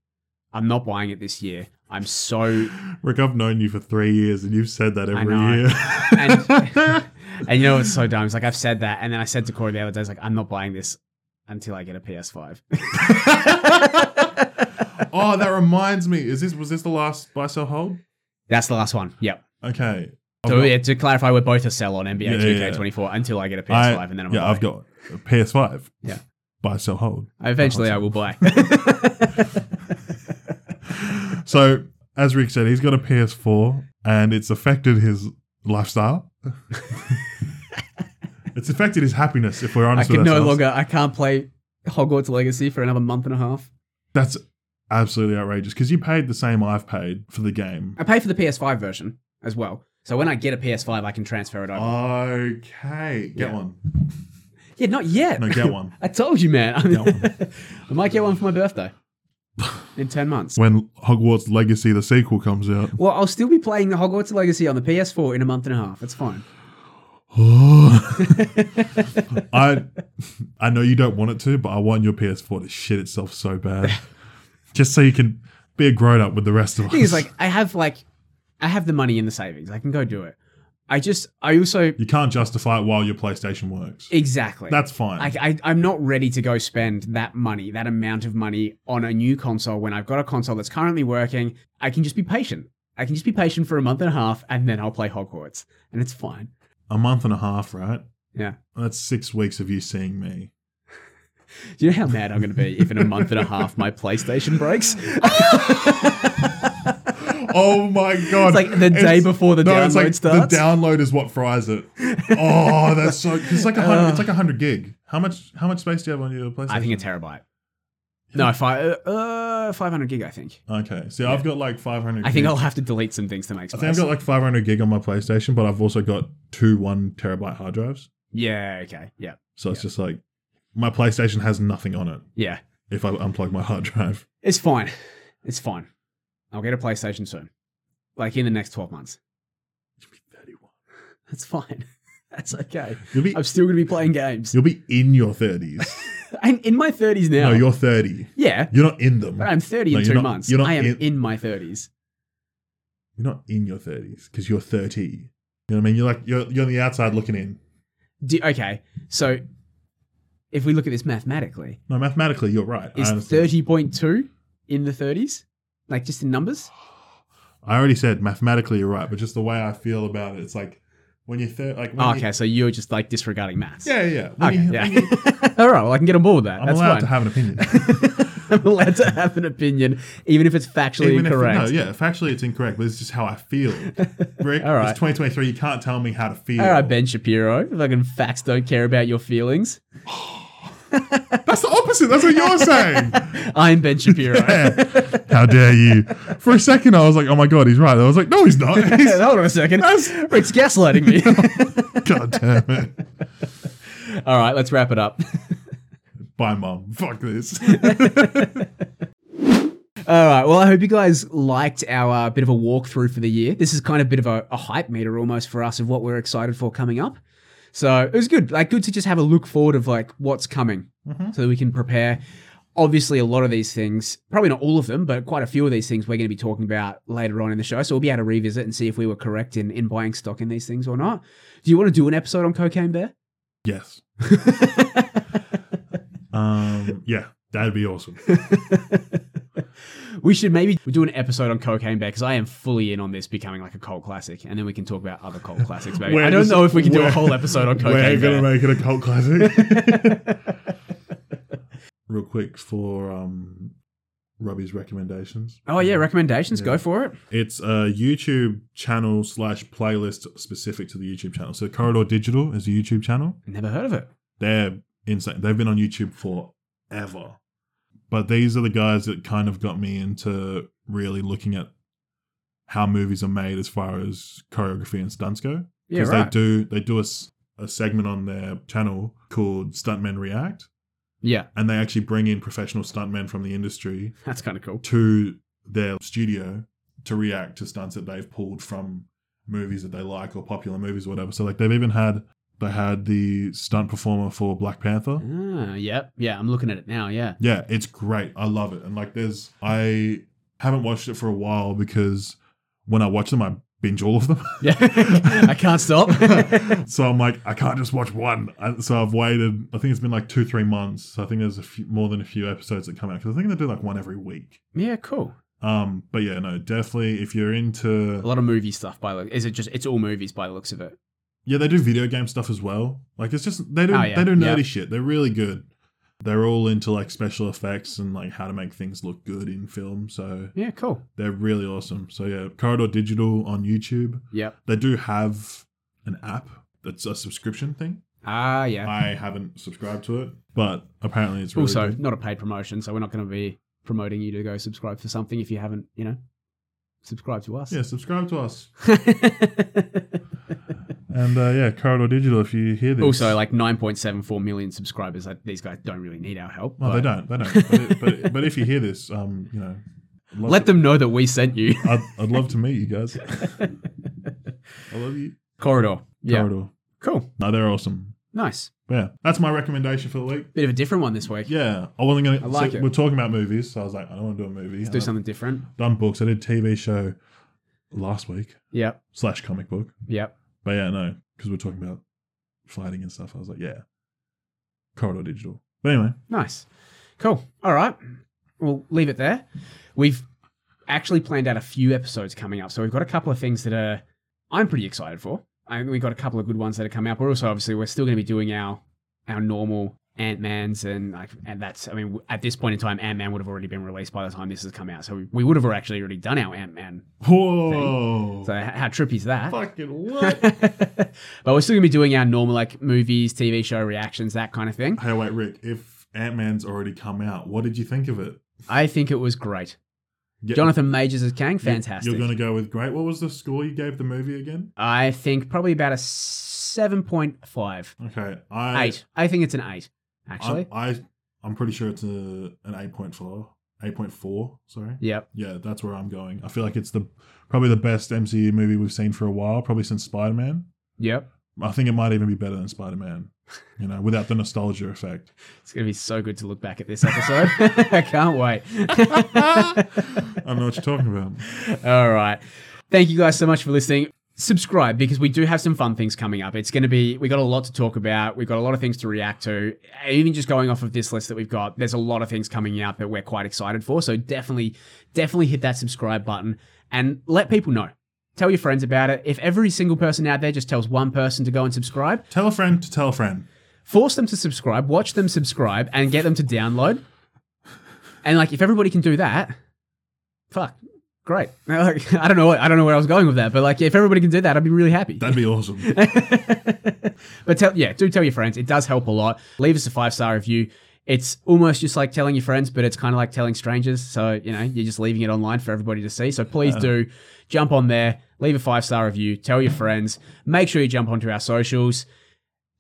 [SPEAKER 1] I'm not buying it this year. I'm so
[SPEAKER 2] Rick, I've known you for three years, and you've said that every
[SPEAKER 1] know.
[SPEAKER 2] year.
[SPEAKER 1] and and you know it's so dumb. It's like I've said that and then I said to Corey the other day, I was like, I'm not buying this until I get a PS5.
[SPEAKER 2] oh, that reminds me. Is this was this the last buy sell hold?
[SPEAKER 1] That's the last one. Yep.
[SPEAKER 2] Okay. I've
[SPEAKER 1] So
[SPEAKER 2] got-
[SPEAKER 1] yeah, to clarify, we're both a sell on NBA
[SPEAKER 2] Oh, Yeah, yeah,
[SPEAKER 1] 2K24 until I get a PS5
[SPEAKER 2] I-
[SPEAKER 1] and then I'm
[SPEAKER 2] yeah, I've got a PS5.
[SPEAKER 1] Yeah.
[SPEAKER 2] Buy sell hold.
[SPEAKER 1] eventually I will buy.
[SPEAKER 2] So as Rick said, he's got a PS4, and it's affected his lifestyle. it's affected his happiness. If we're
[SPEAKER 1] I
[SPEAKER 2] honest,
[SPEAKER 1] can
[SPEAKER 2] with
[SPEAKER 1] no
[SPEAKER 2] ourselves.
[SPEAKER 1] longer I can't play Hogwarts Legacy for another month and a half.
[SPEAKER 2] That's absolutely outrageous because you paid the same I've paid for the game.
[SPEAKER 1] I pay for the PS5 version as well. So when I get a PS5, I can transfer it over.
[SPEAKER 2] Oh. Okay, get
[SPEAKER 1] Yeah.
[SPEAKER 2] one.
[SPEAKER 1] yeah, not yet.
[SPEAKER 2] No, get one.
[SPEAKER 1] I told you, man.
[SPEAKER 2] Get one.
[SPEAKER 1] I might get one for my birthday in 10 months.
[SPEAKER 2] when Hogwarts Legacy, the sequel, comes out.
[SPEAKER 1] Well, I'll still be playing the Hogwarts Legacy on the PS4 in a month and a half. It's fine.
[SPEAKER 2] I, I know you don't want it to, but I want your PS4 to shit itself so bad, just so you can be a grown up with the rest of us.
[SPEAKER 1] thing is, like, I have like, I have the money in the savings. I can go do it. I just, I also
[SPEAKER 2] you can't justify it while your PlayStation works.
[SPEAKER 1] exactly.
[SPEAKER 2] That's fine.
[SPEAKER 1] I, I, I'm not ready to go spend that money, that amount of money on a new console when I've got a console that's currently working. I can just be patient. I can just be patient for a month and a half and then I'll play Hogwarts and it's fine.
[SPEAKER 2] a month and a half, right?
[SPEAKER 1] Yeah.
[SPEAKER 2] That's six weeks of you seeing me.
[SPEAKER 1] Do you know how mad I'm going to be if in a month and a half my PlayStation breaks?
[SPEAKER 2] Oh my
[SPEAKER 1] It's
[SPEAKER 2] god!
[SPEAKER 1] like the day before the download starts.
[SPEAKER 2] The download is what fries it. Oh, that's so. 'cause It's like a hundred. it's like a hundred gig. How much? How much space do you have on your PlayStation?
[SPEAKER 1] Uh. I think a terabyte. No, five, uh, 500 gig, I think.
[SPEAKER 2] Okay, so I've got like five hundred.
[SPEAKER 1] I think I'll have to delete some things to make
[SPEAKER 2] I
[SPEAKER 1] space.
[SPEAKER 2] think I've got like five hundred gig on my PlayStation, but I've also got two one terabyte hard drives.
[SPEAKER 1] yeah, okay. Yeah.
[SPEAKER 2] So it's just like my PlayStation has nothing on it
[SPEAKER 1] Yeah.
[SPEAKER 2] if I unplug my hard drive.
[SPEAKER 1] It's fine. It's fine. I'll get a PlayStation soon, like in the next 12 months.
[SPEAKER 2] Thirty-one.
[SPEAKER 1] That's fine. That's okay.
[SPEAKER 2] You'll be
[SPEAKER 1] I'm still going to be playing games.
[SPEAKER 2] you'll be in your thirties.
[SPEAKER 1] I'm in my 30s now.
[SPEAKER 2] No, you're thirty.
[SPEAKER 1] yeah,
[SPEAKER 2] You're not in them.
[SPEAKER 1] but I'm 30
[SPEAKER 2] No,
[SPEAKER 1] in
[SPEAKER 2] you're
[SPEAKER 1] two
[SPEAKER 2] not-
[SPEAKER 1] months.
[SPEAKER 2] you're not
[SPEAKER 1] I am
[SPEAKER 2] in-
[SPEAKER 1] in, my 30s.
[SPEAKER 2] You're not in your thirties because you're thirty. You know what I mean? You're like you're you're on the outside looking in.
[SPEAKER 1] Do, okay, so if we look at this mathematically,
[SPEAKER 2] No, mathematically you're right. I
[SPEAKER 1] is
[SPEAKER 2] understand.
[SPEAKER 1] 30.2 in the 30s? Like just in numbers?
[SPEAKER 2] I already said mathematically you're right, but just the way I feel about it, it's like when you're thir- like when
[SPEAKER 1] Oh,
[SPEAKER 2] you-
[SPEAKER 1] okay, so you're just like disregarding maths.
[SPEAKER 2] yeah, yeah, yeah. When
[SPEAKER 1] Okay,
[SPEAKER 2] you-
[SPEAKER 1] yeah.
[SPEAKER 2] when you-
[SPEAKER 1] All right, well, I can get on board with that.
[SPEAKER 2] I'm
[SPEAKER 1] That's
[SPEAKER 2] allowed
[SPEAKER 1] fine.
[SPEAKER 2] to have an opinion.
[SPEAKER 1] I'm allowed to have an opinion, even if it's factually
[SPEAKER 2] Even if-
[SPEAKER 1] incorrect.
[SPEAKER 2] no, yeah, factually it's incorrect, but it's just how I feel. Rick,
[SPEAKER 1] All right.
[SPEAKER 2] it's 2023. You can't tell me how to feel.
[SPEAKER 1] All right, Ben Shapiro. Fucking facts don't care about your feelings.
[SPEAKER 2] That's the opposite. That's what you're saying.
[SPEAKER 1] I'm Ben Shapiro.
[SPEAKER 2] Yeah. how dare you? For a second, I was like, oh my god, he's right. I was like, no, he's not. He's-
[SPEAKER 1] Hold on a second. Rick's gaslighting me.
[SPEAKER 2] god damn it.
[SPEAKER 1] All right, let's wrap it up.
[SPEAKER 2] Bye, mom. Fuck this.
[SPEAKER 1] All right. Well, I hope you guys liked our uh, bit of a walkthrough for the year. This is kind of a bit of a, a hype meter almost for us of what we're excited for coming up. So it was good. Like, good to just have a look forward of like what's coming so that we can prepare. Obviously, a lot of these things, probably not all of them, but quite a few of these things we're going to be talking about later on in the show. So we'll be able to revisit and see if we were correct in, in buying stock in these things or not. Do you want to do an episode on Cocaine Bear?
[SPEAKER 2] Yes. Um, yeah, that'd be awesome.
[SPEAKER 1] we should maybe do an episode on Cocaine Bear because I am fully in on this becoming like a cult classic, and then we can talk about other cult classics. Maybe
[SPEAKER 2] We're
[SPEAKER 1] I don't
[SPEAKER 2] just-
[SPEAKER 1] know if we can do a
[SPEAKER 2] we're-
[SPEAKER 1] whole episode on
[SPEAKER 2] We're
[SPEAKER 1] Cocaine
[SPEAKER 2] gonna
[SPEAKER 1] Bear.
[SPEAKER 2] make it a cult classic. Real quick for um, Robbie's recommendations.
[SPEAKER 1] oh yeah, recommendations. Go
[SPEAKER 2] Yeah.
[SPEAKER 1] for it.
[SPEAKER 2] It's a YouTube channel slash playlist specific to the YouTube channel. So Corridor Digital is a YouTube channel.
[SPEAKER 1] Never heard of it.
[SPEAKER 2] They're insane. They've been on YouTube forever. But these are the guys that kind of got me into really looking at how movies are made as far as choreography and stunts go.
[SPEAKER 1] Yeah,
[SPEAKER 2] Because
[SPEAKER 1] right.
[SPEAKER 2] they do they do a, s- a segment on their channel called Stuntmen React,
[SPEAKER 1] Yeah,
[SPEAKER 2] and they actually bring in professional stuntmen from the industry
[SPEAKER 1] that's kind of cool.
[SPEAKER 2] to their studio to react to stunts that they've pulled from movies that they like or popular movies or whatever. So like they've even had they had the stunt performer for Black Panther.
[SPEAKER 1] Ah, yep. Yeah, I'm looking at it now. Yeah.
[SPEAKER 2] Yeah, it's great. I love it. And like there's I haven't watched it for a while because when I watch them I binge all of them.
[SPEAKER 1] Yeah. I can't stop.
[SPEAKER 2] so I'm like, I can't just watch one. And so I've waited. I think it's been like two, three months. So I think there's a few, more than a few episodes that come out because I think they do like one every week.
[SPEAKER 1] yeah, cool.
[SPEAKER 2] Um, but yeah, no, definitely if you're
[SPEAKER 1] A
[SPEAKER 2] into
[SPEAKER 1] lot of movie stuff by the look. Is it just, it's all movies by the looks of it?
[SPEAKER 2] yeah, they do video game stuff as well. Like it's just they do
[SPEAKER 1] Oh, yeah.
[SPEAKER 2] they do nerdy
[SPEAKER 1] Yeah.
[SPEAKER 2] shit. They're really good. They're all into like special effects and like how to make things look good in film. So
[SPEAKER 1] Yeah, cool.
[SPEAKER 2] they're really awesome. So yeah, Corridor Digital on YouTube.
[SPEAKER 1] Yep.
[SPEAKER 2] They do have an app that's a subscription thing.
[SPEAKER 1] Ah, yeah.
[SPEAKER 2] I haven't subscribed to it, but apparently it's really
[SPEAKER 1] also,
[SPEAKER 2] good.
[SPEAKER 1] not a paid promotion, so we're not going to be promoting you to go subscribe for something if you haven't, you know, subscribed to us.
[SPEAKER 2] yeah. Subscribe to us,
[SPEAKER 1] Yeah.
[SPEAKER 2] and uh, yeah, Corridor Digital. If you hear this,
[SPEAKER 1] also, like 9.74 million subscribers. Like, these guys don't really need our help.
[SPEAKER 2] no, they
[SPEAKER 1] but
[SPEAKER 2] don't, they don't. But, it, but, but if you hear this, um, you know, I'd love
[SPEAKER 1] Let
[SPEAKER 2] to-
[SPEAKER 1] them know that we sent you.
[SPEAKER 2] I'd, I'd love to meet you guys. I love you,
[SPEAKER 1] Corridor. Yeah.
[SPEAKER 2] Corridor.
[SPEAKER 1] Cool.
[SPEAKER 2] No, they're awesome.
[SPEAKER 1] Nice.
[SPEAKER 2] But yeah, that's my recommendation for the week.
[SPEAKER 1] Bit of a different one this week.
[SPEAKER 2] Yeah, I wasn't gonna.
[SPEAKER 1] I like
[SPEAKER 2] so
[SPEAKER 1] it.
[SPEAKER 2] We're talking about movies, so I was like, I don't want to do a movie.
[SPEAKER 1] Let's do
[SPEAKER 2] I've
[SPEAKER 1] something different.
[SPEAKER 2] Done books. I did TV show last week
[SPEAKER 1] Yep.
[SPEAKER 2] slash comic book.
[SPEAKER 1] Yep.
[SPEAKER 2] But yeah, no, because we're talking about fighting and stuff. I was like, yeah, Corridor Digital. But anyway,
[SPEAKER 1] Nice. Cool. All right. We'll leave it there. We've actually planned out a few episodes coming up. So we've got a couple of things that are I'm pretty excited for. I we've got a couple of good ones that are coming up. We're also obviously we're still going to be doing our our normal Ant Man's and like and that's I mean w- at this point in time Ant Man would have already been released by the time this has come out. So we, we would have actually already done our Ant Man.
[SPEAKER 2] whoa,
[SPEAKER 1] So h- how trippy is that?
[SPEAKER 2] fucking what?
[SPEAKER 1] but we're still going to be doing our normal like movies, TV show reactions, that kind of thing.
[SPEAKER 2] hey, wait, Rick. If Ant Man's already come out, what did you think of it?
[SPEAKER 1] I think it was great.
[SPEAKER 2] Yeah,
[SPEAKER 1] Jonathan Majors as Kang,
[SPEAKER 2] you-
[SPEAKER 1] fantastic.
[SPEAKER 2] You're gonna go with great. What was the score you gave the movie again?
[SPEAKER 1] I think probably about a 7.5.
[SPEAKER 2] Okay, I
[SPEAKER 1] 8. I think it's an 8, actually.
[SPEAKER 2] I, I I'm pretty sure it's a an eight point four. 8.4, sorry.
[SPEAKER 1] yep.
[SPEAKER 2] Yeah, that's where I'm going. I feel like it's the probably the best MCU movie we've seen for a while, probably since Spider-Man.
[SPEAKER 1] Yep.
[SPEAKER 2] I think it might even be better than Spider Man, you know, without the nostalgia effect.
[SPEAKER 1] It's going to be so good to look back at this episode. I can't wait.
[SPEAKER 2] I don't know what you're talking about.
[SPEAKER 1] All right. Thank you guys so much for listening. Subscribe because we do have some fun things coming up. It's going to be, we got a lot to talk about. We've got a lot of things to react to. Even just going off of this list that we've got, there's a lot of things coming out that we're quite excited for. So definitely, definitely hit that subscribe button and let people know. Tell your friends about it. If every single person out there just tells one person to go and subscribe,
[SPEAKER 2] Tell a friend to tell a friend.
[SPEAKER 1] force them to subscribe, watch them subscribe, and get them to download. And like, if everybody can do that, fuck, great. Now, like, I don't know, what, I don't know where I was going with that, but like, if everybody can do that, I'd be really happy.
[SPEAKER 2] That'd be awesome.
[SPEAKER 1] but tell, yeah, do tell your friends. It does help a lot. Leave us a five star review. It's almost just like telling your friends, but it's kind of like telling strangers. So you know, you're just leaving it online for everybody to see. So please do jump on there, leave a five star review, tell your friends. Make sure you jump onto our socials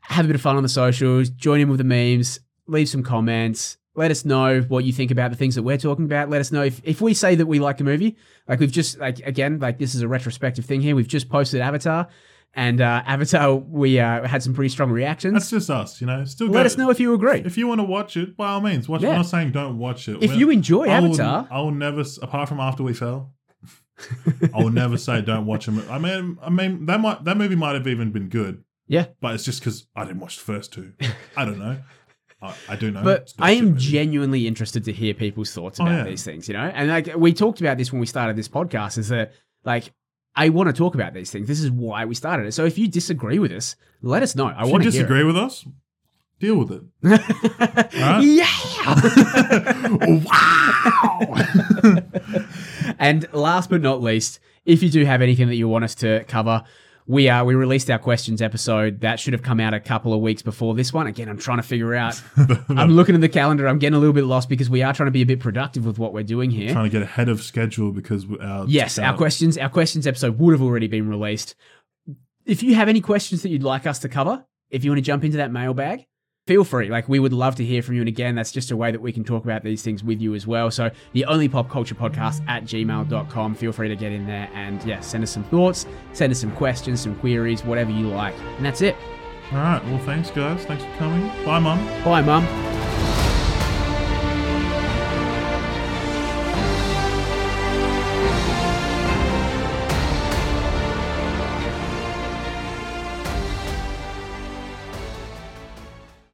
[SPEAKER 1] have a bit of fun on the socials, join in with the memes, leave some comments, Let us know what you think about the things that we're talking about. Let us know if, if we say that we like a movie. Like we've just like again, like this is a retrospective thing here. We've just posted Avatar, and uh, Avatar we uh, had some pretty strong
[SPEAKER 2] That's
[SPEAKER 1] reactions.
[SPEAKER 2] just us, you know. Still,
[SPEAKER 1] Let
[SPEAKER 2] go-
[SPEAKER 1] us know if you agree.
[SPEAKER 2] if you want to watch it. By all means, watch. it.
[SPEAKER 1] Yeah.
[SPEAKER 2] I'm not saying don't watch it.
[SPEAKER 1] If
[SPEAKER 2] We're-
[SPEAKER 1] you enjoy
[SPEAKER 2] I will-
[SPEAKER 1] Avatar,
[SPEAKER 2] I will never, s- apart from After We Fell, I will never say don't watch them. I mean, I mean that might that movie might have even been good.
[SPEAKER 1] Yeah.
[SPEAKER 2] but it's just because I didn't watch the first two. I don't know. I, I do know,
[SPEAKER 1] but
[SPEAKER 2] It's a
[SPEAKER 1] I
[SPEAKER 2] shit
[SPEAKER 1] am
[SPEAKER 2] movie.
[SPEAKER 1] genuinely interested to hear people's thoughts
[SPEAKER 2] Oh,
[SPEAKER 1] about
[SPEAKER 2] yeah.
[SPEAKER 1] these things, you know? And like we talked about this when we started this podcast is that like I want to talk about these things. This is why we started it. So if you disagree with us, let us know. I
[SPEAKER 2] If you
[SPEAKER 1] want to disagree.
[SPEAKER 2] disagree with us, deal with it. Huh?
[SPEAKER 1] Yeah.
[SPEAKER 2] wow.
[SPEAKER 1] and last but not least, if you do have anything that you want us to cover, we uh, we released our questions episode that should have come out a couple of weeks before this one. Again, I'm trying to figure out. I'm looking at the calendar. I'm getting a little bit lost because we are trying to be a bit productive with what we're doing here.
[SPEAKER 2] Trying to get ahead of schedule because we- our
[SPEAKER 1] Yes, our questions, our questions episode would have already been released. If you have any questions that you'd like us to cover, if you want to jump into that mailbag, feel free. Like we would love to hear from you. And again, that's just a way that we can talk about these things with you as well. So the only pop culture podcast at gmail.com. Feel free to get in there and yeah, send us some thoughts, send us some questions, some queries, whatever you like. And that's it.
[SPEAKER 2] All right. Well, thanks, guys. Thanks for coming. Bye, mum.
[SPEAKER 1] Bye, Mum.